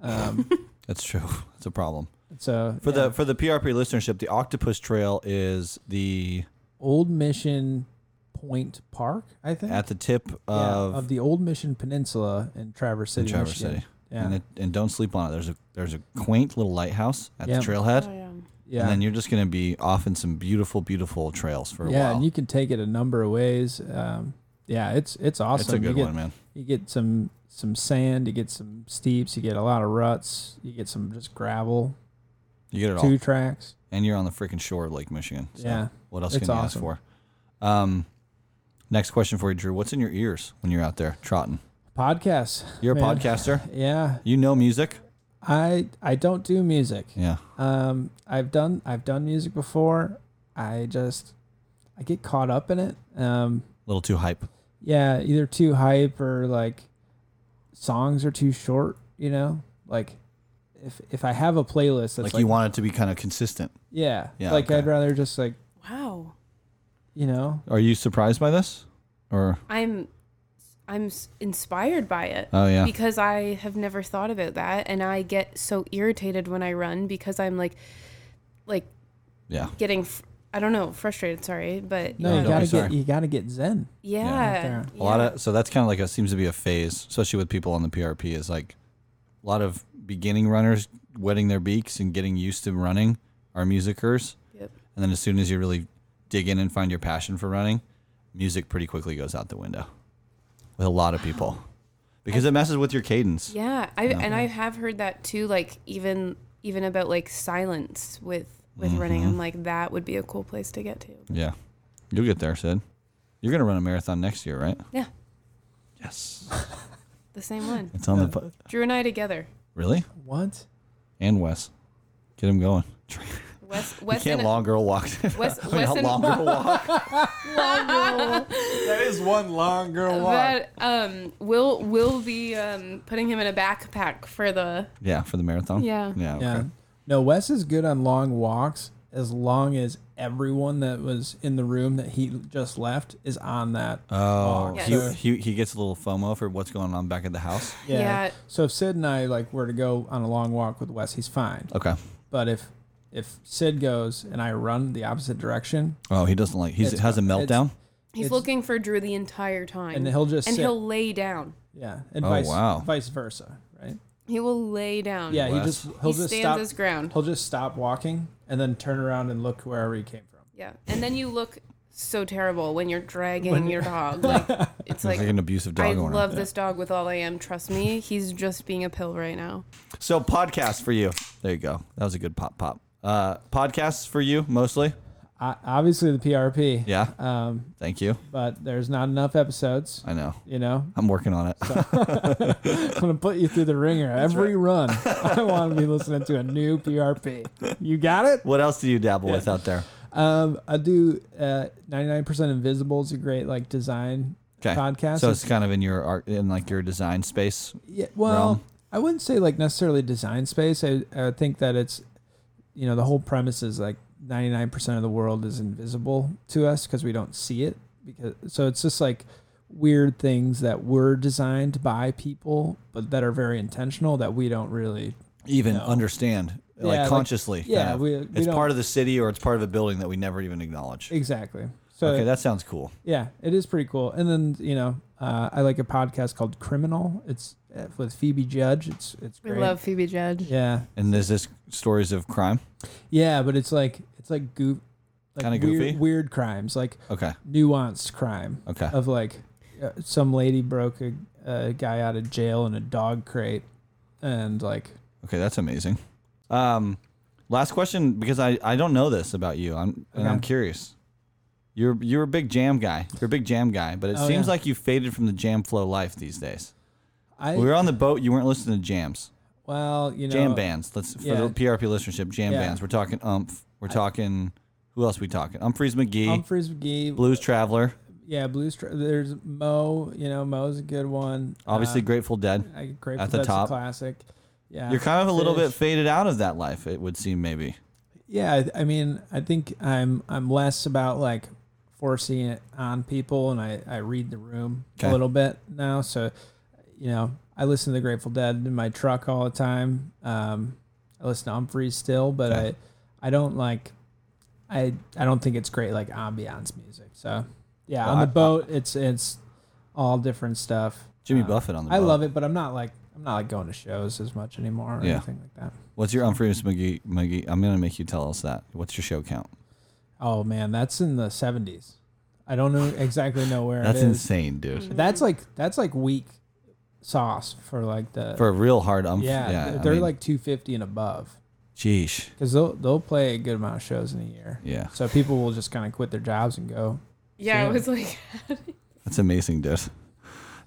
S3: Um,
S2: That's true. That's a problem.
S3: so
S2: For
S3: yeah.
S2: the for the PRP listenership, the Octopus Trail is the
S3: Old Mission Point Park, I think.
S2: at the tip
S3: Yeah,
S2: of,
S3: of the Old Mission Peninsula in Traverse
S2: in
S3: City,
S2: Traverse
S3: Michigan.
S2: City.
S3: Yeah,
S2: And, it, and don't sleep on it. There's a there's a quaint little lighthouse at
S3: Yeah.
S2: the trailhead.
S1: Oh, yeah.
S3: yeah.
S2: And then you're just going to be off in some beautiful, beautiful trails for a
S3: yeah,
S2: while.
S3: and you can take it a number of ways. Um, yeah, it's it's awesome.
S2: it's a
S3: You
S2: good
S3: get-
S2: one, man.
S3: You get some some sand, you get some steeps, you get a lot of ruts, you get some just gravel,
S2: You get it all.
S3: two tracks.
S2: And you're on the freaking shore of Lake Michigan. So
S3: Yeah,
S2: What else
S3: it's
S2: can you ask
S3: awesome.
S2: for? Um, next question for you, Drew. What's in your ears when you're out there trotting?
S3: Podcasts.
S2: You're a
S3: man.
S2: podcaster.
S3: Yeah.
S2: You know music.
S3: I I don't do music.
S2: Yeah.
S3: Um, I've done I've done music before. I just I get caught up in it. Um,
S2: A little too hype.
S3: yeah, either too hype or like songs are too short. You know, like if if I have a playlist that's
S2: Like,
S3: like,
S2: you want it to be kind of consistent.
S3: yeah,
S2: Yeah,
S3: like
S2: okay.
S3: I'd rather just like
S1: Wow.
S3: you know,
S2: Are you surprised by this? Or
S1: I'm I'm s- inspired by it.
S2: oh yeah,
S1: because I have never thought about that and I get so irritated when I run because I'm like like
S2: yeah.
S1: getting fr- I don't know, frustrated, sorry, but
S3: no,
S2: Yeah,
S3: you
S2: don't
S3: gotta
S2: be
S3: get
S2: sorry.
S3: you gotta get zen.
S1: yeah.
S3: Yeah.
S2: A lot of so that's kind of like a seems to be a phase, especially with people on the PRP. Is like a lot of beginning runners wetting their beaks and getting used to running are musicers,
S1: Yep.
S2: and then as soon as you really dig in and find your passion for running, music pretty quickly goes out the window with a lot of people because it messes with your cadence.
S1: Yeah, I and I have heard that too. Like even even about like silence with with
S3: Mm-hmm.
S1: running. I'm like that would be a cool place to get to.
S2: Yeah, you'll get there, Sid. You're gonna run a marathon next year, right?
S1: Yeah,
S2: Yes,
S1: the same one.
S2: it's on the po-
S1: Drew and I together.
S2: really
S3: What?
S2: and Wes. Get him going.
S1: Wes
S2: We
S1: Wes
S2: can't
S1: and
S2: long girl walk.
S1: Wes,
S2: I mean,
S1: Wes
S2: how
S1: and
S2: long girl walk?
S4: That is one long girl
S1: that um will will be um putting him in a backpack for the
S2: Yeah, for the marathon.
S1: Yeah.
S2: Yeah. Okay.
S3: Yeah. No, Wes is good on long walks as long as everyone that was in the room that he just left is on that.
S2: Oh,
S1: Yes.
S2: he, he he gets a little FOMO for what's going on back at the house.
S1: yeah.
S3: So if Sid and I like were to go on a long walk with Wes, he's fine.
S2: Okay.
S3: But if if Sid goes and I run the opposite direction,
S2: Oh, he doesn't like. He
S3: It's-
S2: has a
S3: it's-
S2: meltdown.
S1: He's
S3: It's-
S1: looking for Drew the entire time.
S3: And he'll just
S1: and
S3: sit.
S1: he'll lay down.
S3: yeah, and
S2: Oh,
S3: vice
S2: wow.
S3: vice versa, right?
S1: He will lay down.
S3: Yeah,
S2: Wes.
S3: he just he'll
S1: he
S3: just
S1: stands
S3: stop.
S1: his ground.
S3: He'll just stop walking and then turn around and look wherever he came from.
S1: Yeah, and then you look so terrible when you're dragging your dog. Like it's
S2: He's
S1: like,
S2: like an abusive dog
S1: I
S2: owner.
S1: love this dog with all I am. Trust me, he's just being a pill right now.
S2: So podcast for you. There you go. That was a good pop pop. Uh, podcasts for you mostly.
S3: I, obviously the PRP.
S2: Yeah.
S3: Um,
S2: Thank you.
S3: but there's not enough episodes.
S2: I know.
S3: You know,
S2: I'm working on it.
S3: I'm gonna put you through the ringer every run. I want to be listening to a new PRP. You got it.
S2: what else do you dabble with out there?
S3: Um, I do. Uh, 99% Invisible is a great like design
S2: Okay.
S3: podcast.
S2: So it's kind of in your art, in like your design space.
S3: yeah, well,
S2: realm.
S3: I wouldn't say like necessarily design space. I, I think that it's, you know, the whole premise is like 99% of the world is invisible to us because we don't see it. Because so it's just like weird things that were designed by people, but that are very intentional that we don't really.
S2: Even
S3: No.
S2: understand,
S3: Yeah,
S2: like
S3: like-
S2: consciously.
S3: yeah,
S2: kind of.
S3: we- we
S2: it's
S3: don't-
S2: part of the city or it's part of a building that we never even acknowledge.
S3: Exactly. So
S2: okay, that sounds cool.
S3: Yeah, it is pretty cool. And then you know, uh, I like a podcast called Criminal. It's uh, with Phoebe Judge. It's it's
S1: We
S3: great.
S1: love Phoebe Judge.
S3: Yeah,
S2: And there's this stories of crime.
S3: yeah, but it's like it's like goof, like
S2: Kinda
S3: weird,
S2: goofy?
S3: weird crimes, like
S2: Okay.
S3: nuanced crime
S2: Okay.
S3: of like uh, some lady broke a, a guy out of jail in a dog crate, and like
S2: Okay, that's amazing. Um, last question because I, I don't know this about you. I'm and I'm
S3: Okay.
S2: curious. You're you're a big jam guy. You're a big jam guy, but it
S3: Oh,
S2: seems
S3: yeah.
S2: like you faded from the jam flow life these days.
S3: I
S2: we were on the boat. You weren't listening to jams,
S3: well you know
S2: jam bands. Let's for
S3: yeah.
S2: the PRP listenership, jam
S3: Yeah.
S2: bands. We're talking umph. We're talking who else? we talking Humphreys McGee,
S3: Humphreys McGee,
S2: Blues Traveler,
S3: yeah, Blues. Tra- there's Mo. You know, Mo's a good one. Uh,
S2: obviously Grateful Dead.
S3: I Grateful
S2: At the
S3: Dead's a
S2: top.
S3: classic. Yeah,
S2: You're kind of a little
S3: Fish.
S2: bit faded out of that life. It would seem maybe.
S3: Yeah, I, I mean, I think I'm I'm less about like forcing it on people, and I I read the room
S2: Okay.
S3: a little bit now. So, you know, I listen to the Grateful Dead in my truck all the time. Um, I listen to Humphreys still, but
S2: Okay.
S3: I I don't like I I don't think it's great like ambiance music. So, yeah,
S2: Well,
S3: on
S2: I-
S3: the boat, it's it's all different stuff.
S2: Jimmy
S3: Uh,
S2: Buffett on the.
S3: I
S2: boat.
S3: love it, but I'm not like I'm not like going to shows as much anymore or
S2: Yeah.
S3: anything like that.
S2: What's your Humphreys McGee? McGee? I'm gonna make you tell us that. What's your show count?
S3: Oh man, that's in the seventies. I don't know exactly know where
S2: That's
S3: it is.
S2: insane, dude.
S3: That's like that's like weak sauce for like the
S2: For a real hard umph.
S3: yeah,
S2: yeah I
S3: they're
S2: mean,
S3: like two fifty and above
S2: sheesh.
S3: because they'll they'll play a good amount of shows in a year.
S2: Yeah.
S3: So people will just kind of quit their jobs and go
S1: Yeah,
S3: Yeah.
S1: it was like
S2: That's amazing, dude.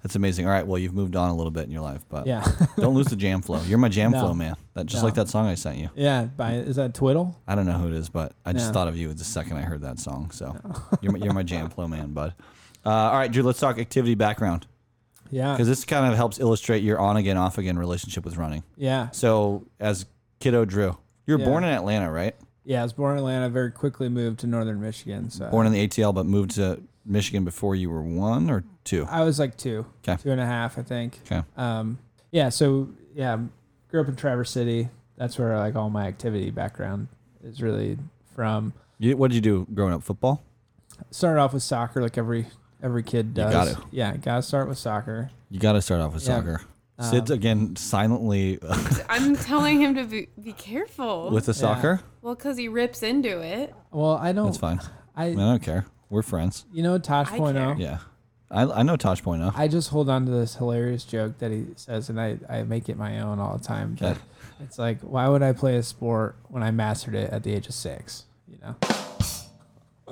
S2: That's amazing. All right, well, you've moved on a little bit in your life, but
S3: Yeah.
S2: don't lose the jam flow. You're my jam
S3: No.
S2: flow man. That just
S3: No.
S2: like that song I sent you.
S3: yeah. By, is that Twiddle?
S2: I don't know who it is, but I just
S3: No.
S2: thought of you the second I heard that song. So you're, my, you're my jam flow man, bud. Uh, all right, Drew. Let's talk activity background
S3: Yeah.
S2: because this kind of helps illustrate your on again, off again relationship with running.
S3: Yeah.
S2: So as kiddo Drew,
S3: Yeah.
S2: you were
S3: Uh-huh.
S2: born in Atlanta, right?
S3: Yeah. I was born in Atlanta, very quickly moved to Northern Michigan. So
S2: Born in the ATL, but moved to Michigan before you were one or two.
S3: I was like two,
S2: 'Kay.
S3: two and a half, I think.
S2: Okay.
S3: Um, yeah. So yeah, grew up in Traverse City. That's where like all my activity background is really from.
S2: You, what did you do growing up? Football?
S3: Started off with soccer, like every every kid does.
S2: gotta.
S3: Yeah, gotta start with soccer.
S2: You got to start off with
S3: Yeah. Um,
S2: soccer. Sid's again silently uh,
S1: I'm telling him to be, be careful.
S3: Oh,
S2: with the soccer.
S1: well, because he rips into it.
S3: Well, I don't.
S2: That's fine. I, mean,
S3: I
S2: I don't care. We're friends.
S3: you know Tosh
S1: I
S3: point
S1: care.
S3: oh.
S2: Yeah. I, I know Tosh Point oh.
S3: I just hold on to this hilarious joke that he says, and I, I make it my own all the time. But
S2: Okay.
S3: it's like, why would I play a sport when I mastered it at the age of six? You know,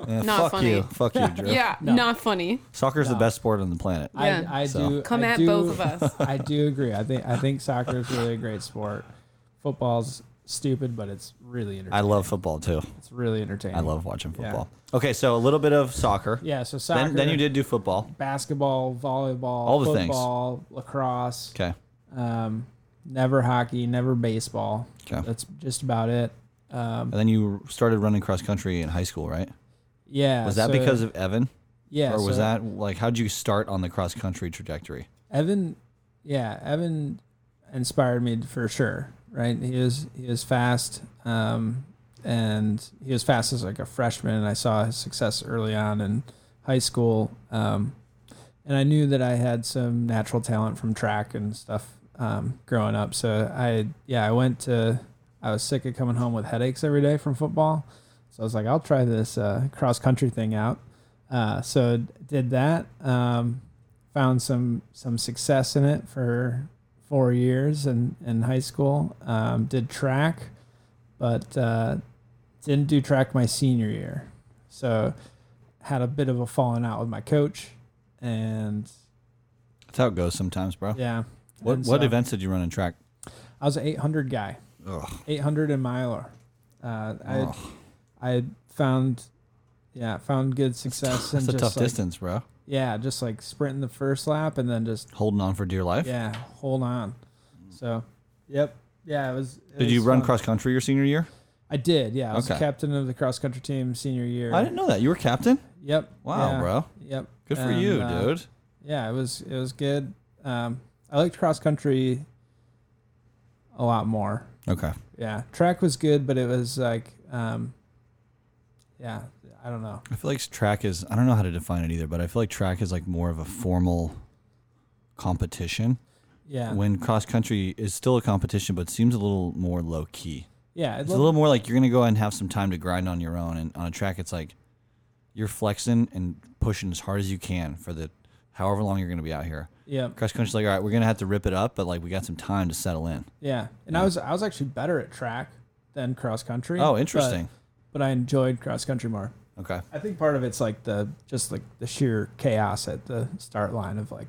S2: Eh,
S1: Not
S2: fuck
S1: funny.
S2: you. Fuck you, Drew.
S1: Yeah, not funny.
S2: Soccer's the
S3: No.
S2: best sport on the planet.
S1: Yeah.
S3: I, I
S2: So-
S3: do
S1: Come
S3: I
S1: at
S3: do-
S1: both of us.
S3: I do agree. I think I think soccer is really a great sport. Football's stupid, but it's really entertaining.
S2: I love football too.
S3: it's really entertaining.
S2: I love watching
S3: Yeah.
S2: football. Okay, so a little bit of soccer.
S3: Yeah, so soccer.
S2: Then, then you did do football.
S3: basketball, volleyball,
S2: All the things.
S3: football, lacrosse.
S2: Okay.
S3: Um, never hockey, never baseball.
S2: 'Kay.
S3: That's just about it. Um,
S2: And then you started running cross country in high school, right?
S3: Yeah.
S2: Was
S3: so-
S2: that because of Evan?
S3: Yeah.
S2: or was
S3: so
S2: that like how'd you start on the cross country trajectory?
S3: Evan? Yeah, Evan inspired me for sure. Right? He was he was fast, um, and he was fast as like a freshman. And I saw his success early on in high school, um, and I knew that I had some natural talent from track and stuff um, growing up. So I yeah I went to I was sick of coming home with headaches every day from football, so I was like I'll try this uh, cross country thing out. Uh, so did that. Um, found some some success in it for four years in, in high school. Um, did track, but uh, didn't do track my senior year. So had a bit of a falling out with my coach, and
S2: That's how it goes sometimes, bro.
S3: yeah.
S2: Oh. What
S3: and
S2: what
S3: so
S2: events did you run in track?
S3: I was an 800 guy,
S2: Ugh.
S3: 800 and miler. Uh, I
S2: Ugh.
S3: I found yeah found good success
S2: That's
S3: and
S2: a
S3: just
S2: tough
S3: like,
S2: distance, bro.
S3: yeah just like sprinting the first lap and then just
S2: Holding on for dear life.
S3: Yeah, hold on. So, yep. Yeah, it was. it
S2: Did you
S3: was
S2: run
S3: fun.
S2: cross country your senior year?
S3: I did. Yeah, I was
S2: Okay.
S3: captain of the cross country team senior year.
S2: I didn't know that. You were captain?
S3: Yep.
S2: Wow,
S3: yeah,
S2: bro.
S3: Yep.
S2: Good for
S3: And,
S2: you,
S3: uh,
S2: dude.
S3: Yeah, it was. It was good. Um, I liked cross country a lot more.
S2: Okay.
S3: Yeah, track was good, but it was like, um, yeah, I don't know.
S2: I feel like track is I don't know how to define it either, but I feel like track is like more of a formal competition.
S3: Yeah.
S2: When cross country is still a competition but seems a little more low key.
S3: yeah, it
S2: It's a little more like you're gonna go and have some time to grind on your own and on a track it's like you're flexing and pushing as hard as you can for the however long you're gonna be out here.
S3: Yep.
S2: Cross country's like, all right, we're gonna have to rip it up, but like we got some time to settle in.
S3: Yeah, and I was I was actually better at track than cross country.
S2: Oh,
S3: but-
S2: interesting.
S3: but I enjoyed cross country more.
S2: Okay.
S3: I think part of it's like the just like the sheer chaos at the start line of like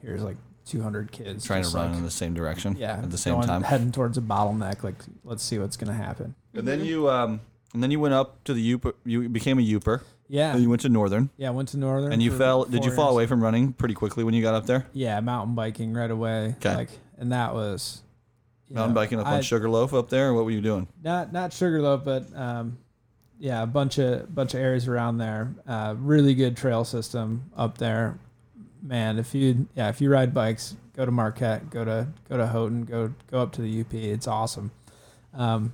S3: here's like 200 kids
S2: Trying to
S3: just,
S2: run
S3: like,
S2: in the same direction
S3: yeah
S2: at the same
S3: going-
S2: time.
S3: heading towards a bottleneck like let's see what's gonna happen
S2: And then you um and then you went up to the Uper you became a E Uper.
S3: yeah
S2: And you went to Northern.
S3: yeah went to northern
S2: And you
S3: for
S2: fell did you
S3: four
S2: fall
S3: years.
S2: away from running pretty quickly when you got up there?
S3: yeah mountain biking right away
S2: 'Kay.
S3: like and that was you
S2: Mountain
S3: know,
S2: biking up
S3: I-
S2: on Sugarloaf up there, or what were you doing?
S3: not not Sugarloaf, but um, yeah, a bunch of bunch of areas around there. Uh, really good trail system up there, man. If you yeah, if you ride bikes, go to Marquette, go to go to Houghton, go go up to the UP. It's awesome. Um,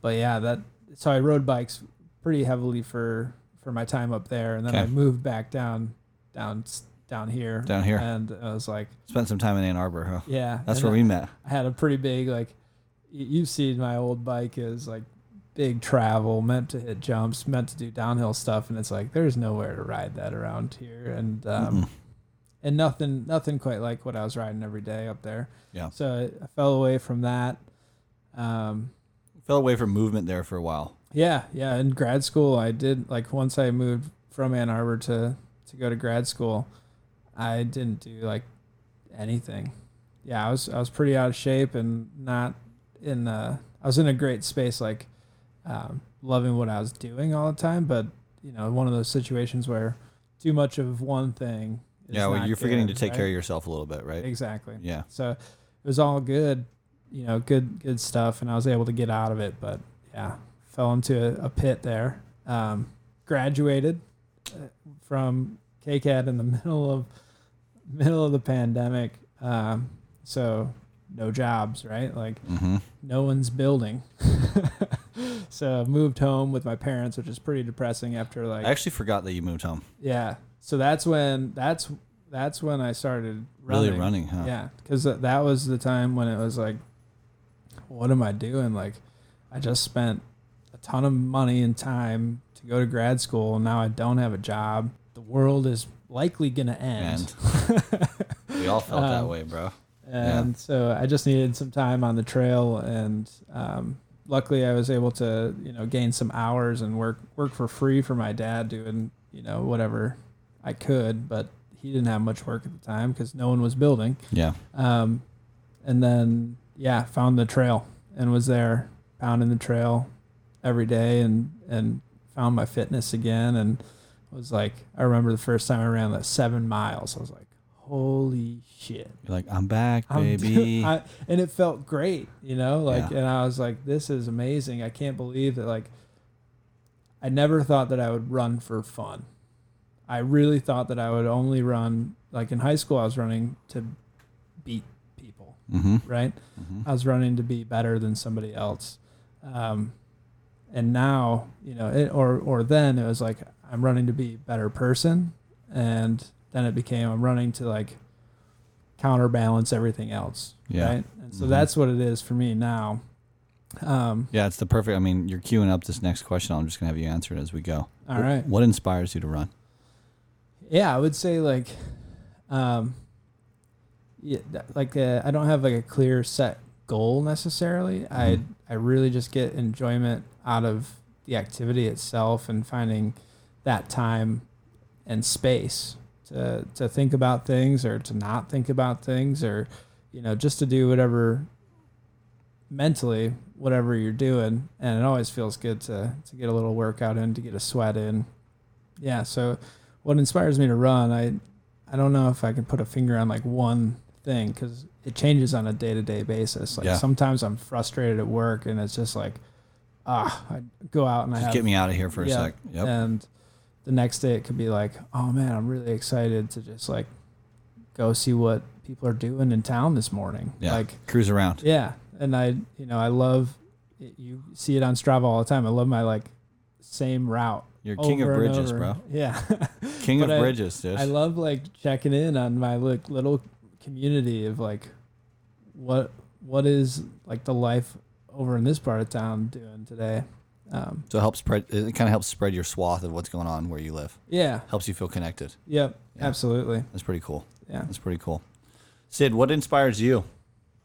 S3: but yeah, that so I rode bikes pretty heavily for for my time up there, and then I
S2: Okay.
S3: moved back down down down here
S2: Down here.
S3: and I was like,
S2: Spent some time in Ann Arbor, huh?
S3: yeah,
S2: That's
S3: and
S2: where
S3: I-
S2: we met.
S3: I had a pretty big like y- you've seen my old bike is like big travel meant to hit jumps meant to do downhill stuff and it's like there's nowhere to ride that around here and um and nothing nothing quite like what I was riding every day up there
S2: Yeah.
S3: so I, I fell away from that um
S2: Fell away from movement there for a while.
S3: yeah yeah in grad school I did like once I moved from Ann Arbor to to go to grad school, I didn't do like anything. Yeah, I was I was pretty out of shape and not in uh I was in a great space like um, loving what I was doing all the time, but you know, one of those situations where too much of one thing. Is
S2: yeah, well,
S3: not
S2: you're forgetting
S3: good,
S2: to take
S3: right?
S2: care of yourself a little bit, right?
S3: Exactly.
S2: Yeah.
S3: So it was all good, you know, good good stuff, and I was able to get out of it. But yeah, fell into a, a pit there. Um, graduated uh, from KCAD in the middle of middle of the pandemic. Um, so no jobs, right? Like
S2: Mm-hmm.
S3: no one's building. so I moved home with my parents, which is pretty depressing after like
S2: I actually forgot that you moved home.
S3: yeah. So that's when that's that's when I started running.
S2: Really running, huh?
S3: Yeah, because that was the time when it was like, what am I doing? Like, I just spent a ton of money and time to go to grad school, and now I don't have a job. The world is likely gonna end,
S2: And we all felt that
S3: Um,
S2: way, bro.
S3: and so I just needed some time on the trail. And um, luckily, I was able to you know gain some hours and work work for free for my dad, doing you know whatever I could, but he didn't have much work at the time because no one was building.
S2: Yeah.
S3: Um, and then yeah, found the trail and was there pounding the trail every day and and found my fitness again and was like I remember the first time I ran like seven miles. I was like, holy shit.
S2: You're like, I'm back,
S3: I'm-
S2: baby.
S3: I, and it felt great, you know, like,
S2: Yeah.
S3: and I was like, this is amazing. I can't believe that, like, I never thought that I would run for fun. I really thought that I would only run, like, in high school, I was running to beat people,
S2: mm-hmm.
S3: right? I was running to be better than somebody else. Um, and now, you know, it, or, or then it was like, I'm running to be a better person. And then it became, I'm running to like counterbalance everything else.
S2: Yeah. Mm-hmm.
S3: Right. And so that's what it is for me now. Um,
S2: Yeah, it's the perfect. I mean, you're queuing up this next question. I'm just gonna have you answer it as we go.
S3: All
S2: Wh-
S3: right.
S2: What inspires you to run?
S3: yeah, I would say like, um, yeah, that- like uh, I don't have like a clear set goal necessarily. I I really just get enjoyment out of the activity itself and finding that time and space to to think about things or to not think about things or you know just to do whatever mentally whatever you're doing and it always feels good to to get a little workout in to get a sweat in yeah so what inspires me to run i i don't know if i can put a finger on like one thing because it changes on a day-to-day basis like
S2: Yeah.
S3: sometimes i'm frustrated at work and it's just like ah i go out and i
S2: Just
S3: have
S2: get me out of here for a
S3: yeah.
S2: sec. Yep.
S3: and the next day it could be like, oh man, I'm really excited to just like go see what people are doing in town this morning.
S2: yeah.
S3: Like,
S2: cruise around.
S3: yeah. And I, you know, I love, you see it on Strava all the time. I love my like same route.
S2: You're king of
S3: over and
S2: bridges,
S3: over.
S2: bro.
S3: Yeah.
S2: King of
S3: But I-
S2: bridges, dude.
S3: I love like checking in on my like little community of like what what is like the life over in this part of town doing today. Um,
S2: so it helps spread. It kind of helps spread your swath of what's going on where you live.
S3: yeah.
S2: Helps you feel connected.
S3: Yep.
S2: Yeah.
S3: Absolutely.
S2: That's pretty cool.
S3: Yeah.
S2: That's pretty cool. Sid, what inspires you?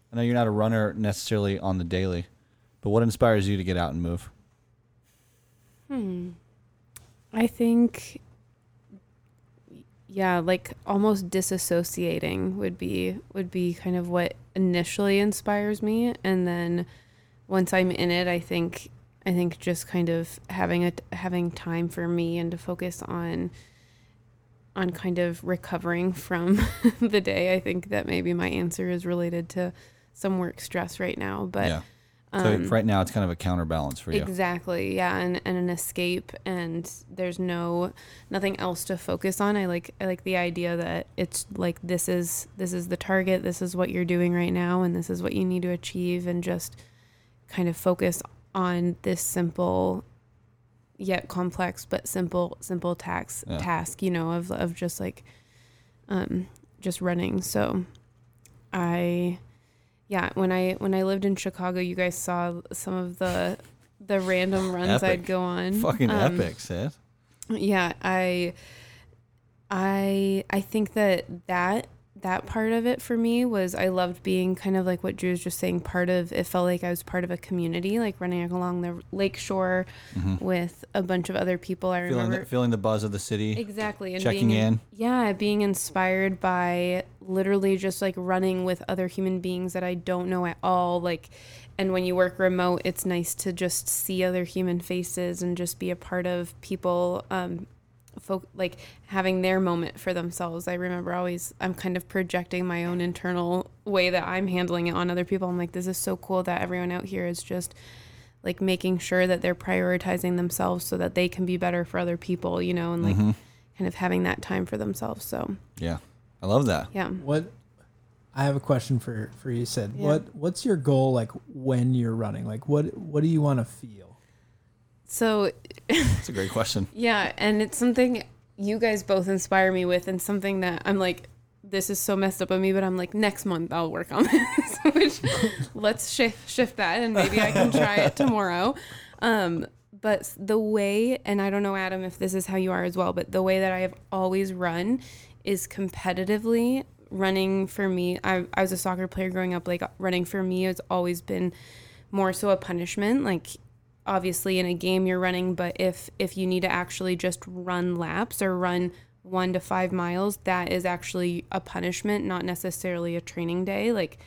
S2: I know you're not a runner necessarily on the daily, but what inspires you to get out and move?
S1: Hmm. I think, yeah, like almost disassociating would be would be kind of what initially inspires me, and then once I'm in it, I think I think just kind of having a having time for me and to focus on on kind of recovering from the day. I think that maybe my answer is related to some work stress right now, but um,
S2: yeah. So right now it's kind of a counterbalance for you.
S1: Exactly. Yeah, and, and an escape and there's no nothing else to focus on. I like I like the idea that it's like this is this is the target, this is what you're doing right now and this is what you need to achieve and just kind of focus on this simple yet complex but simple simple tax
S2: Yeah.
S1: task, you know, of of just like um just running. So I yeah, when I when I lived in Chicago, you guys saw some of the the random runs
S2: Epic.
S1: I'd go on.
S2: Fucking
S1: Um,
S2: epic, Sid.
S1: Yeah, I I I think that that that part of it for me was I loved being kind of like what Drew was just saying. Part of it felt like I was part of a community, like running along the lake shore with a bunch of other people. I
S2: Mm-hmm. Feeling
S1: remember
S2: the, feeling the buzz of the city.
S1: exactly and
S2: checking
S1: being,
S2: in.
S1: Yeah, being inspired by literally just like running with other human beings that I don't know at all. Like, and when you work remote, it's nice to just see other human faces and just be a part of people um, folk like having their moment for themselves. I remember always I'm kind of projecting my own internal way that I'm handling it on other people. I'm like, this is so cool that everyone out here is just like making sure that they're prioritizing themselves so that they can be better for other people, you know, and like kind of having that time for themselves. So
S2: Yeah. I love that.
S1: yeah.
S3: What I have a question for for you, Sid.
S1: Yeah.
S3: What what's your goal like when you're running? Like what what do you want to feel?
S1: So
S2: That's a great question.
S1: Yeah, and it's something you guys both inspire me with, and something that I'm like, this is so messed up on me, but I'm like, next month I'll work on this. Which let's shift shift that, and maybe I can try it tomorrow. Um, but the way, and I don't know, Adam, if this is how you are as well, but the way that I have always run is competitively. Running for me, I, I was a soccer player growing up. Like running for me has always been more so a punishment. Like obviously in a game you're running but if if you need to actually just run laps or run one to five miles that is actually a punishment not necessarily a training day like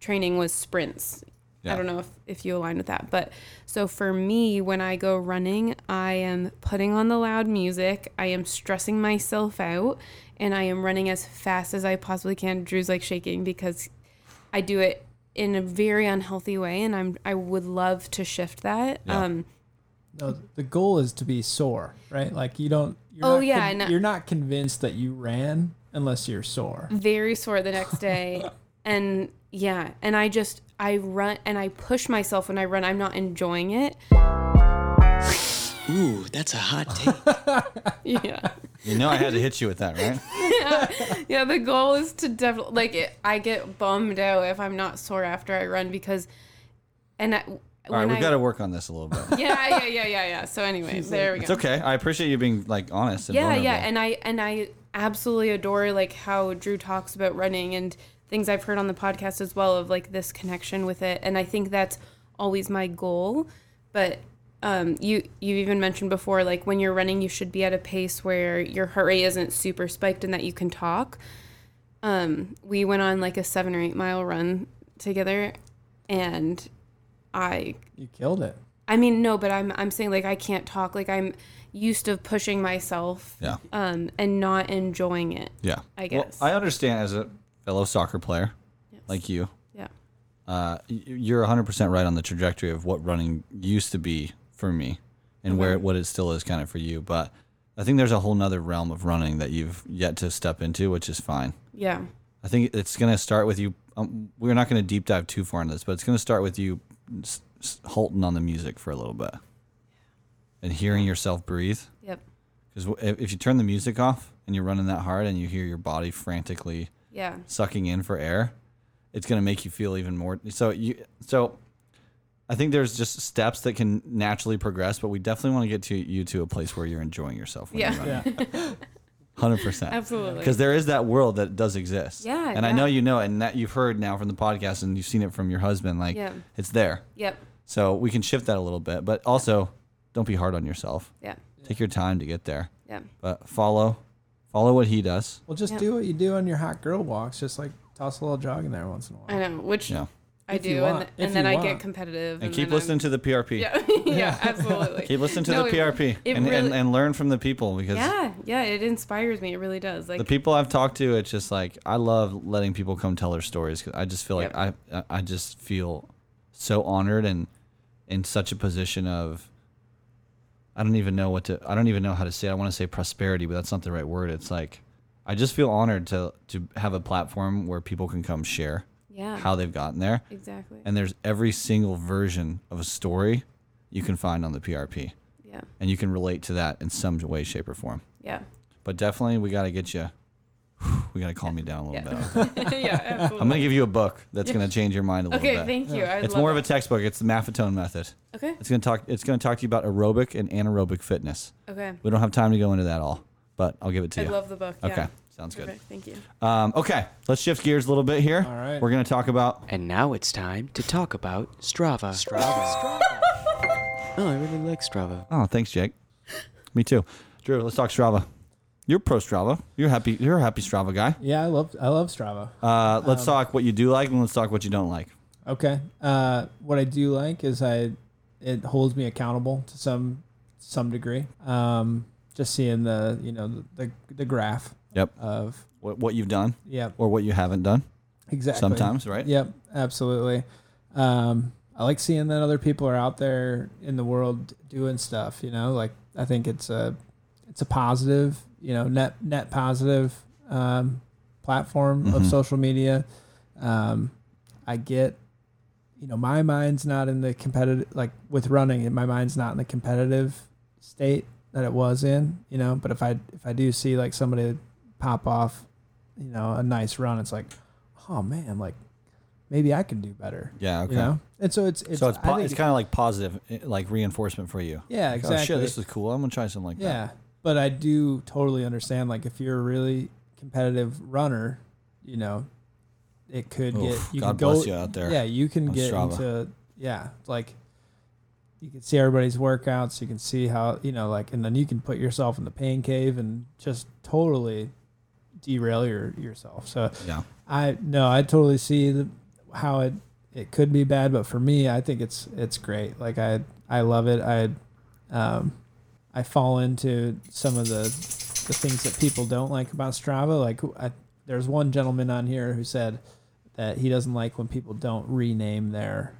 S1: training was sprints
S2: Yeah.
S1: i don't know if, if you align with that but so for me when i go running i am putting on the loud music i am stressing myself out and i am running as fast as i possibly can drew's like shaking because I do it in a very unhealthy way, and I'm I would love to shift that.
S2: Yeah.
S1: Um,
S3: No, the goal is to be sore, right? Like you don't. You're
S1: Oh,
S3: not
S1: yeah, and I-
S3: you're not convinced that you ran unless you're sore.
S1: very sore the next day, and yeah, and I just I run and I push myself when I run. I'm not enjoying it.
S6: Ooh, that's a hot take.
S1: Yeah,
S2: You know I had to hit you with that, right?
S1: yeah. The goal is to definitely like it, I get bummed out if I'm not sore after I run because, and I,
S2: All right,
S1: when
S2: we
S1: I-
S2: got to work on this a little bit.
S1: yeah yeah yeah yeah yeah. So anyway, there we go.
S2: It's okay. I appreciate you being like honest and
S1: yeah
S2: vulnerable.
S1: yeah and i and i absolutely adore like how drew talks about running and things i've heard on the podcast as well of like this connection with it and i think that's always my goal but um, you you even mentioned before like when you're running you should be at a pace where your heart rate isn't super spiked and that you can talk um, we went on like a seven or eight mile run together and i
S3: You killed it.
S1: i mean no but i'm i'm saying like i can't talk like i'm used to pushing myself
S2: yeah.
S1: um, and not enjoying it.
S2: Yeah.
S1: I guess.
S2: I understand as a fellow soccer player like you,
S1: Yeah.
S2: uh, y- you're 100% right on the trajectory of what running used to be for me and where what it still is kind of for you. But I think there's a whole nother realm of running that you've yet to step into, which is fine.
S1: Yeah.
S2: I think it's going to start with you. Um, we're not going to deep dive too far into this, but it's going to start with you s- s- halting on the music for a little bit and hearing yourself breathe.
S1: Yep.
S2: Because if, if you turn the music off and you're running that hard and you hear your body frantically
S1: Yeah.
S2: sucking in for air, it's going to make you feel even more. So you, so I think there's just steps that can naturally progress, but we definitely want to get to you to a place where you're enjoying yourself. When
S1: Yeah.
S2: You're
S3: Yeah.
S2: running. 100%.
S1: Absolutely.
S2: Because there is that world that does exist.
S1: Yeah,
S2: And I
S1: yeah.
S2: know you know, and that you've heard now from the podcast and you've seen it from your husband. Like,
S1: Yeah.
S2: it's there.
S1: Yep.
S2: So we can shift that a little bit, but also don't be hard on yourself.
S1: Yeah.
S2: Take your time to get there.
S1: Yeah.
S2: But follow, follow what he does.
S3: Well, just
S1: Yeah.
S3: do what you do on your hot girl walks. Just like toss a little jog in there once in a while.
S1: I know, which
S2: Yeah.
S1: I
S3: If you
S1: do, and,
S3: want.
S1: and
S3: If
S1: then
S3: you
S1: I
S3: want.
S1: get competitive.
S2: And keep
S1: then I'm-
S2: listening to the PRP.
S1: yeah. yeah. Absolutely.
S2: Keep listening to
S1: No,
S2: the
S1: it-
S2: PRP
S1: it
S2: and, and,
S1: really-
S2: and learn from the people because
S1: Yeah. Yeah. It inspires me. It really does. Like.
S2: the people I've talked to, it's just like I love letting people come tell their stories. 'cause I just feel like
S1: Yep.
S2: I I I just feel so honored and in such a position of I don't even know what to I don't even know how to say it. I want to say prosperity, but that's not the right word. It's like I just feel honored to to have a platform where people can come share
S1: yeah.
S2: how they've gotten there.
S1: exactly.
S2: And there's every single version of a story you can find on the PRP.
S1: yeah.
S2: And you can relate to that in some way, shape, or form
S1: Yeah.
S2: but definitely we got to get you. We got to calm you down a little
S1: Yeah.
S2: bit.
S1: yeah. Absolutely.
S2: I'm gonna give you a book that's gonna change your mind a little
S1: okay.
S2: bit.
S1: Thank you. I
S2: it's
S1: love
S2: more of a
S1: it.
S2: textbook. It's the Maffetone method.
S1: Okay.
S2: It's gonna talk. It's gonna talk to you about aerobic and anaerobic fitness.
S1: Okay.
S2: We don't have time to go into that all, but I'll give it to
S1: I
S2: you.
S1: love the book. Yeah.
S2: okay, Sounds good.
S1: Perfect. Thank you.
S2: Um, okay, let's shift gears a little bit here.
S3: All right.
S2: We're going to talk about
S6: And now it's time to talk about Strava. Strava. oh, I really like Strava.
S2: Oh, thanks, Jake. Me too. Drew, let's talk Strava. You're pro Strava. You're happy. You're a happy Strava guy.
S3: Yeah, I love I love Strava.
S2: Uh,
S3: Um,
S2: let's talk what you do like and let's talk what you don't like.
S3: Okay. Uh, what I do like is I it holds me accountable to some some degree. Um, just seeing the you know the the, the graph
S2: Yep.
S3: of
S2: What, what you've done
S3: yeah
S2: or what you haven't done.
S3: exactly
S2: Sometimes, right?
S3: Yep, absolutely. Um, I like seeing that other people are out there in the world doing stuff. You know, like I think it's a it's a positive, you know, net net positive um, platform
S2: Mm-hmm.
S3: of social media. Um, I get, you know, my mind's not in the competitive like with running. My mind's not in the competitive state that it was in. You know, but if I if I do see like somebody pop off, you know, a nice run, it's like, oh man, like maybe I can do better.
S2: Yeah. Okay.
S3: You know, and so it's it's
S2: so it's
S3: I
S2: po-
S3: think
S2: it's kind of like positive, eh, like reinforcement for you.
S3: yeah
S2: Like,
S3: exactly
S2: Oh, shit, this is cool. I'm gonna try something like that.
S3: yeah, but I do totally understand. Like, if you're a really competitive runner, you know, it could
S2: Oof,
S3: get you
S2: God
S3: can go.
S2: bless you out there
S3: Yeah, you can
S2: on
S3: get
S2: Strava.
S3: into yeah, like you can see everybody's workouts. You can see how you know, like, and then you can put yourself in the pain cave and just totally derail your yourself. So
S2: Yeah.
S3: I no, I totally see the, how it it could be bad, but for me, I think it's it's great. Like I I love it. I um I fall into some of the the things that people don't like about Strava. Like I, there's one gentleman on here who said that he doesn't like when people don't rename their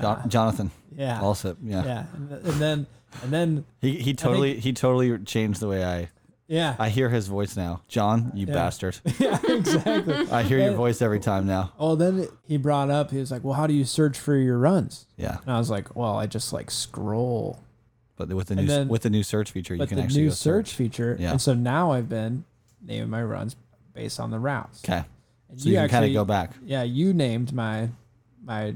S2: Jon- Jonathan.
S3: Uh, yeah
S2: Also. Yeah.
S3: yeah and, th- and then and then
S2: He he totally he totally changed the way I
S3: yeah
S2: I hear his voice now. John, you
S3: Yeah.
S2: bastard.
S3: exactly.
S2: I hear your voice every time now.
S3: Oh, then he brought up he was like, well, how do you search for your runs?
S2: Yeah.
S3: And I was like, well, I just like scroll
S2: But with the
S3: And
S2: new
S3: then-
S2: with the new search feature, you
S3: but
S2: can
S3: the
S2: actually
S3: new
S2: go
S3: search, feature.
S2: Yeah.
S3: And so now I've been naming my runs based on the routes.
S2: Okay.
S3: And
S2: So you, can kind of go back.
S3: Yeah, you named my my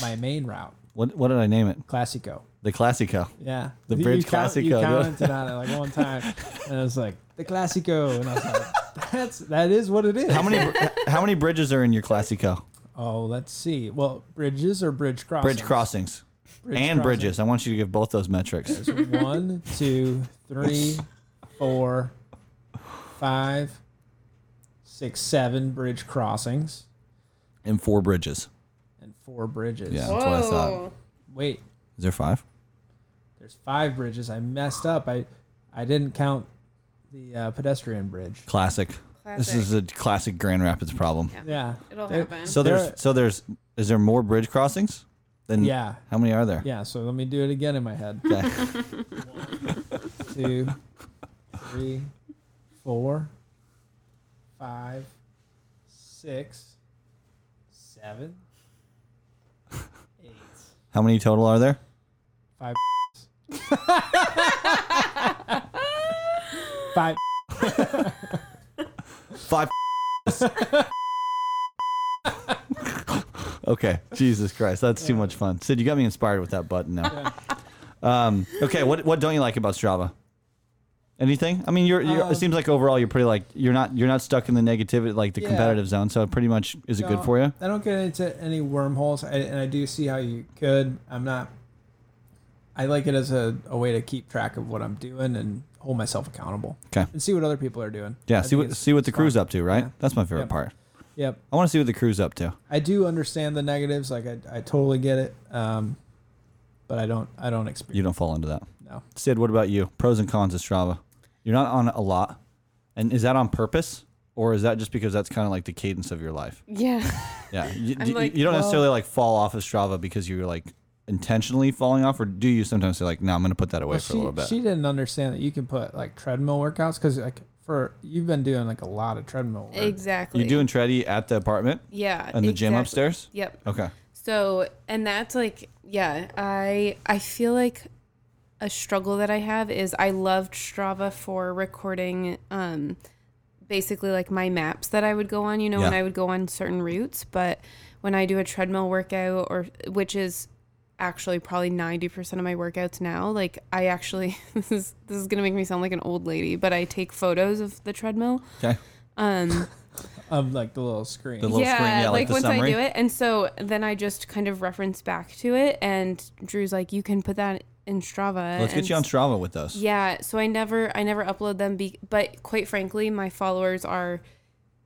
S3: my main route
S2: What what did I name it?
S3: Classico.
S2: The Classico.
S3: Yeah,
S2: The
S3: You-
S2: bridge
S3: you count-
S2: Classico,
S3: You
S2: yeah.
S3: commented on it like one time, and I was like the Classico, and I was like, that's that is what it is.
S2: How many br- how many bridges are in your Classico?
S3: Oh, let's see. Well, bridges or bridge crossings?
S2: Bridge crossings
S3: Bridge
S2: and
S3: crossings.
S2: bridges. I want you to give both those metrics.
S3: One, two, three, four, five, six, seven bridge crossings
S2: And four bridges.
S3: and four bridges.
S2: Yeah. That's what I thought.
S3: Wait,
S2: Is there five?
S3: there's five bridges. I messed up. I I didn't count the uh, pedestrian bridge.
S2: Classic. This
S1: Classic.
S2: is a classic Grand Rapids problem.
S3: Yeah.
S1: It'll
S3: There-
S1: happen.
S2: So
S3: There
S2: there's
S3: are-
S2: so there's is there more bridge crossings? Then
S3: Yeah.
S2: How many are there?
S3: Yeah. So let me do it again in my head.
S2: Okay.
S3: two, three, four, five, six, seven, eight,
S2: How many total are there?
S3: five. five.
S2: Five. okay. Jesus Christ, that's too much fun. Sid, you got me inspired with that button now. Um, okay. What what don't you like about Strava? Anything? I mean, you're, you're
S3: Um,
S2: it seems like overall you're pretty like you're not you're not stuck in the negativity like the
S3: Yeah.
S2: competitive zone. So it pretty much is it good
S3: don't-
S2: for you?
S3: I don't get into any wormholes, I, and I do see how you could. I'm not. I like it as a, a way to keep track of what I'm doing and hold myself accountable.
S2: 'Kay.
S3: And see what other people are doing.
S2: Yeah.
S3: I
S2: see
S3: think
S2: what
S3: it's-
S2: see what the
S3: it's fun.
S2: crew's up to, right?
S3: Yeah.
S2: That's my favorite
S3: Yep.
S2: part.
S3: Yep.
S2: I want to see what the crew's up to.
S3: I do understand the negatives. Like I, I totally get it. Um, but I don't, I don't
S2: You
S3: experience.
S2: don't fall into that.
S3: No.
S2: Sid, what about you? Pros and cons of Strava. You're not on it a lot. And is that on purpose? Or is that just because that's kind of like the cadence of your life?
S1: yeah.
S2: Yeah. You,
S1: I'm
S2: do-
S1: like,
S2: you don't
S1: well-
S2: necessarily like fall off of Strava because you're like intentionally falling off, or do you sometimes say like, no, I'm going to put that away
S3: Well,
S2: for a little bit?
S3: she, she didn't understand that you can put like treadmill workouts because like for you've been doing like a lot of treadmill. Work.
S1: Exactly.
S2: you doing tready at the apartment
S1: Yeah.
S2: and the gym
S1: exactly.
S2: upstairs?
S1: Yep.
S2: Okay.
S1: So, and that's like, yeah, I I feel like a struggle that I have is I loved Strava for recording um basically like my maps that I would go on, you know, when
S2: Yeah.
S1: I would go on certain routes, but when I do a treadmill workout or which is actually probably 90% of my workouts now, like I actually this is this is going to make me sound like an old lady, but I take photos of the treadmill
S2: Okay.
S1: Um,
S3: of like the little screen.
S2: The little screen, yeah, like the
S1: once
S2: summary.
S1: I do it, and so then I just kind of reference back to it, and Drew's like, "You can put that in Strava."
S2: Let's get
S1: and
S2: you on Strava with us.
S1: Yeah, so I never I never upload them be, but quite frankly, my followers are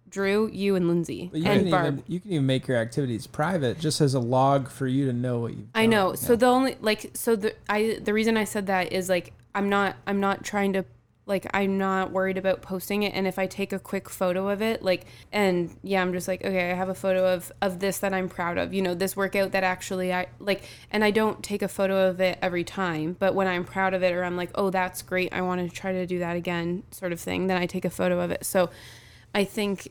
S1: Drew, you and Lindsay
S3: but you
S1: and
S3: can
S1: Barb.
S3: even you can even make your activities private, just as a log for you to know what you've.
S1: I
S3: done.
S1: know. So the only like so the I the reason I said that is like I'm not I'm not trying to like I'm not worried about posting it and if I take a quick photo of it like and yeah I'm just like okay I have a photo of of this that I'm proud of you know this workout that actually I like and I don't take a photo of it every time but when I'm proud of it or I'm like oh that's great I want to try to do that again sort of thing then I take a photo of it so I think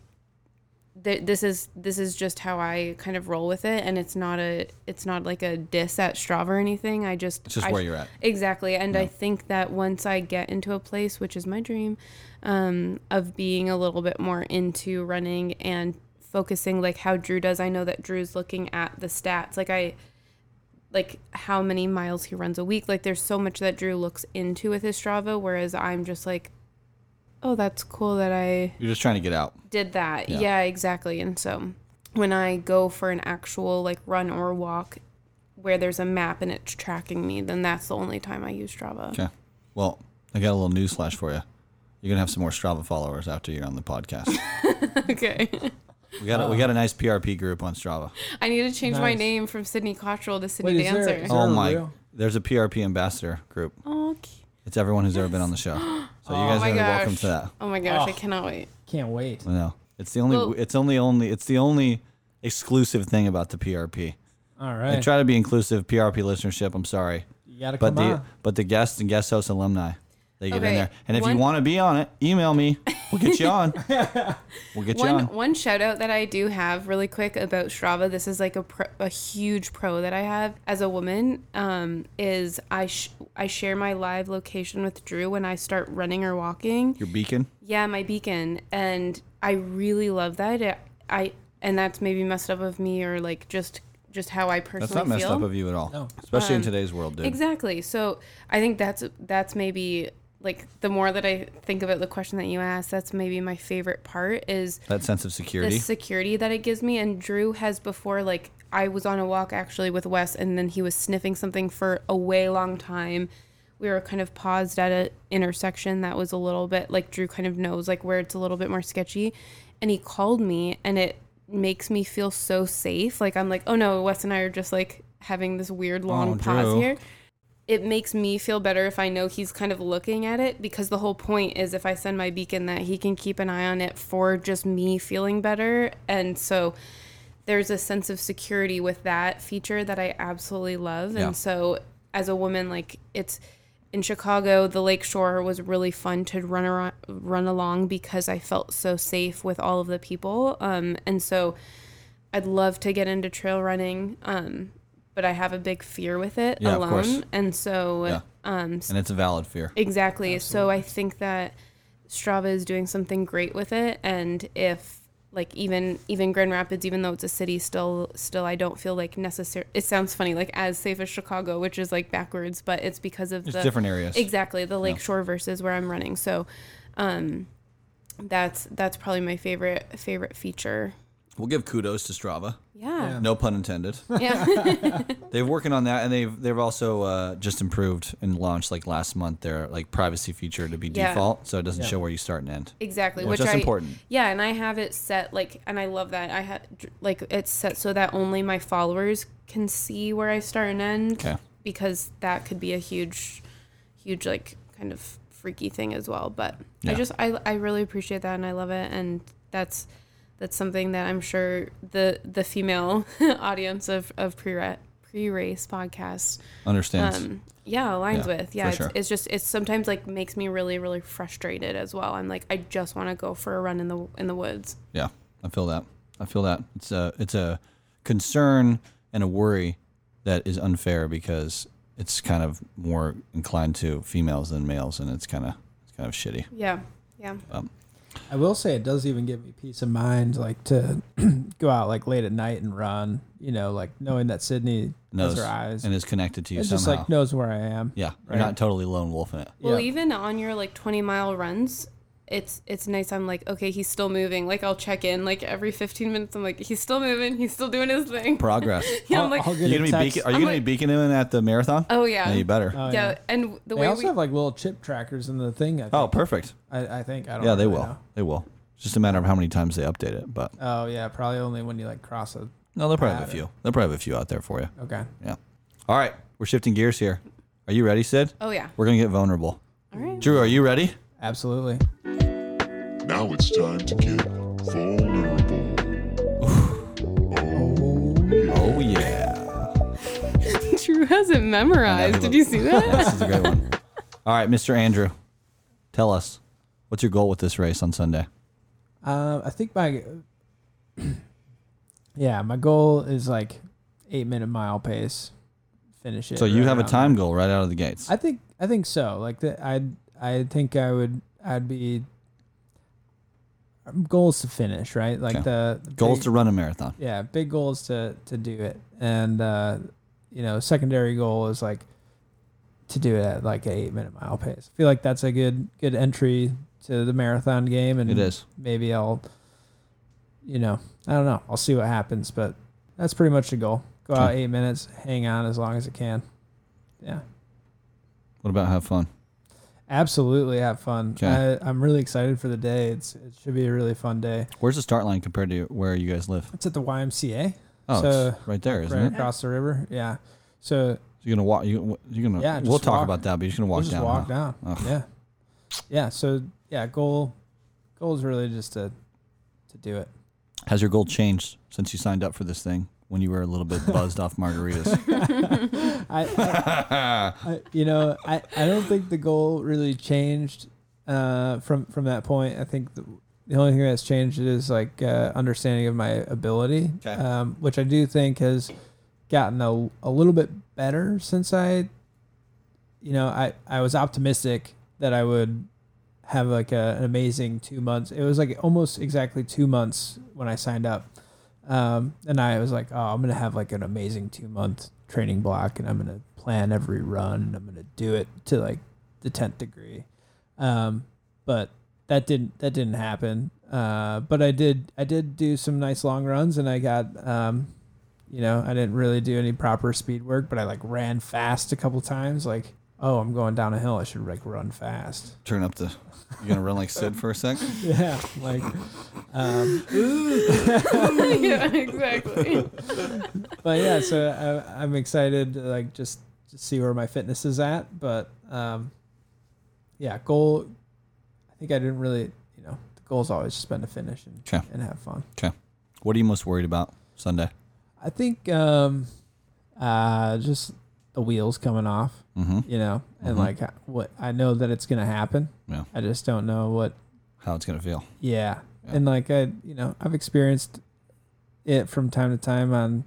S1: th- this is this is just how I kind of roll with it, and it's not a it's not like a diss at Strava or anything. I just
S2: It's just
S1: I-
S2: where you're at.
S1: exactly, and I think that once I get into a place, which is my dream, um, of being a little bit more into running and focusing like how Drew does. I know that Drew's looking at the stats, like I like how many miles he runs a week. Like there's so much that Drew looks into with his Strava, whereas I'm just like. Oh, that's cool that I
S2: You're just trying to get out.
S1: did that.
S2: Yeah.
S1: Yeah. exactly. And so when I go for an actual like run or walk where there's a map and it's tracking me, then that's the only time I use Strava.
S2: Okay. Well, I got a little newsflash for you. You're gonna have some more Strava followers after you're on the podcast.
S1: Okay.
S2: we got a, we got a nice PRP group on Strava.
S1: I need to change my
S3: Nice.
S1: name from Sydney Cottrell to Sydney
S3: Wait, is there-
S1: Dancer.
S3: is there-
S2: Oh
S3: a
S2: my!
S3: real?
S2: There's a PRP ambassador group.
S1: oh, cu-
S2: It's everyone who's ever been on the show. So you guys
S1: Oh my
S2: are
S1: gosh.
S2: welcome to that.
S1: oh my gosh, I
S3: Oh.
S1: cannot wait.
S3: Can't wait.
S2: I know. It's the only.
S1: Well-
S2: it's only only. It's the only exclusive thing about the PRP.
S3: All
S2: I
S3: right.
S2: try to be inclusive. PRP listenership. I'm sorry,
S3: you gotta
S2: but
S3: come
S2: the
S3: on.
S2: but the guests and guest host alumni, they get in
S1: Okay,
S2: there. And if
S1: one-
S2: you want to be on it, email me. We'll get you on. we'll get you
S1: One
S2: on.
S1: one shout out that I do have really quick about Strava. This is like a pro, a huge pro that I have as a woman. Um, is I sh- I share my live location with Drew when I start running or walking.
S2: Your beacon.
S1: Yeah, my beacon, and I really love that. It, I and that's maybe messed up of me, or like just just how I personally
S2: That's not messed
S1: feel. Um,
S2: up of you at all, especially in today's world, dude.
S1: Exactly. So I think that's that's maybe like the more that I think about the question that you asked, that's maybe my favorite part is
S2: That sense of security.
S1: the security that it gives me. And Drew has before, like, I was on a walk actually with Wes, and then he was sniffing something for a way long time. We were kind of paused at a intersection that was a little bit like Drew kind of knows, like, where it's a little bit more sketchy. And he called me, and it makes me feel so safe. Like, I'm like, oh no, Wes and I are just like having this weird long
S2: Oh,
S1: pause
S2: Drew.
S1: here it makes me feel better if I know he's kind of looking at it because the whole point is if I send my beacon that he can keep an eye on it for just me feeling better. And so there's a sense of security with that feature that I absolutely love.
S2: Yeah.
S1: And so as a woman, like it's in Chicago, the lake shore was really fun to run around, run along because I felt so safe with all of the people. Um, and so I'd love to get into trail running. Um, but I have a big fear with it
S2: Yeah, of
S1: alone.
S2: course.
S1: And so,
S2: Yeah.
S1: um, s-
S2: and it's a valid fear.
S1: exactly. So I think that Strava is doing something great with it, and if like even even Grand Rapids, even though it's a city, still still I don't feel like necessary. It sounds funny, like as safe as Chicago, which is like backwards, but it's because of
S2: It's
S1: the
S2: different areas.
S1: exactly the lakeshore versus where I'm running. So, um, that's that's probably my favorite favorite feature.
S2: We'll give kudos to Strava.
S1: Yeah.
S2: No pun intended.
S1: Yeah.
S2: They're working on that, and they've they've also uh, just improved and launched like last month their like privacy feature to be
S1: Yeah.
S2: default, so it doesn't
S3: Yeah.
S2: show where you start and end.
S1: Exactly,
S2: Well,
S1: which
S2: that's
S1: I,
S2: important.
S1: Yeah, and I have it set like, and I love that I had like it's set so that only my followers can see where I start and end.
S2: Okay.
S1: Because that could be a huge, huge like kind of freaky thing as well. But
S2: Yeah.
S1: I just I I really appreciate that and I love it and that's that's something that I'm sure the the female audience of of pre pre race podcast
S2: Understands.
S1: um, yeah aligns
S2: Yeah,
S1: with yeah
S2: for
S1: it's,
S2: sure.
S1: it's just it's sometimes like makes me really really frustrated as well i'm like i just want to go for a run in the in the woods
S2: Yeah, I feel that. I feel that. It's a it's a concern and a worry that is unfair because it's kind of more inclined to females than males, and it's kind of it's kind of shitty.
S1: yeah yeah
S3: Uh, I will say it does even give me peace of mind, like to go out like late at night and run. You know, like knowing that Sydney
S2: Knows
S3: has her eyes
S2: and is connected to you
S3: and
S2: somehow.
S3: just like knows where I am.
S2: yeah,
S3: right.
S2: you're not totally lone wolf in it.
S1: well
S3: Yeah.
S1: even on your like 20 mile runs it's it's nice. I'm like, okay, he's still moving. Like I'll check in like every 15 minutes. I'm like, he's still moving. He's still doing his thing.
S2: Progress.
S1: Yeah, I'm
S3: I'll-
S1: like,
S3: I'll get
S2: You
S3: a
S2: gonna be
S3: text.
S2: beacon, are you
S1: I'm
S2: gonna
S1: like-
S2: be beaconing in at the marathon?
S1: oh yeah.
S2: you better.
S3: Oh,
S1: yeah.
S3: yeah.
S1: and the
S3: They
S1: way
S3: also
S1: we
S3: have like little chip trackers in the thing. I think.
S2: oh, perfect.
S3: I, I think I don't.
S2: Yeah, they
S3: really
S2: will.
S3: know.
S2: They will. It's just a matter of how many times they update it. But
S3: Oh yeah, probably only when you like cross it.
S2: no, they'll probably have a
S3: Matter.
S2: few. They'll probably have a few out there for you.
S3: Okay.
S2: Yeah. All right, we're shifting gears here. Are you ready, Sid?
S1: oh yeah.
S2: We're gonna get vulnerable.
S1: All right.
S2: Drew, are you ready?
S3: Absolutely.
S7: Now it's time to get vulnerable.
S2: Oh yeah,
S1: Drew has it memorized. Did you see that?
S2: this is a great one. All right, Mr. Andrew, tell us what's your goal with this race on Sunday?
S3: Um, I think my yeah, my goal is like eight minute mile pace. Finish it.
S2: So you
S3: right
S2: have a
S3: around
S2: time goal right out of the gates.
S3: I think I think so. Like that, I I think I would I'd be um, goals to finish right. Like
S2: Okay.
S3: the, the
S2: Goals
S3: big-
S2: to run a marathon.
S3: yeah, big goals to to do it, and uh, you know, secondary goal is like to do it at like an eight minute mile pace. I feel like that's a good good entry to the marathon game, and
S2: It is.
S3: maybe I'll, you know, I don't know. I'll see what happens, but that's pretty much the goal. Go out eight minutes, hang on as long as it can. Yeah.
S2: What about have fun?
S3: Absolutely have fun.
S2: 'Kay.
S3: I, I'm really excited for the day. It's it should be a really fun day.
S2: Where's the start line compared to where you guys live?
S3: It's at the YMCA.
S2: Oh,
S3: So-
S2: it's right there, isn't
S3: right
S2: it?
S3: across the river. Yeah. So
S2: So you're gonna walk. You, you're gonna.
S3: Yeah,
S2: we'll
S3: just
S2: talk
S3: walk.
S2: about that, but you're just gonna walk
S3: we'll just
S2: down.
S3: walk
S2: huh?
S3: down.
S2: Ugh.
S3: Yeah. Yeah. So yeah, goal goal is really just to to do it.
S2: Has your goal changed since you signed up for this thing? When you were a little bit buzzed off margaritas,
S3: I, I, I- you know, I, I don't think the goal really changed uh, from from that point. I think the, the only thing that's changed is like uh, understanding of my ability,
S2: Okay.
S3: um, which I do think has gotten a, a little bit better since I, you know, I, I was optimistic that I would have like a, an amazing two months. It was like almost exactly two months when I signed up. Um, and I was like, oh, I'm gonna have like an amazing two month training block, and I'm gonna plan every run, and I'm gonna do it to like the tenth degree. Um, but that didn't that didn't happen. Uh, but I did I did do some nice long runs, and I got um, you know, I didn't really do any proper speed work, but I like ran fast a couple times. Like, oh, I'm going down a hill, I should like run fast.
S2: turn up the. You're gonna run like Sid for a sec.
S3: Yeah, like um,
S1: yeah, exactly.
S3: but yeah, so I, I'm excited to like just to see where my fitness is at. But um, yeah, goal. I think I didn't really, you know, the goal's always just been to finish and,
S2: 'Kay.
S3: and have fun.
S2: Okay. What are you most worried about Sunday?
S3: I think um, uh, just the wheels coming off,
S2: Mm-hmm.
S3: you know, and like h- what I know that it's gonna happen.
S2: Yeah.
S3: I just don't know what.
S2: How it's gonna feel?
S3: Yeah, and like I, you know, I've experienced it from time to time on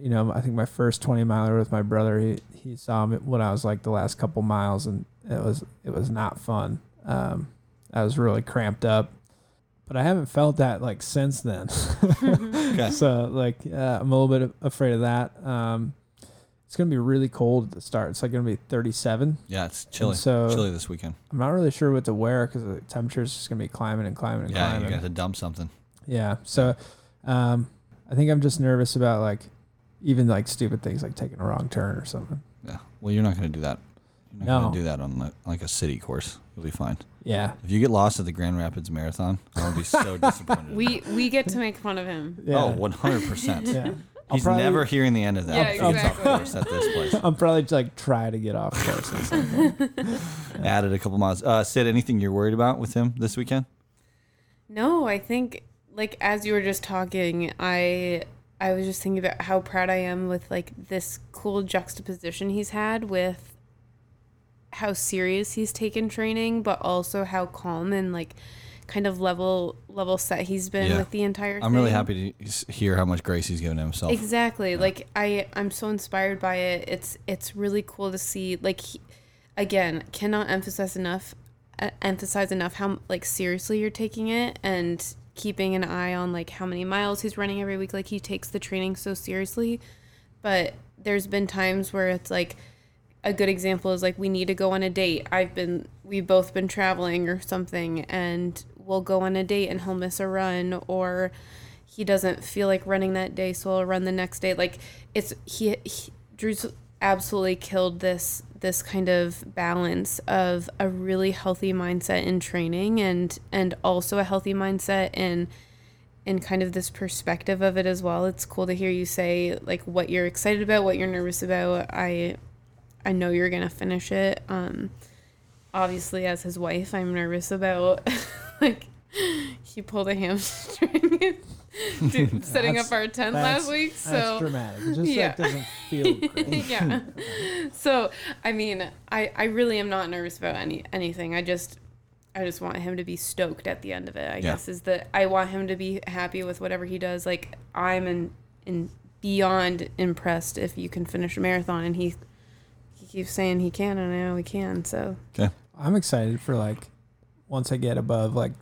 S3: you know, I think my first 20 miler with my brother, he, he saw me when I was like the last couple miles and it was, it was not fun. Um, I was really cramped up, but I haven't felt that like since then.
S2: Mm-hmm.
S3: So like, uh, I'm a little bit afraid of that. Um, it's going to be really cold at the start. It's like going to be 37.
S2: Yeah, it's chilly.
S3: so-
S2: chilly this weekend.
S3: I'm not really sure what to wear because the temperature's just going to be climbing and climbing and
S2: Yeah,
S3: climbing.
S2: you got to dump something.
S3: Yeah. So, um, I think I'm just nervous about like even like stupid things like taking a wrong turn or something.
S2: Yeah. Well, you're not gonna do that. You're not
S3: No.
S2: gonna do that on like, like a city course. You'll be fine.
S3: Yeah.
S2: If you get lost at the Grand Rapids Marathon, I'll be so disappointed. in you.
S1: We we get to make fun of him.
S3: Yeah.
S2: Oh, 100 percent.
S3: yeah. I'll
S2: He's
S3: probably,
S2: never hearing the end of that.
S1: Yeah,
S2: if he gets off
S1: exactly.
S2: course at this place.
S3: I'm probably just, like try to get off course. or something.
S2: Added a couple miles. Uh, Sid, anything you're worried about with him this weekend?
S1: No, I think like as you were just talking, I I was just thinking about how proud I am with like this cool juxtaposition he's had with how serious he's taken training, but also how calm and like kind of level level set he's been
S2: Yeah.
S1: with the entire
S2: I'm really
S1: thing.
S2: happy to s- hear how much grace he's given himself.
S1: Exactly. Like I I'm so inspired by it. It's it's really cool to see like he, again, cannot emphasize enough uh, emphasize enough how like seriously you're taking it and keeping an eye on like how many miles he's running every week. Like he takes the training so seriously. But there's been times where it's like a good example is like we need to go on a date. I've been we've both been traveling or something and we'll go on a date and he'll miss a run or he doesn't feel like running that day so I'll run the next day like it's he, he Drew's absolutely killed this this kind of balance of a really healthy mindset in training and and also a healthy mindset in and kind of this perspective of it as well. It's cool to hear you say like what you're excited about, what you're nervous about. I I know you're gonna finish it. Um obviously as his wife I'm nervous about like he pulled a hamstring dude, setting up
S3: That's-
S1: our tent
S3: That's-
S1: last week.
S3: that's
S1: So
S3: dramatic. It just
S1: Yeah.
S3: like, doesn't feel great.
S1: yeah. So I mean, I, I really am not nervous about any anything. I just I just want him to be stoked at the end of it. I guess is that I want him to be happy with whatever he does. Like I'm in in beyond impressed if you can finish a marathon, and he he keeps saying he can, and I know he can. So
S3: I'm excited for like once I get above like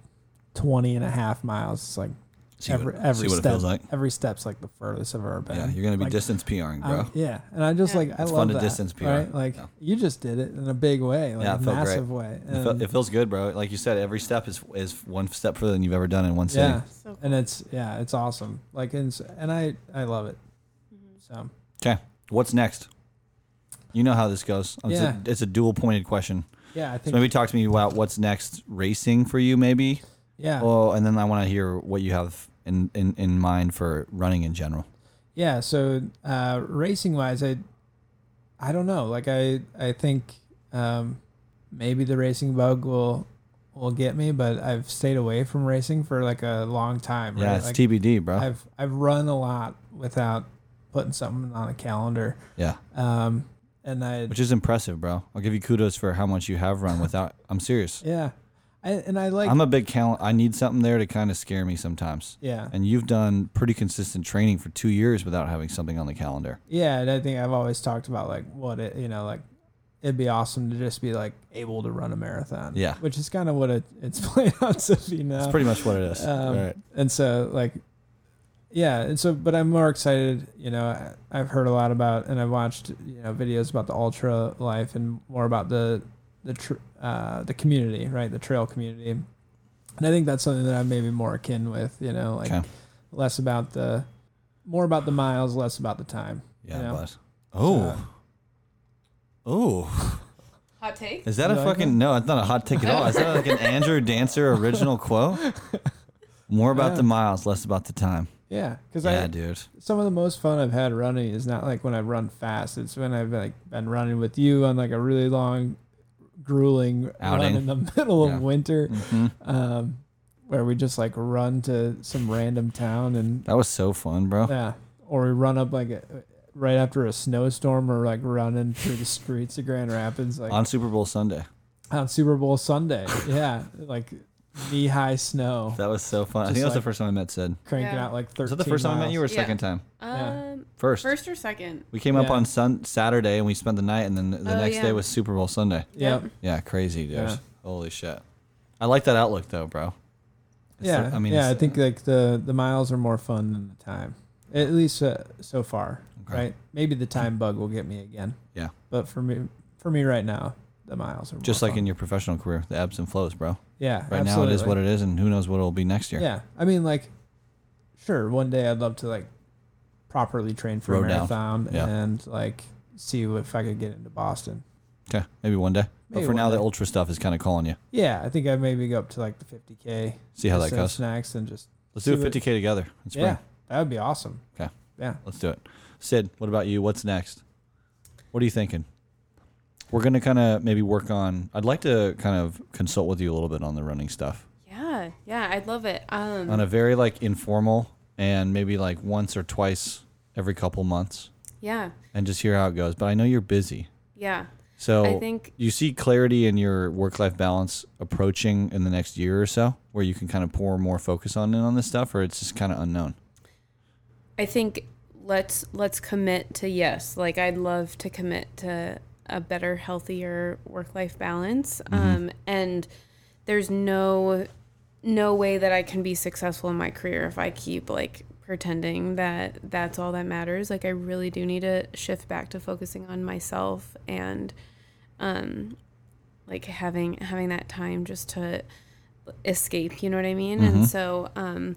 S3: 20 and a half miles, it's like
S2: See
S3: every
S2: what,
S3: every
S2: see what
S3: step
S2: it feels like.
S3: every step's like the furthest I've ever been.
S2: Yeah, you're gonna be
S3: Like,
S2: distance PRing, bro.
S3: I'm- yeah, and I just
S1: Yeah.
S3: like I
S2: It's
S3: love
S2: fun to
S3: that,
S2: distance PR.
S3: Right? Like
S2: Yeah.
S3: you just did it in a big way, like
S2: Yeah, it felt great.
S3: massive way.
S2: it, feel,
S3: And-
S2: it feels good, bro. Like you said, every step is is one step further than you've ever done in one sitting.
S3: yeah,
S1: So
S3: and it's yeah, it's awesome. Like and, s- and I I love it. So
S2: Okay, what's next? You know how this goes. It's,
S3: Yeah.
S2: a, it's a dual pointed question.
S3: yeah, I
S2: So
S3: think
S2: maybe talk to me about what's next racing for you, maybe.
S3: yeah.
S2: Oh, and then I want to hear what you have in, in, in mind for running in general.
S3: Yeah, so uh, racing wise, I I don't know. Like I I think um, maybe the racing bug will will get me, but I've stayed away from racing for like a long time.
S2: Yeah,
S3: right?
S2: it's
S3: Like,
S2: TBD, bro.
S3: I've I've run a lot without putting something on a calendar,
S2: yeah,
S3: um, and I
S2: which is impressive, bro. I'll give you kudos for how much you have run without. I'm serious.
S3: yeah, I, and I like
S2: I'm a big cal. I need something there to kind of scare me sometimes.
S3: yeah
S2: And you've done pretty consistent training for two years without having something on the calendar.
S3: yeah, and I think I've always talked about like what it you know like. It'd be awesome to just be like able to run a marathon.
S2: Yeah.
S3: Which is kind of what it, it's playing out to be now.
S2: That's pretty much what it is.
S3: Um,
S2: Right.
S3: And so, like, yeah. And so, but I'm more excited. You know, I, I've heard a lot about, and I've watched, you know, videos about the ultra life and more about the the tr- uh, the community, right? The trail community. And I think that's something that I'm maybe more akin with. You know, like
S2: Okay.
S3: less about the, more about the miles, less about the time.
S2: Yeah,
S3: you know?
S2: but oh,
S3: uh,
S2: oh,
S1: hot take.
S2: is that
S3: You
S2: a
S3: like
S2: fucking
S3: that?
S2: no? It's not a hot take at all. Is that like an Andrew Dancer original quote? More about
S3: Yeah.
S2: the miles, less about the time.
S3: Yeah, because
S2: Yeah,
S3: I
S2: dude.
S3: some of the most fun I've had running is not like when I run fast. It's when I've like been running with you on like a really long, grueling
S2: Outing.
S3: run in the middle
S2: Yeah.
S3: of winter,
S2: Mhm.
S3: um, where we just like run to some random town and
S2: That was so fun, bro.
S3: yeah, or we run up like a, right after a snowstorm or like running through the streets of Grand Rapids like
S2: On Super Bowl Sunday,
S3: on Super Bowl Sunday. yeah, like knee high snow,
S2: that was so fun. I
S3: Just
S2: think that was the
S3: like-
S2: first time I met Sid.
S3: cranking
S1: Yeah.
S3: out like thirteen.
S2: Was that the first time I met you, or
S3: miles.
S1: Yeah.
S2: second time?
S3: Yeah.
S1: Um,
S2: First.
S1: first or second?
S2: We came up
S3: Yeah.
S2: on sun Saturday and we spent the night, and then the
S1: Oh,
S2: next
S1: yeah.
S2: day was Super Bowl Sunday.
S3: Yep.
S2: Yeah, crazy, dude.
S3: Yeah.
S2: Holy shit. I like that outlook though, bro. It's
S3: yeah,
S2: the- I mean,
S3: yeah, I
S2: it's-
S3: think like the the miles are more fun than the time, at least uh, so far,
S2: Okay.
S3: right? Maybe the time bug will get me again.
S2: Yeah.
S3: but for me, for me right now, the miles are
S2: just like in your professional career, the ebbs and flows, bro.
S3: yeah,
S2: Right now, it is what it is, and who knows what it'll be next year.
S3: Yeah, I mean, like, sure, one day I'd love to like properly train for
S2: Row
S3: a
S2: down.
S3: marathon
S2: Yeah.
S3: and like see if I could get into Boston.
S2: Okay, maybe one day.
S3: Maybe
S2: but for
S3: one
S2: now, the
S3: day.
S2: ultra stuff is kind of calling you.
S3: Yeah, I think I'd maybe go up to like the 50k.
S2: See how that
S3: just as
S2: goes.
S3: next and just
S2: Let's do a
S3: see what-
S2: 50k together. in spring.
S3: yeah, that would be awesome.
S2: Okay.
S3: Yeah.
S2: Let's do it. Sid, what about you? What's next? What are you thinking? We're gonna kind of maybe work on. I'd like to kind of consult with you a little bit on the running stuff
S1: Yeah, yeah, I'd love it. Um,
S2: on a very like informal and maybe like once or twice every couple months
S1: yeah,
S2: and just hear how it goes. But I know you're busy,
S1: yeah.
S2: so
S1: I think-
S2: you see clarity in your work life balance approaching in the next year or so, where you can kind of pour more focus on in on this stuff, or it's just kind of unknown.
S1: I think let's let's commit to yes. Like I'd love to commit to a better, healthier work life balance. Um, and there's no no way that I can be successful in my career if I keep like pretending that that's all that matters. Like I really do need to shift back to focusing on myself and um like having having that time just to escape you know what i mean and so um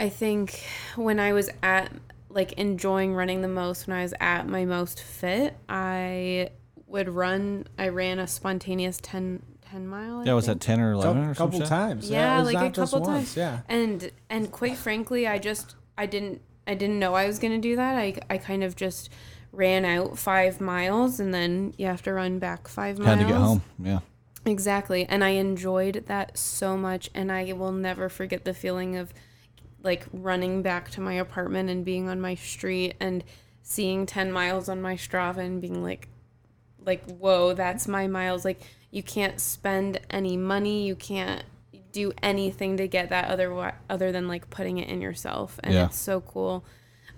S1: i think when i was at like enjoying running the most when i was at my most fit i would run i ran a spontaneous 10 10 mile I
S2: Yeah, was
S1: think.
S2: that ten or eleven
S3: a
S2: or something?
S3: couple times.
S1: yeah
S3: it was
S1: like
S3: uh, not
S1: a
S3: just
S1: couple
S3: once,
S1: times
S3: Yeah.
S1: and and quite frankly i just i didn't i didn't know i was gonna do that i i kind of just ran out five miles and then you have to run back five miles
S2: Had to get home. Yeah.
S1: exactly and i enjoyed that so much and i will never forget the feeling of like running back to my apartment and being on my street and seeing 10 miles on my strava and being like like whoa that's my miles like you can't spend any money you can't do anything to get that other other than like putting it in yourself and
S2: Yeah.
S1: it's so cool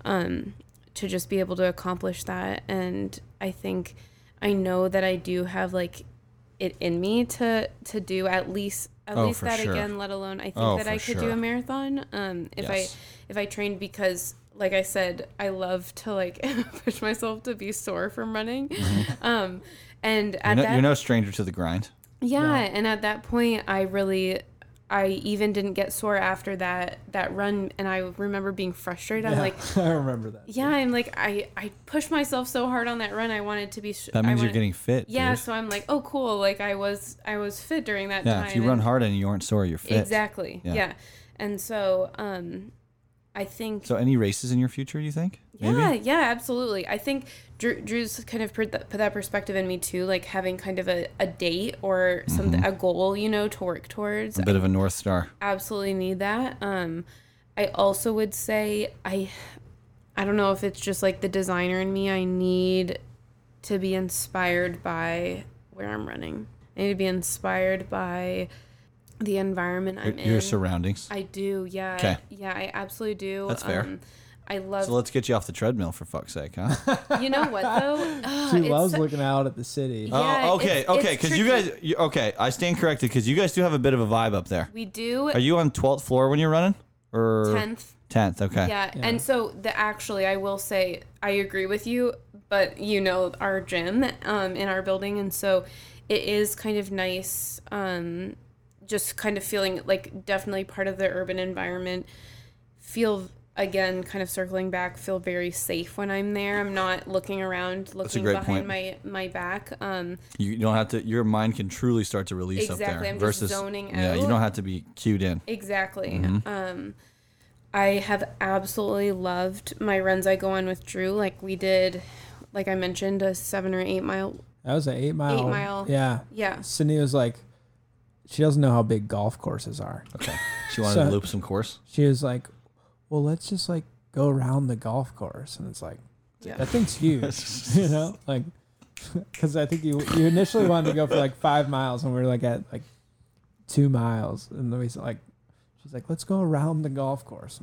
S1: um to just be able to accomplish that and i think i know that i do have like it in me to to do at least at
S2: Oh,
S1: least
S2: for
S1: that
S2: sure.
S1: again let alone i think
S2: Oh,
S1: that
S2: for
S1: i could do
S2: sure.
S1: a marathon um if
S2: Yes.
S1: i if i trained because like i said i love to like push myself to be sore from running
S2: Mm-hmm.
S1: um and
S2: You're
S1: at
S2: no,
S1: that
S2: you're no stranger to the grind.
S1: yeah, and at that point, I really, I even didn't get sore after that that run, and I remember being frustrated. I'm
S3: Yeah,
S1: like,
S3: I remember that.
S1: yeah, I'm like, I I pushed myself so hard on that run. I wanted to be. Sh-
S2: That
S1: I
S2: means you're
S1: wanted-
S2: getting fit.
S1: Yeah,
S2: dude.
S1: so I'm like, oh, cool. Like I was, I was fit during that time.
S2: yeah. If you run
S1: and-
S2: hard and you aren't sore, you're fit.
S1: exactly.
S2: Yeah.
S1: Yeah. and so, um, I think.
S2: So any races in your future? You think?
S1: Yeah, yeah, absolutely. I think Drew, Drew's kind of put that, put that perspective in me too, like having kind of a, a date or something,
S2: Mm-hmm.
S1: a goal, you know, to work towards.
S2: A bit of a north star.
S1: absolutely need that. Um, I also would say I, I don't know if it's just like the designer in me. I need to be inspired by where I'm running. I need to be inspired by the environment I'm
S2: Your,
S1: in.
S2: your surroundings.
S1: I do, yeah, I-
S2: 'Kay.
S1: yeah, I absolutely do. Um,
S2: That's fair.
S1: I love.
S2: So let's get you off the treadmill for fuck's sake, huh?
S1: you know what though? Ugh,
S3: She
S1: it's
S3: loves
S1: so-
S3: looking out at the city.
S1: Yeah,
S2: oh, okay,
S1: it's-
S2: okay,
S1: it's
S2: because you
S1: tricky.
S2: guys, you, okay, I stand corrected because you guys do have a bit of a vibe up there.
S1: We do.
S2: Are you on twelfth floor when you're running? Or
S1: tenth?
S2: Tenth, okay.
S1: Yeah. And so the actually I will say I agree with you, but you know our gym um in our building and so it is kind of nice um just kind of feeling like definitely part of the urban environment feel again kind of circling back feel very safe when I'm there. I'm not looking around looking
S2: great
S1: behind
S2: point.
S1: my my back. Um
S2: You don't have to. Your mind can truly start to release up
S1: Exactly,
S2: there.
S1: I'm just
S2: versus
S1: zoning
S2: yeah, you
S1: out.
S2: don't have to be cued in.
S1: Exactly.
S3: Mm-hmm.
S1: Um, I have absolutely loved my runs I go on with Drew. Like we did, like I mentioned, a seven or eight mile.
S3: That was an eight mile.
S1: mile.
S3: Yeah.
S1: Yeah.
S3: Sydney was like, she doesn't know how big golf courses are.
S2: Okay. She wanted to
S3: So-
S2: loop some course.
S3: She was like, well, let's just like go around the golf course, and it's like, that thing's huge, you know, like. Because I think you you initially wanted to go for like five miles, and we were like at like two miles, and then we said like, she's like, let's go around the golf course.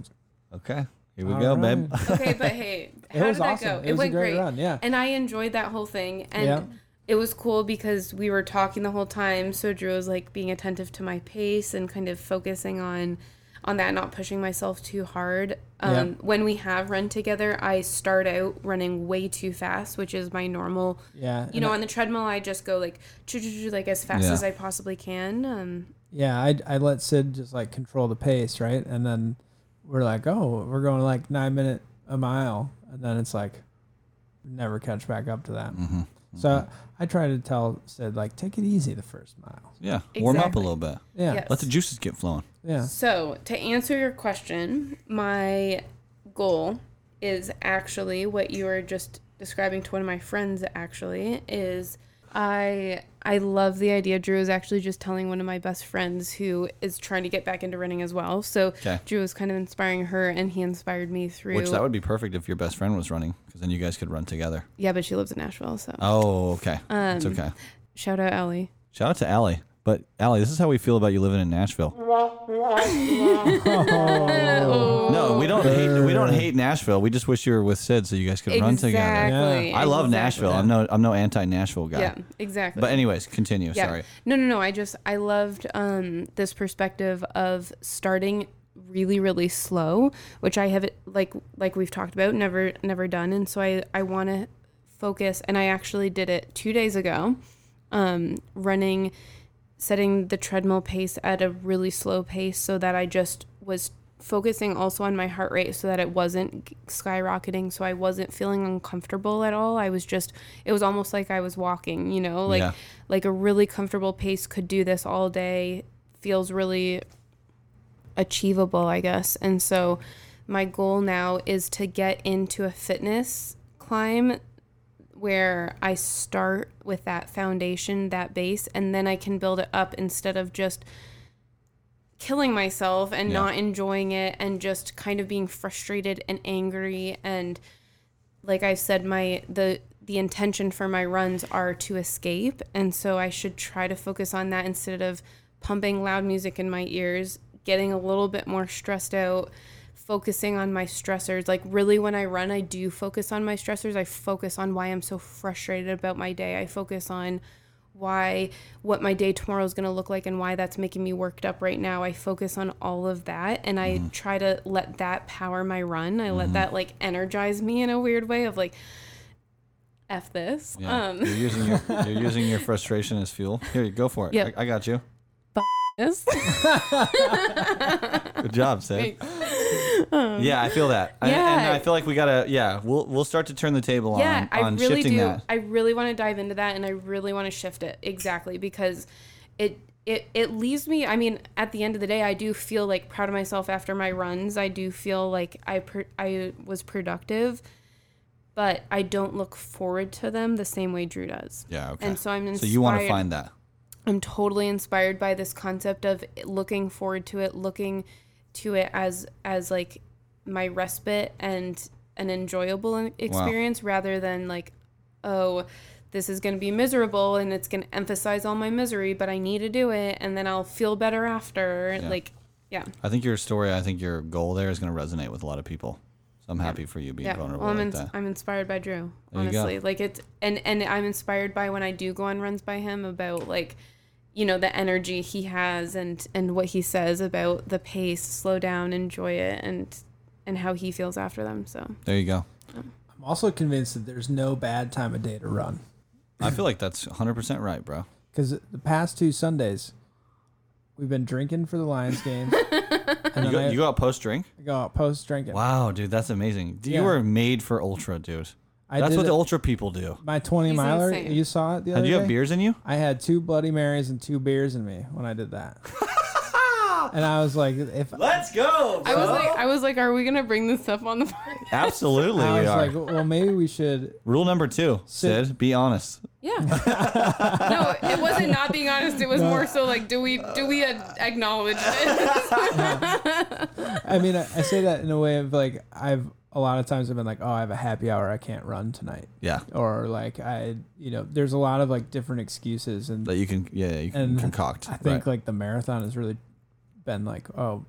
S2: Okay. Here we
S3: All
S2: go,
S3: right.
S2: babe.
S1: Okay, but hey,
S3: It
S1: how
S3: was
S1: did that
S3: awesome.
S1: go?
S3: It was a
S1: went
S3: great
S1: great.
S3: run, yeah.
S1: And I enjoyed that whole thing. And
S3: Yeah.
S1: it was cool because we were talking the whole time. So Drew was like being attentive to my pace and kind of focusing on on that, not pushing myself too hard. Um,
S3: Yeah.
S1: When we have run together, I start out running way too fast, which is my normal
S3: Yeah,
S1: you
S3: and
S1: know,
S3: I-
S1: on the treadmill, I just go like choo, choo, choo, like as fast
S2: Yeah.
S1: as I possibly can. Um,
S3: yeah, I, I let Sid just like control the pace, right? And then we're like, oh, we're going like nine minute a mile, and then it's like never catch back up to that.
S2: Mm-hmm.
S3: So I try to tell Sid like, take it easy the first mile.
S2: Yeah. Warm up a
S1: Exactly.
S2: little bit.
S3: Yeah,
S1: Yes.
S2: Let the juices get flowing.
S3: yeah,
S1: so to answer your question, my goal is actually what you were just describing to one of my friends. Actually, is I I love the idea. Drew is actually just telling one of my best friends who is trying to get back into running as well. So
S2: Okay.
S1: Drew was kind of inspiring her, and he inspired me through.
S2: Which that would be perfect if your best friend was running, because then you guys could run together.
S1: yeah, but she lives in Nashville, so
S2: Oh, okay. it's okay.
S1: shout out Ellie.
S2: Shout out to Allie. But Allie, this is how we feel about you living in Nashville. No, we don't hate we don't hate Nashville. We just wish you were with Sid so you guys could run
S1: Exactly.
S2: together. I love
S1: exactly.
S2: Nashville. I'm no I'm no anti Nashville guy.
S1: Yeah, exactly.
S2: But anyways, continue.
S1: yeah.
S2: Sorry.
S1: No, no, no. I just I loved um this perspective of starting really really slow, which I have like like we've talked about never never done and so I I want to focus and I actually did it 2 days ago. um, running, setting the treadmill pace at a really slow pace so that I just was focusing also on my heart rate so that it wasn't g- skyrocketing. So I wasn't feeling uncomfortable at all. I was just, it was almost like I was walking, you know, like,
S2: Yeah.
S1: like a really comfortable pace could do this all day. Feels really achievable, I guess. And so my goal now is to get into a fitness climb where I start with that foundation, that base, and then I can build it up instead of just killing myself and
S2: Yeah.
S1: not enjoying it and just kind of being frustrated and angry and like I've said my the the intention for my runs are to escape and so I should try to focus on that instead of pumping loud music in my ears, getting a little bit more stressed out, focusing on my stressors. Like really when I run, I do focus on my stressors. I focus on why I'm so frustrated about my day. I focus on why what my day tomorrow is going to look like and why that's making me worked up right now. I focus on all of that and I try to let that power my run. I let that like energize me in a weird way of like f this.
S2: Yeah.
S1: Um
S2: You're using your you're using your frustration as fuel. Here, you go for it.
S1: Yeah.
S2: I, I got you.
S1: this.
S2: Good job, Sid. yeah, I feel that. I,
S1: Um, Yeah.
S2: and I feel like we gotta. Yeah, we'll we'll start to turn the table
S1: yeah,
S2: on on
S1: I really
S2: shifting
S1: do.
S2: that.
S1: I really want to dive into that, and I really want to shift it exactly because it it it leaves me. I mean, at the end of the day, I do feel like proud of myself after my runs. I do feel like I per, I was productive, but I don't look forward to them the same way Drew does.
S2: yeah. Okay.
S1: And so I'm inspired.
S2: so you want to find that.
S1: I'm totally inspired by this concept of looking forward to it, looking to it as as like my respite and an enjoyable en- experience rather than like oh this is going to be miserable and it's going to emphasize all my misery but I need to do it and then I'll feel better after like yeah
S2: I think your story. I think your goal there is going to resonate with a lot of people. So I'm happy for you being
S1: yeah
S2: vulnerable
S1: well, I'm,
S2: like
S1: ins-
S2: that.
S1: I'm inspired by Drew
S2: you go.
S1: honestly like it's and and I'm inspired by when I do go on runs by him about like you know the energy he has and and what he says about the pace slow down enjoy it and and how he feels after them so
S2: there you go.
S3: I'm also convinced that there's no bad time of day to run.
S2: I feel like that's 100 percent right, bro.
S3: Because the past two Sundays, we've been drinking for the Lions game. and
S2: You
S3: then
S2: go,
S3: I
S2: you go out post drink.
S3: go out post drinking.
S2: Wow, dude, that's amazing. You
S3: Yeah.
S2: were made for ultra, dude.
S3: I
S2: that's
S3: did
S2: what the
S3: it-
S2: ultra people do.
S3: My 20
S1: He's
S3: miler,
S1: insane.
S3: you saw it the other
S2: Did you
S3: day?
S2: have beers in you?
S3: I had two Bloody Marys and two beers in me when I did that. and I was like, if
S2: Let's go.
S1: I was like I was like are we gonna bring this up on the podcast
S2: Absolutely,
S3: I
S2: we
S3: was
S2: are.
S3: like, well, maybe we should.
S2: Rule number two,
S3: Sid-
S2: Sid, be honest.
S1: yeah no it wasn't not being honest it was more so like do we do we uh, acknowledge this
S3: I mean, I, I say that in a way of like, I've a lot of times I've been like, oh, I have a happy hour, I can't run tonight,
S2: Yeah.
S3: or like I, you know, there's a lot of like different excuses, and
S2: That you can, yeah, yeah, you can
S3: And
S2: concoct.
S3: I think
S2: right.
S3: like the marathon has really been like, oh,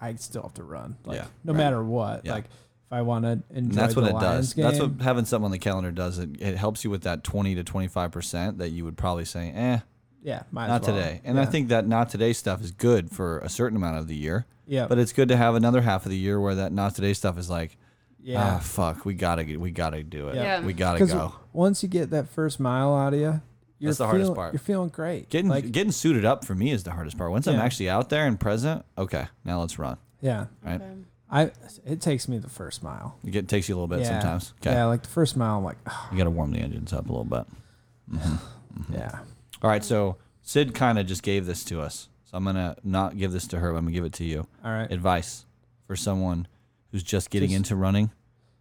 S3: I still have to run, like
S2: Yeah,
S3: no
S2: right.
S3: matter what,
S2: Yeah.
S3: like if I want to enjoy
S2: and that's
S3: the
S2: what it
S3: Lions
S2: does.
S3: game,
S2: That's what having something on the calendar does. It, it helps you with that 20 to 25% that you would probably say, eh,
S3: yeah, might as
S2: not
S3: well.
S2: today. And I
S3: Yeah.
S2: think that not today stuff is good for a certain amount of the year.
S3: yeah,
S2: But it's good to have another half of the year where that not today stuff is like,
S3: yeah,
S2: ah, fuck, we gotta get, we gotta do it.
S1: Yeah.
S2: We gotta
S3: Because
S2: go.
S3: once you get that first mile out of you, you're
S2: That's the hardest
S3: feel-
S2: part.
S3: You're feeling great.
S2: Getting
S3: like,
S2: getting suited up for me is the hardest part. Once I'm
S3: Yeah.
S2: actually out there and present, okay, now let's run.
S3: yeah,
S2: Right?
S3: I it takes me the first mile.
S2: It get- takes you a little bit
S3: yeah.
S2: sometimes. Okay.
S3: Yeah, like the first mile, I'm like, "Ugh,
S2: You got to warm the engines up a little bit. Mm-hmm.
S3: yeah,
S2: All right, so Sid kind of just gave this to us. So I'm going to not give this to her, but I'm going to give it to you.
S3: all right.
S2: Advice for someone who's just getting
S3: Just-
S2: into running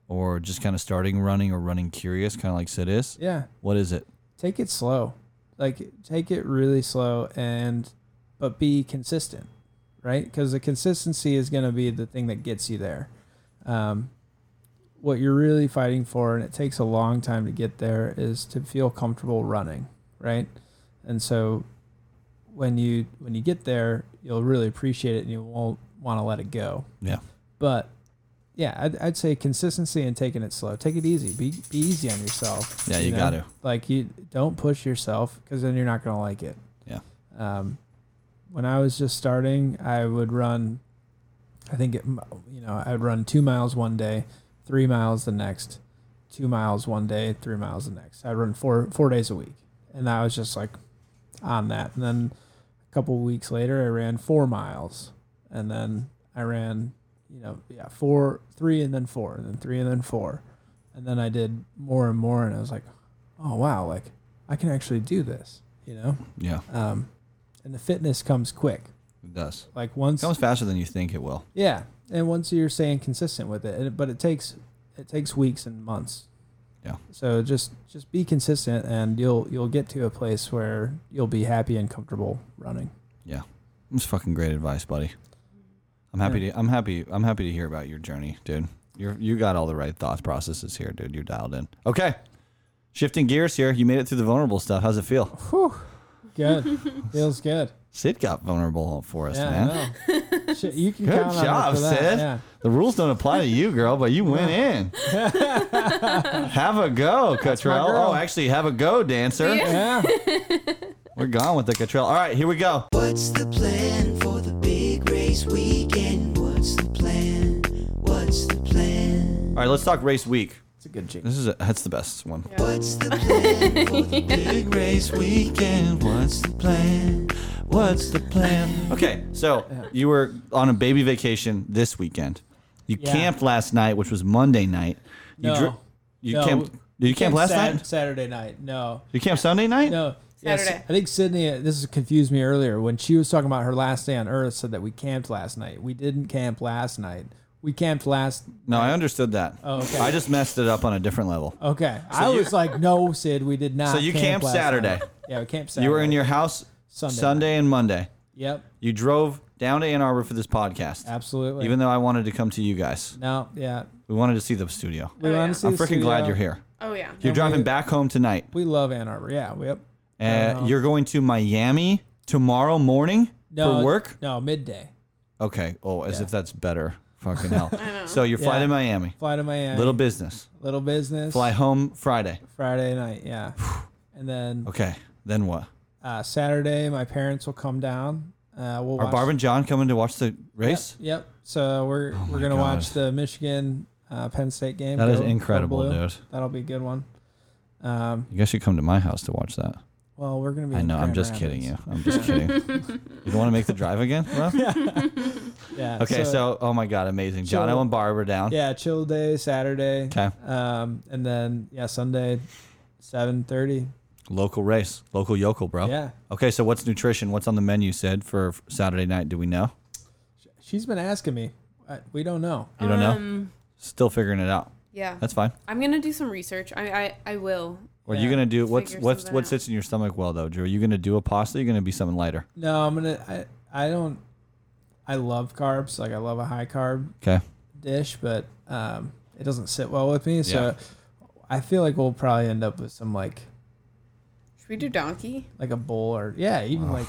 S2: or just kind of starting running or running curious, kind of like Sid is.
S3: yeah,
S2: What is it?
S3: take it slow. Like take it really slow and but be consistent, right? Because the consistency is going to be the thing that gets you there. Um, what you're really fighting for, and it takes a long time to get there, is to feel comfortable running, right? And so when you when you get there, you'll really appreciate it, and you won't want to let it go.
S2: Yeah.
S3: But yeah, I'd, I'd say consistency and taking it slow. Take it easy. Be, be easy on yourself.
S2: Yeah, you gotta.
S3: Like you don't push yourself because then you're not gonna like it.
S2: Yeah.
S3: Um, when I was just starting, I would run. I think it, you know I'd run two miles one day, three miles the next, two miles one day, three miles the next. I'd run four four days a week, and I was just like on that. And then a couple weeks later, I ran four miles, and then I ran, you know, yeah, four, three, and then four, and then three, and then four, and then I did more and more, and I was like, oh wow, like I can actually do this, you know.
S2: Yeah,
S3: Um, and the fitness comes quick.
S2: it does.
S3: Like once
S2: It comes faster than you think it will.
S3: yeah, and once you're staying consistent with it, and- but it takes it takes weeks and months.
S2: Yeah.
S3: So just just be consistent, and you'll you'll get to a place where you'll be happy and comfortable running.
S2: Yeah, that's fucking great advice, buddy. I'm happy to. I'm happy. I'm happy to hear about your journey, dude. You you got all the right thought processes here, dude. You're dialed in. Okay, shifting gears here. You made it through the vulnerable stuff. How's it feel?
S3: Good, feels good.
S2: Sid got vulnerable for us,
S3: Yeah,
S2: man.
S3: I know. Shit, you can
S2: Good
S3: count on
S2: job,
S3: us for that.
S2: Sid.
S3: Yeah.
S2: The rules don't apply to you, girl, but you went in. have a go, Cottrell.
S3: girl.
S2: Oh, actually, have a go, dancer.
S3: Yeah.
S2: We're gone with the Cottrell. All right, here we go.
S5: What's the plan for the big race weekend? What's the plan? What's the plan?
S2: All right, let's talk race week.
S3: It's a good jingle.
S2: This is a, that's the best one.
S5: What's the plan for the big race weekend? What's the plan? What's the plan?
S2: Okay, so you were on a baby vacation this weekend. You
S3: Yeah.
S2: camped last night, which was Monday night. You
S3: No.
S2: you
S3: No.
S2: camped. Did you camp last
S3: Sat-
S2: night?
S3: Saturday night. No.
S2: You camp Sunday night?
S3: No. Yes,
S1: Saturday.
S3: I think Sydney, uh, this has confused me earlier. When she was talking about her last day on Earth, said that we camped last night. We didn't camp last night. We camped last.
S2: No, I understood that.
S3: Oh, okay. Oh,
S2: I just messed it up on a different level.
S3: Okay. I
S2: you-
S3: was like, no, Sid, we did not.
S2: So you
S3: camp
S2: camped
S3: last
S2: Saturday.
S3: night. Yeah, we camped Saturday.
S2: You were in your house
S3: Sunday
S2: Sunday, and Monday.
S3: Yep,
S2: You drove down to Ann Arbor for this podcast.
S3: absolutely.
S2: Even though I wanted to come to you guys,
S3: no, yeah.
S2: we wanted to see the studio.
S3: We
S1: Oh, yeah.
S3: wanna see
S2: I'm
S3: the
S2: freaking glad
S3: studio.
S2: you're here.
S1: Oh yeah.
S2: You're driving
S3: we-
S2: back home tonight.
S3: We love Ann Arbor. Yeah, we yep.
S2: Uh, you're going to Miami tomorrow morning
S3: No
S2: for work.
S3: No, midday.
S2: Okay. Oh, as if that's better. Fucking hell. So you fly
S3: Yeah.
S2: to Miami.
S3: Fly to Miami.
S2: Little business.
S3: little business.
S2: Fly home Friday.
S3: Friday night. Yeah, and then
S2: Okay. Then what?
S3: uh, Saturday, my parents will come down. Uh, we'll
S2: Are
S3: watch-
S2: Barb and John coming to watch the
S3: Yep,
S2: race? Oh
S3: yep. So we're we're gonna watch the Michigan uh, Penn State game.
S2: That is
S3: Go- go
S2: incredible,
S3: blue.
S2: dude.
S3: That'll be a good one. Um,
S2: You guys should come to my house to watch that.
S3: well, we're gonna be.
S2: I
S3: in
S2: know. I'm
S3: Grand
S2: just kidding you.
S3: Rapids.
S2: I'm just kidding. You don't want to make the drive again? Well,
S3: Yeah.
S2: okay. So, oh my God, amazing. John
S3: so-
S2: and Barb are down.
S3: yeah, chill day Saturday.
S2: 'Kay.
S3: Um, and then yeah, Sunday, seven thirty.
S2: Local race, local yokel, bro.
S3: Yeah.
S2: Okay. So, what's nutrition? What's on the menu, Sid, for f- Saturday night? Do we know?
S3: She's been asking me. I, we don't know.
S2: You don't
S1: Um,
S2: know? Still figuring it out.
S1: Yeah.
S2: That's fine.
S1: I'm gonna do some research. I I, I will.
S2: Are you
S3: Yeah.
S2: gonna do what's
S1: Figure
S2: what's
S1: something
S2: what
S1: out.
S2: sits in your stomach well though, Drew? Are you gonna do a pasta? Or are you gonna be something lighter?
S3: No, I'm gonna. I I don't. I love carbs. Like I love a high carb
S2: Okay.
S3: dish, but um, it doesn't sit well with me. So
S2: Yeah.
S3: I feel like we'll probably end up with some like
S1: Should we do donkey?
S3: like a bowl or yeah, even like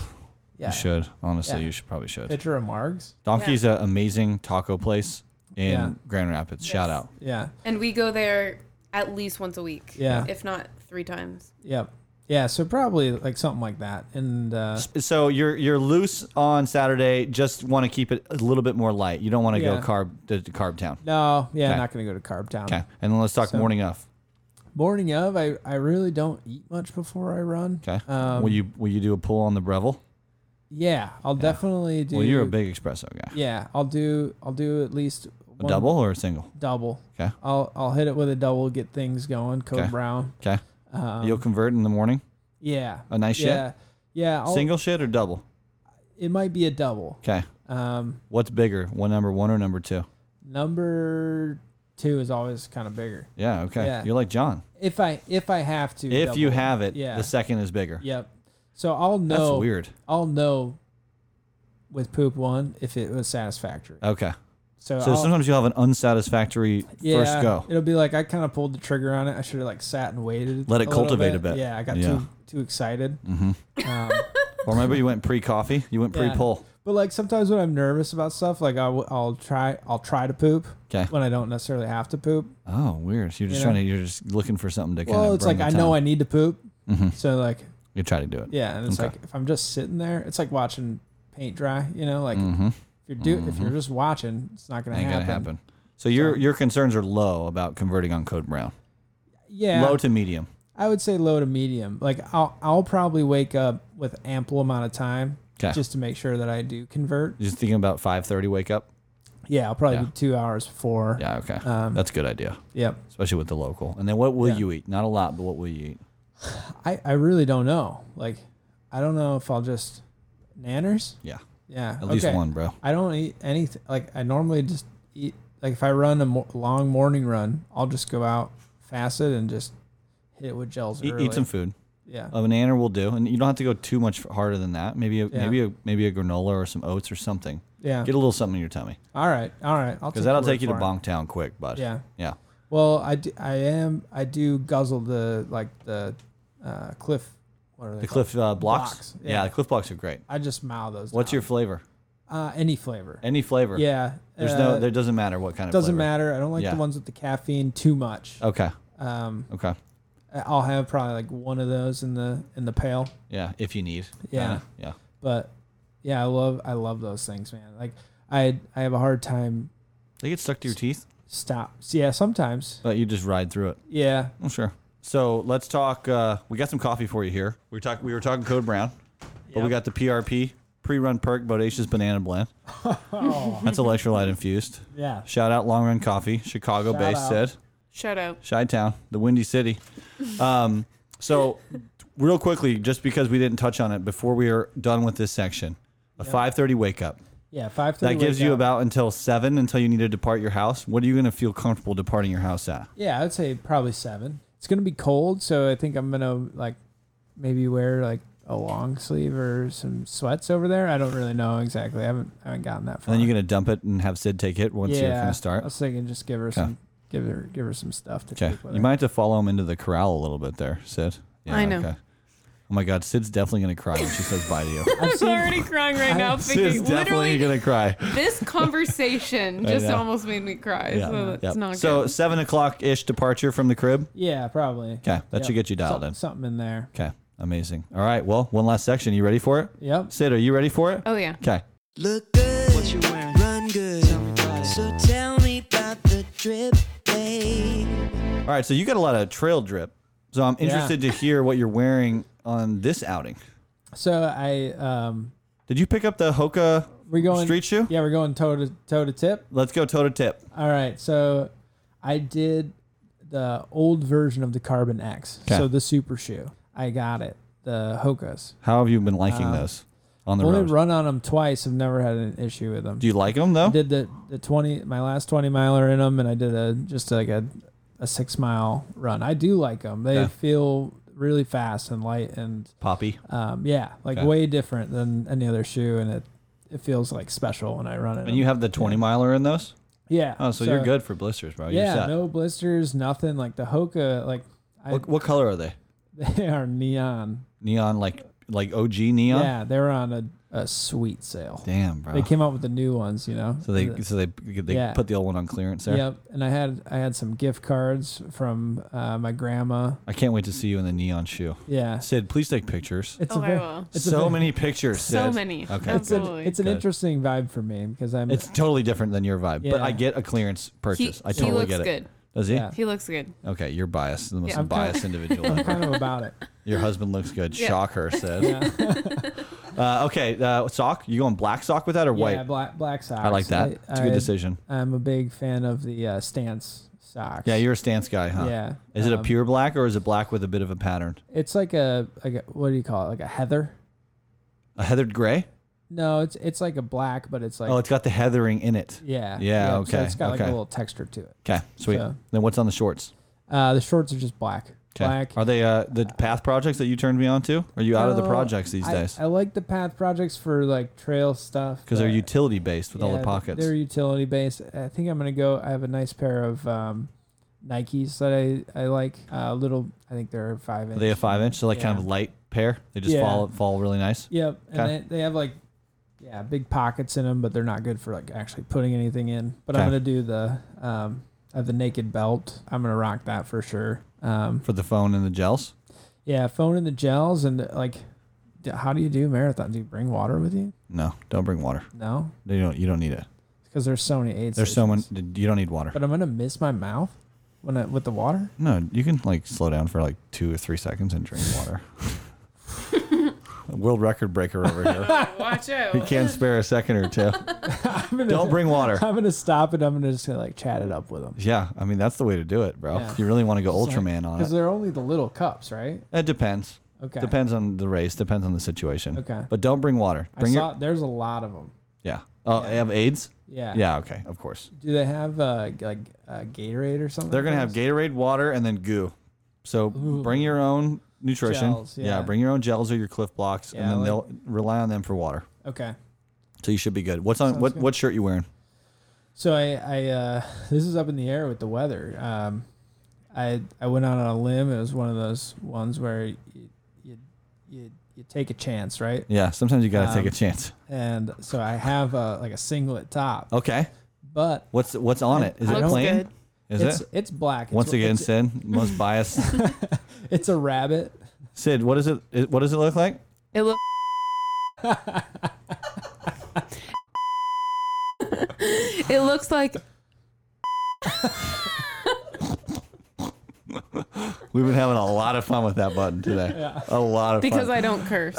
S3: yeah,
S2: You should honestly,
S3: Yeah.
S2: you should probably should.
S3: pitcher of margs.
S2: Donkey's an amazing taco place in
S3: Yeah.
S2: Grand Rapids. Shout out.
S3: Yeah,
S1: And we go there at least once a week.
S3: Yeah.
S1: If not three times.
S3: yep, yeah. So probably like something like that, and uh,
S2: So you're you're loose on Saturday. Just want to keep it a little bit more light. You don't want to
S3: Yeah.
S2: go carb to, to carb town.
S3: no, yeah,
S2: Okay.
S3: not gonna go to carb town.
S2: Okay. And then let's talk morning of.
S3: Morning of, I I really don't eat much before I run.
S2: Okay.
S3: um,
S2: will you will you do a pull on the Breville?
S3: yeah, I'll definitely do.
S2: Well, you're a big espresso guy.
S3: yeah. I'll do I'll do at least
S2: A
S3: one
S2: double or a single?
S3: double.
S2: Okay.
S3: I'll I'll hit it with a double, get things going. Code
S2: Okay.
S3: brown.
S2: Okay. You'll convert in the morning.
S3: Yeah.
S2: A nice shit?
S3: Um, yeah. Yeah. I'll,
S2: Single shit or double?
S3: It might be a double.
S2: Okay.
S3: Um,
S2: What's bigger, one number one or number two?
S3: number two is always kind of bigger.
S2: Yeah, okay.
S3: Yeah.
S2: You're like John.
S3: If I if I have to.
S2: If you
S3: double
S2: have it,
S3: Yeah.
S2: the second is bigger.
S3: Yep. So I'll know.
S2: That's weird.
S3: I'll know with poop one if it was satisfactory.
S2: Okay.
S3: So,
S2: Uh, So
S3: I'll-
S2: sometimes you'll have an unsatisfactory
S3: yeah,
S2: first go.
S3: It'll be like I kind of pulled the trigger on it. I should have like sat and waited.
S2: Let it
S3: little
S2: cultivate a bit.
S3: Yeah, I got
S2: Yeah.
S3: too too excited. Um,
S2: Mm-hmm. Or maybe you went pre coffee, you went
S3: Yeah.
S2: pre pull.
S3: But like sometimes when I'm nervous about stuff, like I'll, I'll try I'll try to poop
S2: 'Kay.
S3: when I don't necessarily have to poop.
S2: Oh, weird. So you're just
S3: Yeah.
S2: trying to, you're just looking for something to kind
S3: Well,
S2: of.
S3: it's like I know I need to poop,
S2: Mhm.
S3: so like
S2: You try to do it.
S3: yeah, and it's
S2: Okay.
S3: like if I'm just sitting there, it's like watching paint dry. You know, like
S2: Mm-hmm.
S3: if you're do if you're just watching, it's not gonna
S2: Ain't
S3: happen.
S2: going to happen. So your
S3: So-
S2: your concerns are low about converting on Code Brown.
S3: Yeah,
S2: Low to medium.
S3: I would say low to medium. Like I'll I'll probably wake up with ample amount of time
S2: 'Kay.
S3: just to make sure that I do convert.
S2: Just thinking about 5:30 wake up.
S3: Yeah, I'll probably
S2: Yeah.
S3: be two hours before.
S2: Yeah, okay.
S3: Um,
S2: That's a good idea,
S3: Yep.
S2: especially with the local. And then what will
S3: Yeah.
S2: you eat? Not a lot, but what will you eat?
S3: I, I really don't know. Like I don't know if I'll just nanners.
S2: Yeah,
S3: Yeah.
S2: at least
S3: okay.
S2: one, bro.
S3: I don't eat anything. Like I normally just eat. Like if I run a mo- long morning run, I'll just go out fasted and just hit it with gels.
S2: E-, Eat,
S3: early.
S2: eat some uh, food.
S3: Yeah.
S2: A banana will do, and you don't have to go too much harder than that. Maybe a,
S3: Yeah.
S2: maybe a, maybe a granola or some oats or something.
S3: yeah.
S2: Get a little something in your tummy
S3: all right. All right. I'll
S2: because
S3: your
S2: that'll
S3: word
S2: take you to
S3: for it.
S2: Bonktown quick, bud.
S3: Yeah.
S2: yeah.
S3: Well, I do, I am I do guzzle the like the uh, cliff. What are they
S2: The
S3: called?
S2: cliff uh, blocks.
S3: Blocks,
S2: Yeah.
S3: yeah.
S2: the cliff blocks are great.
S3: I just mow those.
S2: What's your flavor?
S3: your uh, any flavor?
S2: Any flavor?
S3: Yeah.
S2: There's
S3: uh,
S2: no. There doesn't matter what kind of.
S3: doesn't
S2: flavor.
S3: matter. I don't like
S2: Yeah. Oh.
S3: the ones with the caffeine too much.
S2: Okay.
S3: Um,
S2: Okay.
S3: I'll have probably like one of those in the in the pail.
S2: Yeah. If you need.
S3: Yeah.
S2: Kinda. Yeah.
S3: But yeah, I love I love those things, man. Like I I have a hard time
S2: They get stuck to your teeth,
S3: stop. Yeah, sometimes.
S2: but you just ride through it.
S3: Yeah.
S2: I'm sure. So let's talk. Uh, we got some coffee for you here. We talk. We were talking Code Brown, but we got the PRP pre-run perk bodacious banana blend.
S3: Oh.
S2: That's electrolyte infused.
S3: Yeah.
S2: Shout out Long Run Coffee, Chicago based.
S3: out.
S2: Said
S1: Shut up.
S2: Chi Town, the Windy City. Um, so real quickly, just because we didn't touch on it before we are done with this section, a 5:30 wake up.
S3: Yeah, 5
S2: That gives you about until seven until you need to depart your house. What are you going to feel comfortable departing your house at?
S3: Yeah, I'd say probably 7. It's going to be cold, so I think I'm going to like maybe wear like a long sleeve or some sweats over there. I don't really know exactly. I haven't I haven't gotten that far.
S2: And then you're going to dump it and have Sid take it once
S3: Uh, yeah,
S2: you're going to
S3: I
S2: start.
S3: was thinking just give her some give her give her some stuff to
S2: Okay.
S3: take with
S2: You
S3: her.
S2: might have to follow him into the corral a little bit there, Sid. Yeah,
S1: I know.
S2: Oh my God, Sid's definitely gonna cry when she says bye to you.
S3: I've
S1: I'm
S3: seen-
S1: already crying right now,
S2: Sid's
S1: thinking
S2: definitely
S1: literally
S2: gonna cry.
S1: this conversation just
S2: know.
S1: almost made me cry. So that's
S2: Yep.
S1: not
S2: so
S1: good.
S2: seven o'clock ish departure from the crib.
S3: yeah, probably.
S2: Okay, that should
S3: Yep.
S2: get you dialed in.
S3: Something in there.
S2: Okay, amazing. All right, well, one last section. You ready for it?
S3: Yep.
S2: Sid, are you ready for it?
S1: Oh yeah.
S2: Okay.
S8: Look good,
S6: What you wearing?
S8: run good.
S6: Tell me about it.
S8: So tell me about the drip, babe.
S2: All right, so you got a lot of trail drip. So I'm interested to hear what you're wearing on this outing.
S3: So I um
S2: Did you pick up the Hoka?
S3: we're going
S2: Street shoe?
S3: Yeah, we're going toe to toe to tip.
S2: Let's go toe to tip.
S3: All right, so I did the old version of the Carbon X,
S2: Okay.
S3: so the super shoe. I got it, the Hokas.
S2: How have you been liking
S3: Uh,
S2: those on the
S3: Only
S2: road?
S3: run on them twice. I've never had an issue with them.
S2: Do you like them though?
S3: I did the, the twenty my last twenty miler in them, and I did a just like a a six mile run. I do like them. They
S2: Yeah.
S3: feel really fast and light, and
S2: Poppy.
S3: um, yeah, like
S2: Okay.
S3: way different than any other shoe, and it it feels like special when I run it.
S2: And you have the 20 miler in those?
S3: yeah.
S2: Oh, so, you're good for blisters, bro. Oh, You're
S3: Yeah,
S2: set.
S3: no blisters, nothing. Like the Hoka, like I,
S2: What, what color are they?
S3: they are neon.
S2: Neon, like like OG neon?
S3: Yeah, they were on a, a sweet sale.
S2: Damn, bro.
S3: They came out with the new ones, you know.
S2: so they so they they
S3: Yeah.
S2: put the old one on clearance there.
S3: Yep, and I had I had some gift cards from uh, my grandma.
S2: I can't wait to see you in the neon shoe.
S3: Yeah,
S2: Sid, please take pictures.
S3: it's
S1: Oh,
S3: a
S1: I
S3: very,
S1: will.
S3: It's a
S2: so
S3: very-
S2: many pictures.
S1: So
S2: Sid.
S1: many.
S2: Okay.
S3: It's, an-
S1: Absolutely.
S3: it's an
S2: Good.
S3: interesting vibe for me because I'm.
S2: It's totally different than your vibe, but I
S3: Yeah.
S2: get a clearance purchase. I
S1: he
S2: totally
S1: looks
S2: get it.
S1: good.
S2: Does he?
S3: Yeah.
S1: He looks good.
S2: Okay, you're biased. The most
S1: Yeah. I'm
S2: unbiased biased individual ever.
S3: kind of about it.
S2: Your husband looks good.
S1: Yeah.
S2: Shock her, Sid. uh, okay, uh, sock. You going black sock with that or white?
S3: Yeah, black black socks.
S2: I like that. it's a good decision.
S3: I'm a big fan of the uh, stance socks.
S2: Yeah, you're a stance guy, huh?
S3: Yeah.
S2: Is it a
S3: um,
S2: pure black or is it black with a bit of a pattern?
S3: It's like a like a, what do you call it? Like a heather?
S2: A heathered gray?
S3: No, it's it's like a black, but it's like
S2: Oh, it's got the heathering in it.
S3: yeah.
S2: Yeah,
S3: yep, So
S2: okay,
S3: it's got like a
S2: okay.
S3: little texture to it.
S2: Okay, sweet.
S3: So-
S2: Then what's on the shorts?
S3: Uh, the shorts are just black.
S2: 'Kay.
S3: Black.
S2: Are they uh, the path projects that you turned me on to? Are you out of the
S3: Oh,
S2: projects these
S3: I-
S2: days?
S3: I like the path projects for like trail stuff.
S2: Because they're
S3: but-
S2: utility based with all the
S3: yeah,
S2: pockets.
S3: They're utility based. I think I'm gonna go. I have a nice pair of um, Nikes that I I like. Uh, little. I think they're five inch.
S2: Are they a five inch? So like kind
S3: Yeah.
S2: of light pair. They just
S3: Yeah.
S2: fall fall really nice.
S3: Yep. And
S2: Okay.
S3: they, they have like yeah big pockets in them, but they're not good for like actually putting anything in. But I'm
S2: Okay.
S3: gonna do the um, I have the naked belt. I'm gonna rock that for sure. Um,
S2: For the phone and the gels.
S3: yeah, phone in the gels and like, d- how do you do marathons? Do you bring water with you?
S2: No, don't bring water.
S3: No,
S2: You don't. You don't need it.
S3: because there's so many aids.
S2: There's someone. You don't need water.
S3: But I'm gonna miss my mouth. When I, with the water?
S2: No, you can like slow down for like two or three seconds and drink water. World record breaker over here.
S1: Watch
S2: He
S1: out.
S2: can't spare a second or two.
S3: I'm gonna,
S2: Don't bring water.
S3: I'm gonna stop and I'm gonna just like chat it up with them.
S2: Yeah, I mean that's the way to do it, bro.
S3: Yeah.
S2: You really want to go Ultraman on
S3: Because
S2: it.
S3: they're only the little cups, right?
S2: It depends.
S3: Okay.
S2: Depends on the race. Depends on the situation.
S3: Okay.
S2: But don't bring water. Bring
S3: I
S2: your
S3: saw there's a lot of them.
S2: yeah. Oh, they have AIDS.
S3: Yeah.
S2: Yeah. Okay. Of course.
S3: Do they have uh, g- like uh, Gatorade or something?
S2: They're gonna
S3: like
S2: have
S3: that?
S2: Gatorade, water, and then goo. So bring your own nutrition.
S3: Gels,
S2: yeah.
S3: yeah.
S2: Bring your own gels or your Cliff Blocks,
S3: Yeah,
S2: and then
S3: like-
S2: they'll rely on them for water.
S3: Okay.
S2: So you should be good. What's on?
S3: Sounds
S2: What
S3: good.
S2: what shirt you wearing?
S3: So I, I uh, this is up in the air with the weather. Um, I I went out on a limb. It was one of those ones where you you you, you take a chance, right?
S2: Yeah. Sometimes you gotta take a
S3: Um,
S2: chance.
S3: And so I have a, like a singlet top,
S2: Okay.
S3: but
S2: What's what's Oh. on it? Is
S3: I
S2: it
S3: don't-
S2: plain?
S1: Looks
S2: Is
S3: it's
S2: it?
S3: it's black. It's-
S2: Once again,
S3: it's,
S2: Sid, most biased.
S3: it's a rabbit.
S2: Sid, what is it? i- What does it look like?
S1: It looks. it looks like
S2: We've been having a lot of fun with that button today. A lot of
S1: because
S2: fun.
S1: I don't curse.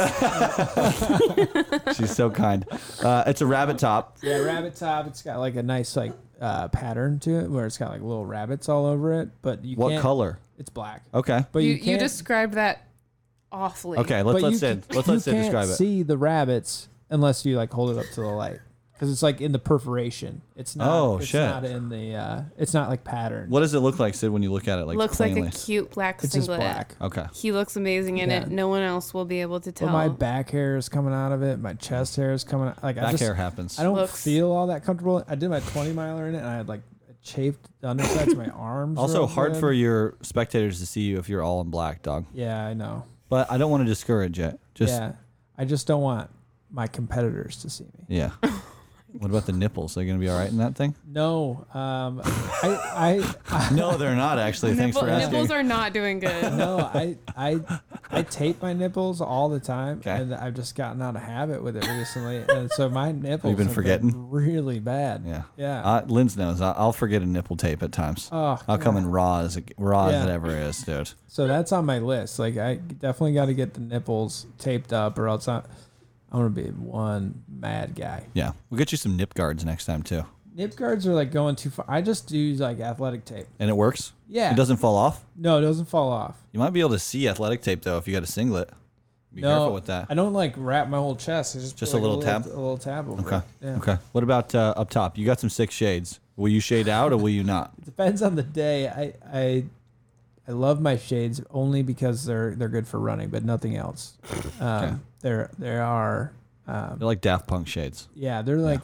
S2: She's so kind. Uh, it's a rabbit top.
S3: Yeah, rabbit top. It's got like a nice like uh, pattern to it where it's got like little rabbits all over it. But you
S2: What
S3: can't-
S2: color?
S3: It's black.
S2: Okay.
S3: But
S1: you
S3: you,
S1: you
S3: can't-
S1: described that awfully.
S2: Okay.
S3: but
S2: Let's let
S3: you
S2: Sid.
S3: ca-
S2: Let's let
S3: you
S2: Sid
S3: can't
S2: describe it.
S3: See the rabbits unless you like hold it up to the light because it's like in the perforation. It's not.
S2: Oh,
S3: it's
S2: shit.
S3: Not in the. Uh, it's not like pattern.
S2: What does it look like, Sid, when you look at it? Like
S1: looks
S2: plainly?
S1: like a cute black
S3: It's just
S1: singlet.
S3: black.
S2: Okay.
S1: He looks amazing in
S3: Yeah.
S1: it. No one else will be able to tell.
S3: But my back hair is coming out of it. My chest hair is coming out. Like I
S2: Back
S3: just,
S2: hair happens.
S3: I don't
S1: Looks-
S3: feel all that comfortable. I did my twenty miler in it, and I had like chafed the undersides of my arms.
S2: also,
S3: real
S2: hard
S3: good.
S2: for your spectators to see you if you're all in black, dog.
S3: Yeah, I know.
S2: But I don't want to discourage it. Just yeah.
S3: yeah, I just don't want my competitors to see me.
S1: Oh
S2: what about the nipples? Are they gonna be all right in that thing?
S3: No, um, I, I, I
S2: No, they're not actually. Thanks
S1: Nipple-
S2: for asking.
S1: nipples are not doing good.
S3: no, I I I tape my nipples all the time,
S2: Okay.
S3: and I've just gotten out of habit with it recently, and so my nipples
S2: been
S3: have
S2: forgetting?
S3: really bad.
S2: yeah.
S3: yeah.
S2: Uh, Linz knows. I, I'll forget a nipple tape at times.
S3: Oh,
S2: I'll come in raw as it- raw as it
S3: Yeah.
S2: ever is, dude.
S3: so that's on my list. Like I definitely got to get the nipples taped up, or else I'm, I'm gonna be one mad guy.
S2: Yeah, we'll get you some nip guards next time too,
S3: Nip guards are like going too far. I just do like athletic tape.
S2: and it works.
S3: Yeah.
S2: it doesn't fall off.
S3: No, it doesn't fall off.
S2: You might be able to see athletic tape though if you got a singlet. Be
S3: no,
S2: careful with that.
S3: I don't like wrap my whole chest. It's just
S2: Just
S3: like,
S2: a little tab?
S3: A little tab. Over
S2: Okay.
S3: It. Yeah.
S2: Okay. What about uh, up top? You got some six shades. Will you shade out or will you not?
S3: depends on the day. I I I love my shades only because they're they're good for running, but nothing else. Um, There there are um,
S2: They're like Daft Punk shades.
S3: yeah, they're like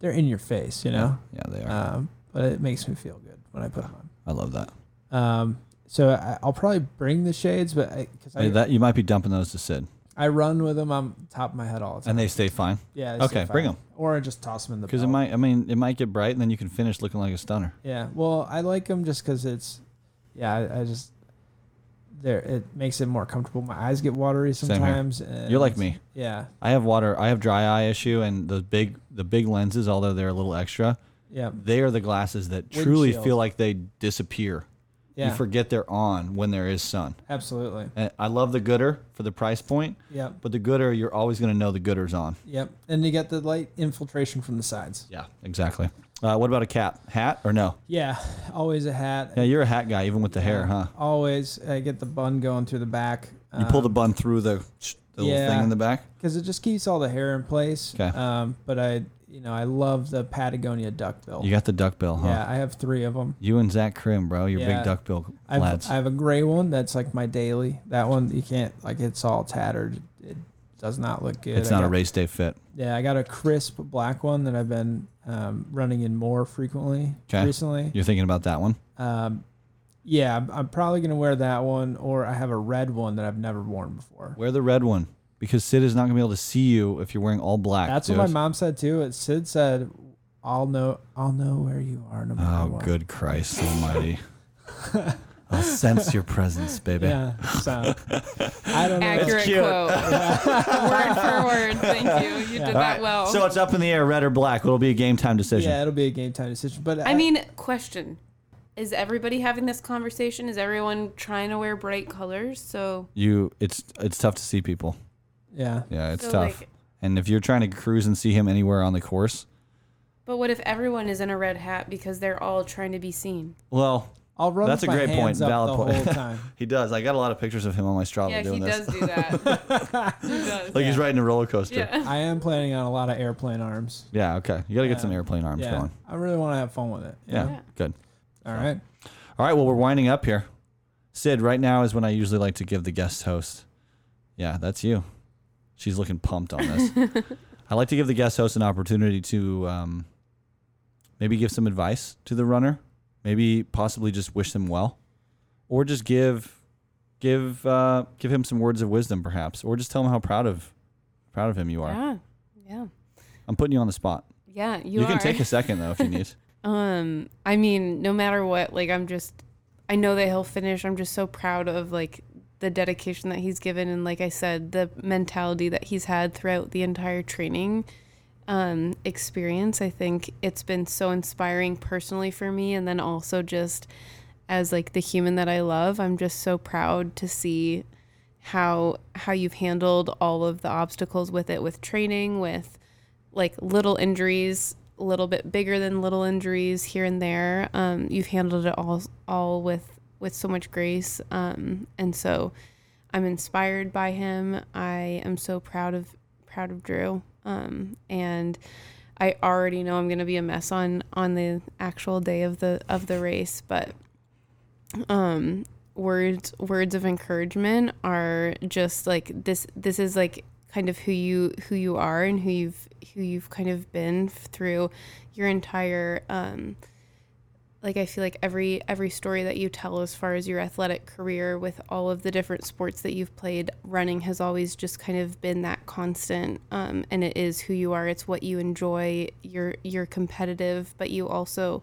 S3: they're in your face, you know.
S2: Yeah, they are.
S3: Um, but it makes me feel good when I put them
S2: I love that.
S3: on. Um, so I, I'll probably bring the shades, but because I,
S2: Hey, that you might be dumping those to Sid,
S3: I run with them on top of my head all the time.
S2: and they stay fine
S3: yeah. they stay
S2: okay, bring
S3: fine.
S2: 'em.
S3: Or I just toss them in the
S2: because it
S3: belt.
S2: might. I mean, it might get bright, and then you can finish looking like a stunner.
S3: Yeah. Well, I like them just because it's, yeah, I, I just, there, it makes it more comfortable. My eyes get watery
S2: here.
S3: sometimes. And
S2: You're like me.
S3: Yeah.
S2: I have water. I have dry eye issue, and the big the big lenses, although they're a little extra,
S3: Yeah.
S2: they are the glasses that truly
S3: Windshield.
S2: feel like they disappear.
S3: Yeah.
S2: You forget they're on when there is sun.
S3: absolutely.
S2: And I love the gooder for the price point,
S3: Yep.
S2: but the gooder you're always going to know the gooder's on.
S3: Yep. And you get the light infiltration from the sides.
S2: Yeah, exactly. Uh, what about a cap, hat or no?
S3: Yeah. Always a hat.
S2: Yeah, you're a hat guy, even with the hair, huh?
S3: Always I get the bun going through the back.
S2: You pull the bun through the, the little thing
S3: Um, yeah.
S2: in the back.
S3: because it just keeps all the hair in place.
S2: 'Kay.
S3: Um, but I, you know, I love the Patagonia duck bill.
S2: You got the duck bill, huh?
S3: yeah, I have three of them.
S2: You and Zach Krim, bro. You're
S3: Yeah.
S2: big duck bill lads.
S3: I've, I have a gray one that's like my daily. That one you can't like it's all tattered. It does not look good.
S2: it's
S3: I
S2: not a
S3: got-
S2: race day fit.
S3: Yeah, I got a crisp black one that I've been um, running in more frequently
S2: 'Kay.
S3: recently.
S2: You're thinking about that one?
S3: Um, yeah, I'm, I'm probably gonna wear that one, or I have a red one that I've never worn before.
S2: Wear the red one because Sid is not going to be able to see you if you're wearing all black.
S3: That's
S2: dude.
S3: what my mom said too. It Sid said, "I'll know, I'll know where you are no matter
S2: Oh,
S3: what."
S2: good Christ Almighty. I'll sense your presence, baby.
S3: Yeah. So I don't know.
S1: Accurate
S2: cute.
S1: quote. word for word. Thank you. You did
S2: All
S1: that
S2: right,
S1: well.
S2: So it's up in the air, red or black. It'll be a game time decision.
S3: Yeah, it'll be a game time decision. But
S1: I mean, question. Is everybody having this conversation? Is everyone trying to wear bright colors? So,
S2: You, it's it's tough to see people.
S3: Yeah.
S2: Yeah, it's
S1: so
S2: tough.
S1: like,
S2: and if you're trying to cruise and see him anywhere on the course,
S1: but what if everyone is in a red hat because they're all trying to be seen?
S2: well,
S3: I'll run.
S2: that's a
S3: with my
S2: great point.
S3: hands up
S2: Valid
S3: the
S2: point.
S3: Whole time.
S2: he does. I got a lot of pictures of him on my Strava
S1: yeah, he
S2: doing this.
S1: does do that. he does.
S2: like he's riding a roller coaster.
S1: yeah.
S3: I am planning on a lot of airplane arms.
S2: Yeah, okay. You got to get some airplane arms
S3: yeah.
S2: going.
S3: I really want to have fun with it. you
S2: Yeah,
S3: know?
S2: good.
S3: All right.
S2: All right, well, we're winding up here. Sid, right now is when I usually like to give the guest host. Yeah, that's you. She's looking pumped on this. I like to give the guest host an opportunity to um, maybe give some advice to the runner, maybe possibly just wish them well, or just give give uh, give him some words of wisdom, perhaps, or just tell him how proud of proud of him you are.
S1: Yeah. Yeah.
S2: I'm putting you on the spot.
S1: Yeah, you,
S2: you
S1: are.
S2: can take a second though if you need.
S1: Um, I mean, no matter what, like I'm just I know that he'll finish. I'm just so proud of like the dedication that he's given and like I said, the mentality that he's had throughout the entire training um experience. I think it's been so inspiring personally for me and then also just as like the human that I love, I'm just so proud to see how how you've handled all of the obstacles with it with training, with like little injuries, a little bit bigger than little injuries here and there. Um, you've handled it all all with with so much grace, um, and so I'm inspired by him. I am so proud of proud of Drew, um, and I already know I'm going to be a mess on on the actual day of the of the race, but um words words of encouragement are just like this this is like kind of who you who you are and who you've who you've kind of been through your entire um like I feel like every every story that you tell as far as your athletic career with all of the different sports that you've played, running has always just kind of been that constant. Um, and it is who you are. It's what you enjoy. You're you're competitive, but you also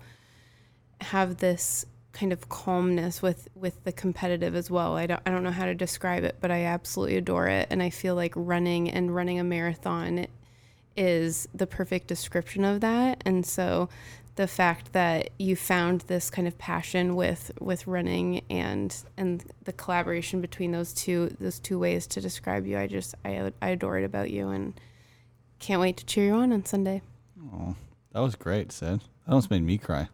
S1: have this kind of calmness with with the competitive as well. I don't I don't know how to describe it, but I absolutely adore it. And I feel like running and running a marathon is the perfect description of that. And so the fact that you found this kind of passion with with running and and the collaboration between those two those two ways to describe you, I just I, I adore it about you and can't wait to cheer you on on Sunday.
S2: That was great, Sid. That almost made me cry.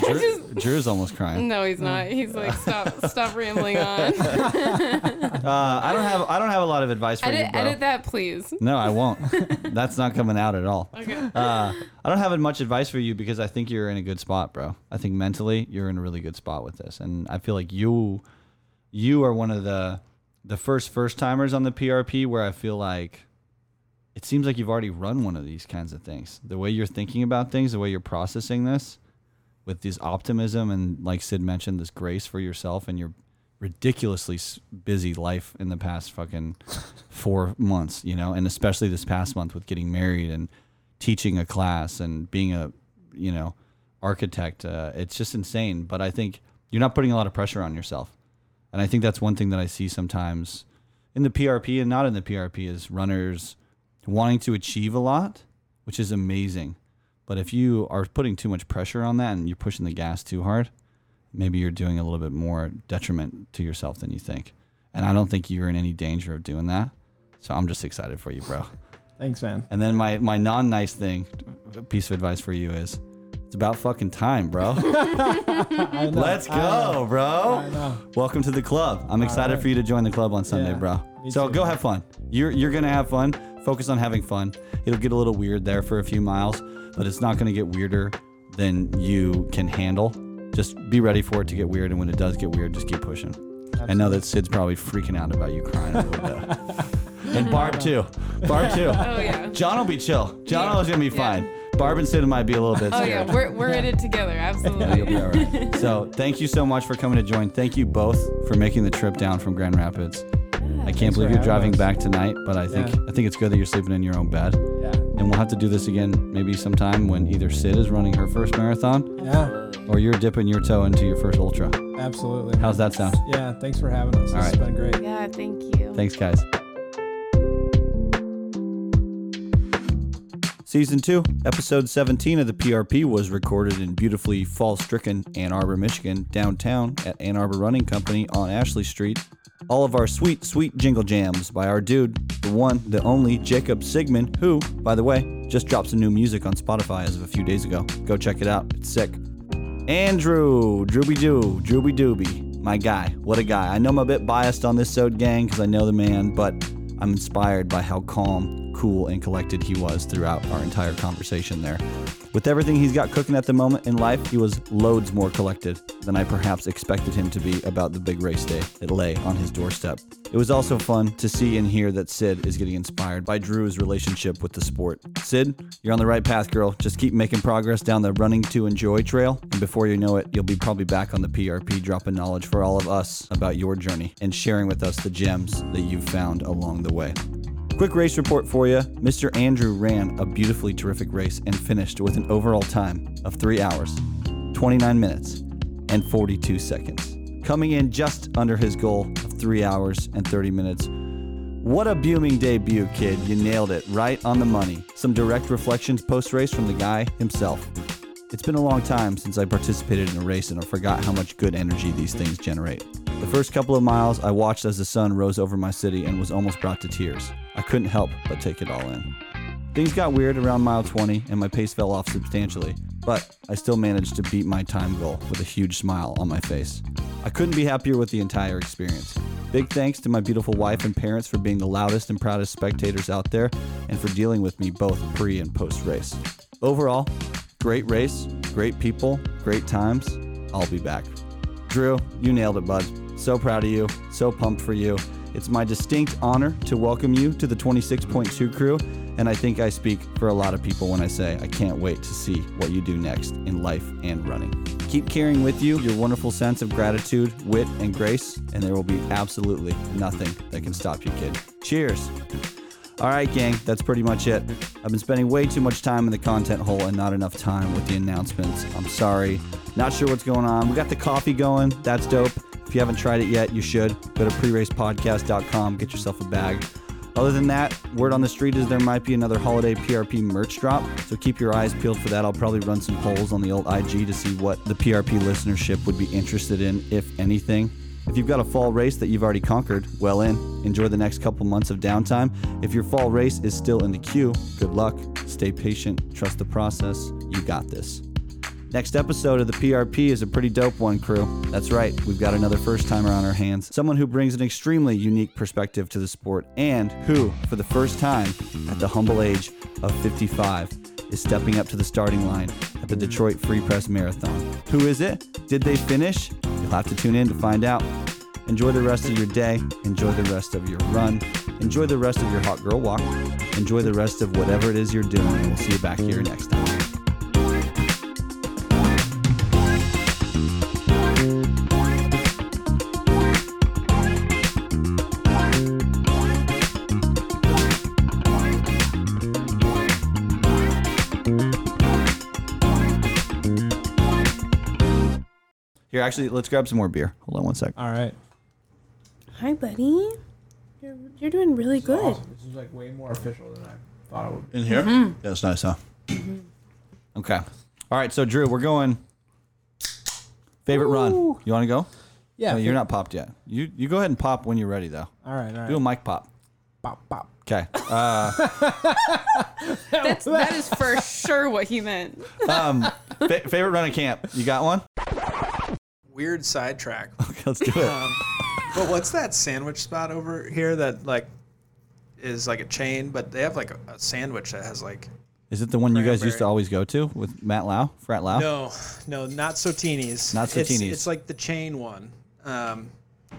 S2: Drew, Drew's almost crying.
S1: No, he's not. He's like stop stop rambling on.
S2: Uh, I don't have I don't have a lot of advice for you,
S1: edit,
S2: bro.
S1: edit that please.
S2: No, I won't. That's not coming out at all.
S1: Okay.
S2: Uh, I don't have much advice for you because I think you're in a good spot, bro. I think mentally you're in a really good spot with this, and I feel like you you are one of the the first first timers on the PRP where I feel like it seems like you've already run one of these kinds of things. The way you're thinking about things, the way you're processing this, with this optimism and like Sid mentioned, this grace for yourself and your ridiculously s- busy life in the past fucking four months, you know, and especially this past month with getting married and teaching a class and being a, you know, architect. Uh, it's just insane. But I think you're not putting a lot of pressure on yourself. And I think that's one thing that I see sometimes in the PRP and not in the PRP is runners wanting to achieve a lot, which is amazing. But if you are putting too much pressure on that and you're pushing the gas too hard, maybe you're doing a little bit more detriment to yourself than you think. And I don't think you're in any danger of doing that. So I'm just excited for you, bro.
S3: Thanks, man.
S2: And then my, my non nice thing, a piece of advice for you is it's about fucking time, bro.
S3: I know,
S2: Let's
S3: I know.
S2: go, bro.
S3: I know.
S2: Welcome to the club. I'm excited
S3: right.
S2: for you to join the club on Sunday,
S3: Yeah,
S2: bro.
S3: me
S2: So
S3: too.
S2: go have fun. You're you're gonna have fun. Focus on having fun. It'll get a little weird there for a few miles, but it's not gonna get weirder than you can handle. Just be ready for it to get weird, and when it does get weird, just keep pushing. I know that Sid's probably freaking out about you crying a little bit. And Barb too. Barb too.
S1: Oh yeah.
S2: John will be chill. John is gonna be fine. Barb and Sid might be a little bit
S1: Oh
S2: scared.
S1: yeah. We're we're in it together.
S2: Yeah, you'll
S1: Absolutely.
S2: be all right. so thank you so much for coming to join. Thank you both for making the trip down from Grand Rapids. I can't believe
S3: for
S2: you're
S3: having
S2: driving
S3: us.
S2: back tonight, but I think
S3: Yeah.
S2: I think it's good that you're sleeping in your own bed.
S3: Yeah.
S2: And we'll have to do this again maybe sometime when either Sid is running her first marathon
S3: Yeah.
S2: or you're dipping your toe into your first ultra.
S3: Absolutely.
S2: How's that sound?
S3: Yeah. Thanks for having us.
S2: All
S3: This has
S2: right.
S3: been great.
S1: Yeah. Thank you.
S2: Thanks guys. Season 2, episode 17 of the PRP was recorded in beautifully fall stricken Ann Arbor, Michigan, downtown at Ann Arbor Running Company on Ashley Street. All of our sweet, sweet jingle jams by our dude, the one, the only Jacob Sigmund, who, by the way, just dropped some new music on Spotify as of a few days ago. Go check it out, it's sick. Andrew, Drooby Doo, Drooby Dooby, my guy. What a guy. I know I'm a bit biased on this Sode gang because I know the man, but I'm inspired by how calm, cool, and collected he was throughout our entire conversation there. With everything he's got cooking at the moment in life, he was loads more collected than I perhaps expected him to be about the big race day that lay on his doorstep. It was also fun to see and hear that Sid is getting inspired by Drew's relationship with the sport. Sid, you're on the right path, girl. Just keep making progress down the running to enjoy trail, and before you know it, you'll be probably back on the PRP dropping knowledge for all of us about your journey and sharing with us the gems that you've found along the way. Quick race report for you. Mr. Andrew ran a beautifully terrific race and finished with an overall time of 3 hours, 29 minutes, and 42 seconds, coming in just under his goal of 3 hours and 30 minutes. What a booming debut, kid. You nailed it right on the money. Some direct reflections post race from the guy himself. It's been a long time since I participated in a race and I forgot how much good energy these things generate. The first couple of miles, I watched as the sun rose over my city and was almost brought to tears. I couldn't help but take it all in. Things got weird around mile 20 and my pace fell off substantially, but I still managed to beat my time goal with a huge smile on my face. I couldn't be happier with the entire experience. Big thanks to my beautiful wife and parents for being the loudest and proudest spectators out there and for dealing with me both pre and post race. Overall, great race, great people, great times. I'll be back. Drew, you nailed it, bud. So proud of you. So pumped for you. It's my distinct honor to welcome you to the 26.2 crew, and I think I speak for a lot of people when I say I can't wait to see what you do next in life and running. Keep carrying with you your wonderful sense of gratitude, wit, and grace, and there will be absolutely nothing that can stop you, kid. Cheers. All right, gang, that's pretty much it. I've been spending way too much time in the content hole and not enough time with the announcements. I'm sorry. Not sure what's going on. We got the coffee going. That's dope. If you haven't tried it yet, you should. Go to preracepodcast.com, get yourself a bag. Other than that, word on the street is there might be another holiday PRP merch drop, so keep your eyes peeled for that. I'll probably run some polls on the old IG to see what the PRP listenership would be interested in, if anything. If you've got a fall race that you've already conquered, well in. Enjoy the next couple months of downtime. If your fall race is still in the queue, good luck. Stay patient, trust the process. You got this. Next episode of the PRP is a pretty dope one, crew. That's right, we've got another first timer on our hands. Someone who brings an extremely unique perspective to the sport and who, for the first time, at the humble age of 55, is stepping up to the starting line at the Detroit Free Press Marathon. Who is it? Did they finish? You'll have to tune in to find out. Enjoy the rest of your day. Enjoy the rest of your run. Enjoy the rest of your hot girl walk. Enjoy the rest of whatever it is you're doing. And we'll see you back here next time. Here, actually, let's grab some more beer. Hold on one sec.
S3: All right.
S1: Hi, buddy. You're, you're doing really good.
S3: This is like way more official than I thought it would.
S2: In here? That's nice, huh? Mm-hmm. Okay. All right, so Drew, we're going. Favorite run. You want to go?
S3: Yeah.
S2: No, you're not popped yet. You you go ahead and pop when you're ready though.
S3: All right. All right.
S2: Do a mic pop.
S3: Bop, bop.
S2: Okay. Uh,
S1: That's that is for sure what he meant.
S2: Fa- favorite run at camp. You got one?
S4: Weird sidetrack.
S2: Okay, let's do it.
S4: But what's that sandwich spot over here that like is like a chain, but they have like a, a sandwich that has like
S2: Is it the one you guys used to
S4: Cranberry.
S2: always go to with Matt Lau, Frat Lau?
S4: no, no, not Sotini's.
S2: Not
S4: It's,
S2: Sotini's.
S4: it's like the chain one. Um,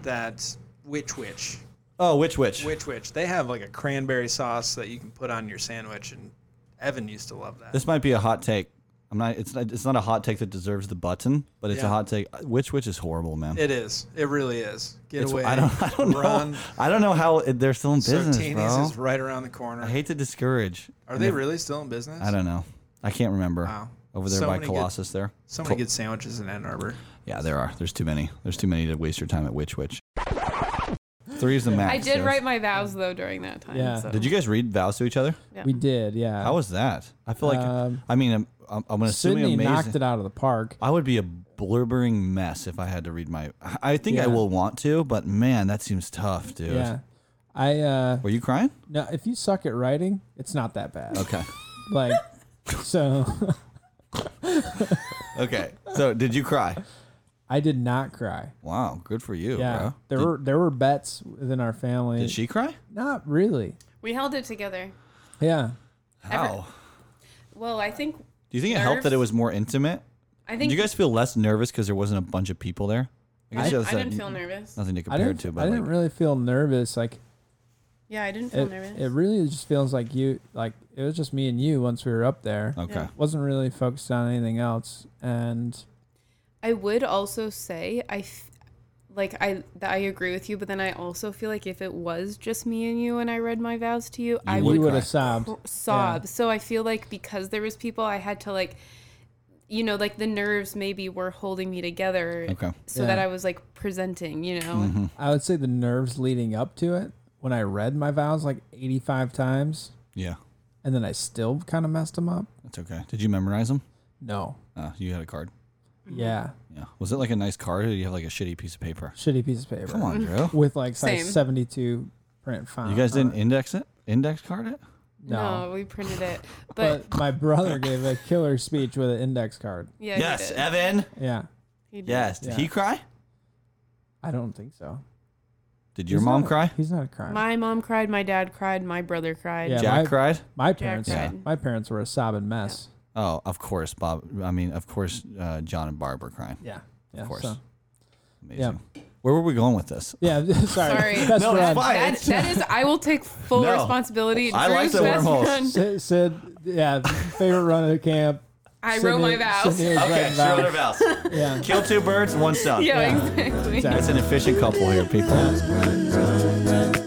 S4: that witch witch
S2: Oh, which which?
S4: witch witch. They have like a cranberry sauce that you can put on your sandwich, and Evan used to love that.
S2: This might be a hot take. I'm not. It's not. It's not a hot take that deserves the button, but it's a
S4: Yeah.
S2: hot take. Which which is horrible, man.
S4: It is. It really is. Get
S2: It's-
S4: away.
S2: I don't. I don't know.
S4: Run.
S2: I don't know how it- they're still in business,
S4: Sotini's
S2: bro.
S4: is right around the corner.
S2: I hate to discourage.
S4: Are they really still in business?
S2: I don't know. I can't remember.
S4: Wow.
S2: Over there
S4: So
S2: by
S4: many good-
S2: Colossus, there.
S4: So many good sandwiches in Ann Arbor.
S2: Yeah, there are. There's too many. There's too many to waste your time at which which. Three is the max.
S1: I did
S2: yes.
S1: write my vows though during that time.
S3: Yeah.
S1: So.
S2: Did you guys read vows to each other?
S3: We did, yeah.
S2: How was that? I feel like
S3: Um,
S2: I mean I'm I'm, I'm assuming
S3: Sydney
S2: amazing.
S3: knocked it out of the park.
S2: I would be a blubbering mess if I had to read my. I I think I
S3: Yeah.
S2: will want to, but man, that seems tough, dude.
S3: Yeah. I uh
S2: Were you crying?
S3: no, if you suck at writing, it's not that bad.
S2: Okay.
S3: Like so
S2: okay. So did you cry?
S3: I did not cry.
S2: Wow, good for you,
S3: Yeah.
S2: bro.
S3: There
S2: did,
S3: were there were bets within our family.
S2: did she cry?
S3: Not really.
S1: we held it together.
S3: Yeah.
S2: How?
S1: Well, I think
S2: Do you think it helped that it was more intimate?
S1: I
S2: Did
S1: think
S2: you guys feel less nervous because there wasn't a bunch of people there?
S3: I-
S2: there was
S1: I
S2: that-
S1: didn't feel nervous.
S2: Nothing to
S3: I
S2: compare
S3: didn't,
S2: to,
S3: I
S2: but
S3: didn't
S2: like,
S3: really feel nervous. Like
S1: Yeah, I didn't feel
S3: it,
S1: nervous.
S3: it really just feels like you like it was just me and you once we were up there.
S2: okay.
S1: Yeah.
S3: Wasn't really focused on anything else. And
S1: I would also say I f- like I that I agree with you, but then I also feel like if it was just me and you and I read my vows to you, I
S2: You
S3: we
S1: would
S2: would
S3: would
S2: cry.
S3: have sobbed.
S1: cr- sob. So I feel like because there was people, I had to like you know, like the nerves maybe were holding me together
S2: Okay.
S1: so that
S3: Yeah. Mm-hmm.
S1: I was like presenting, you know.
S3: I would say the nerves leading up to it when I read my vows like 85 times
S2: Yeah,
S3: and then I still kind of messed them up.
S2: that's okay. Did you memorize them?
S3: No.
S2: Uh, you had a card.
S1: Mm-hmm.
S3: Yeah.
S2: Yeah. Was it like a nice card, or did you have like a shitty piece of paper?
S3: Shitty piece of paper.
S2: Come on, Drew.
S3: With like size
S1: Same.
S3: 72 print font.
S2: You guys
S3: on
S2: didn't
S3: it.
S2: index it? Index card it?
S3: No.
S1: we printed it. But,
S3: But my brother gave a killer speech with an index card.
S1: yeah, he did.
S2: Evan.
S3: Yeah.
S1: He did.
S2: Yes. Did
S3: Yeah.
S2: he cry?
S3: I don't think so.
S2: Did your
S3: He's
S2: mom
S3: not a-
S2: cry?
S3: He's not a crime.
S1: My mom cried, my dad cried, my brother cried.
S3: Yeah.
S2: Jack
S3: my-
S2: cried.
S3: my parents,
S1: cried.
S3: my parents were a sobbing mess.
S2: Oh, of course, Bob. I mean, of course, uh, John and Barb were crying.
S3: Yeah. Yeah.
S2: Of course.
S3: so-
S2: Amazing. Where were we going with this?
S3: yeah. Sorry.
S1: Sorry.
S3: Best
S2: No, it's
S3: friend.
S2: fine.
S1: That, that is, I will take full
S2: No.
S1: responsibility.
S2: I like
S1: Drew's
S2: the
S1: best
S2: wormholes.
S1: friend.
S3: Sid, Sid, yeah, favorite run of the camp.
S1: I wrote my
S3: Sydney-
S1: vows.
S3: Sydney was writing vows.
S2: vows.
S3: Yeah.
S2: Kill two birds, one stone.
S1: Yeah, exactly.
S2: That's an efficient couple here, people.
S3: Exactly.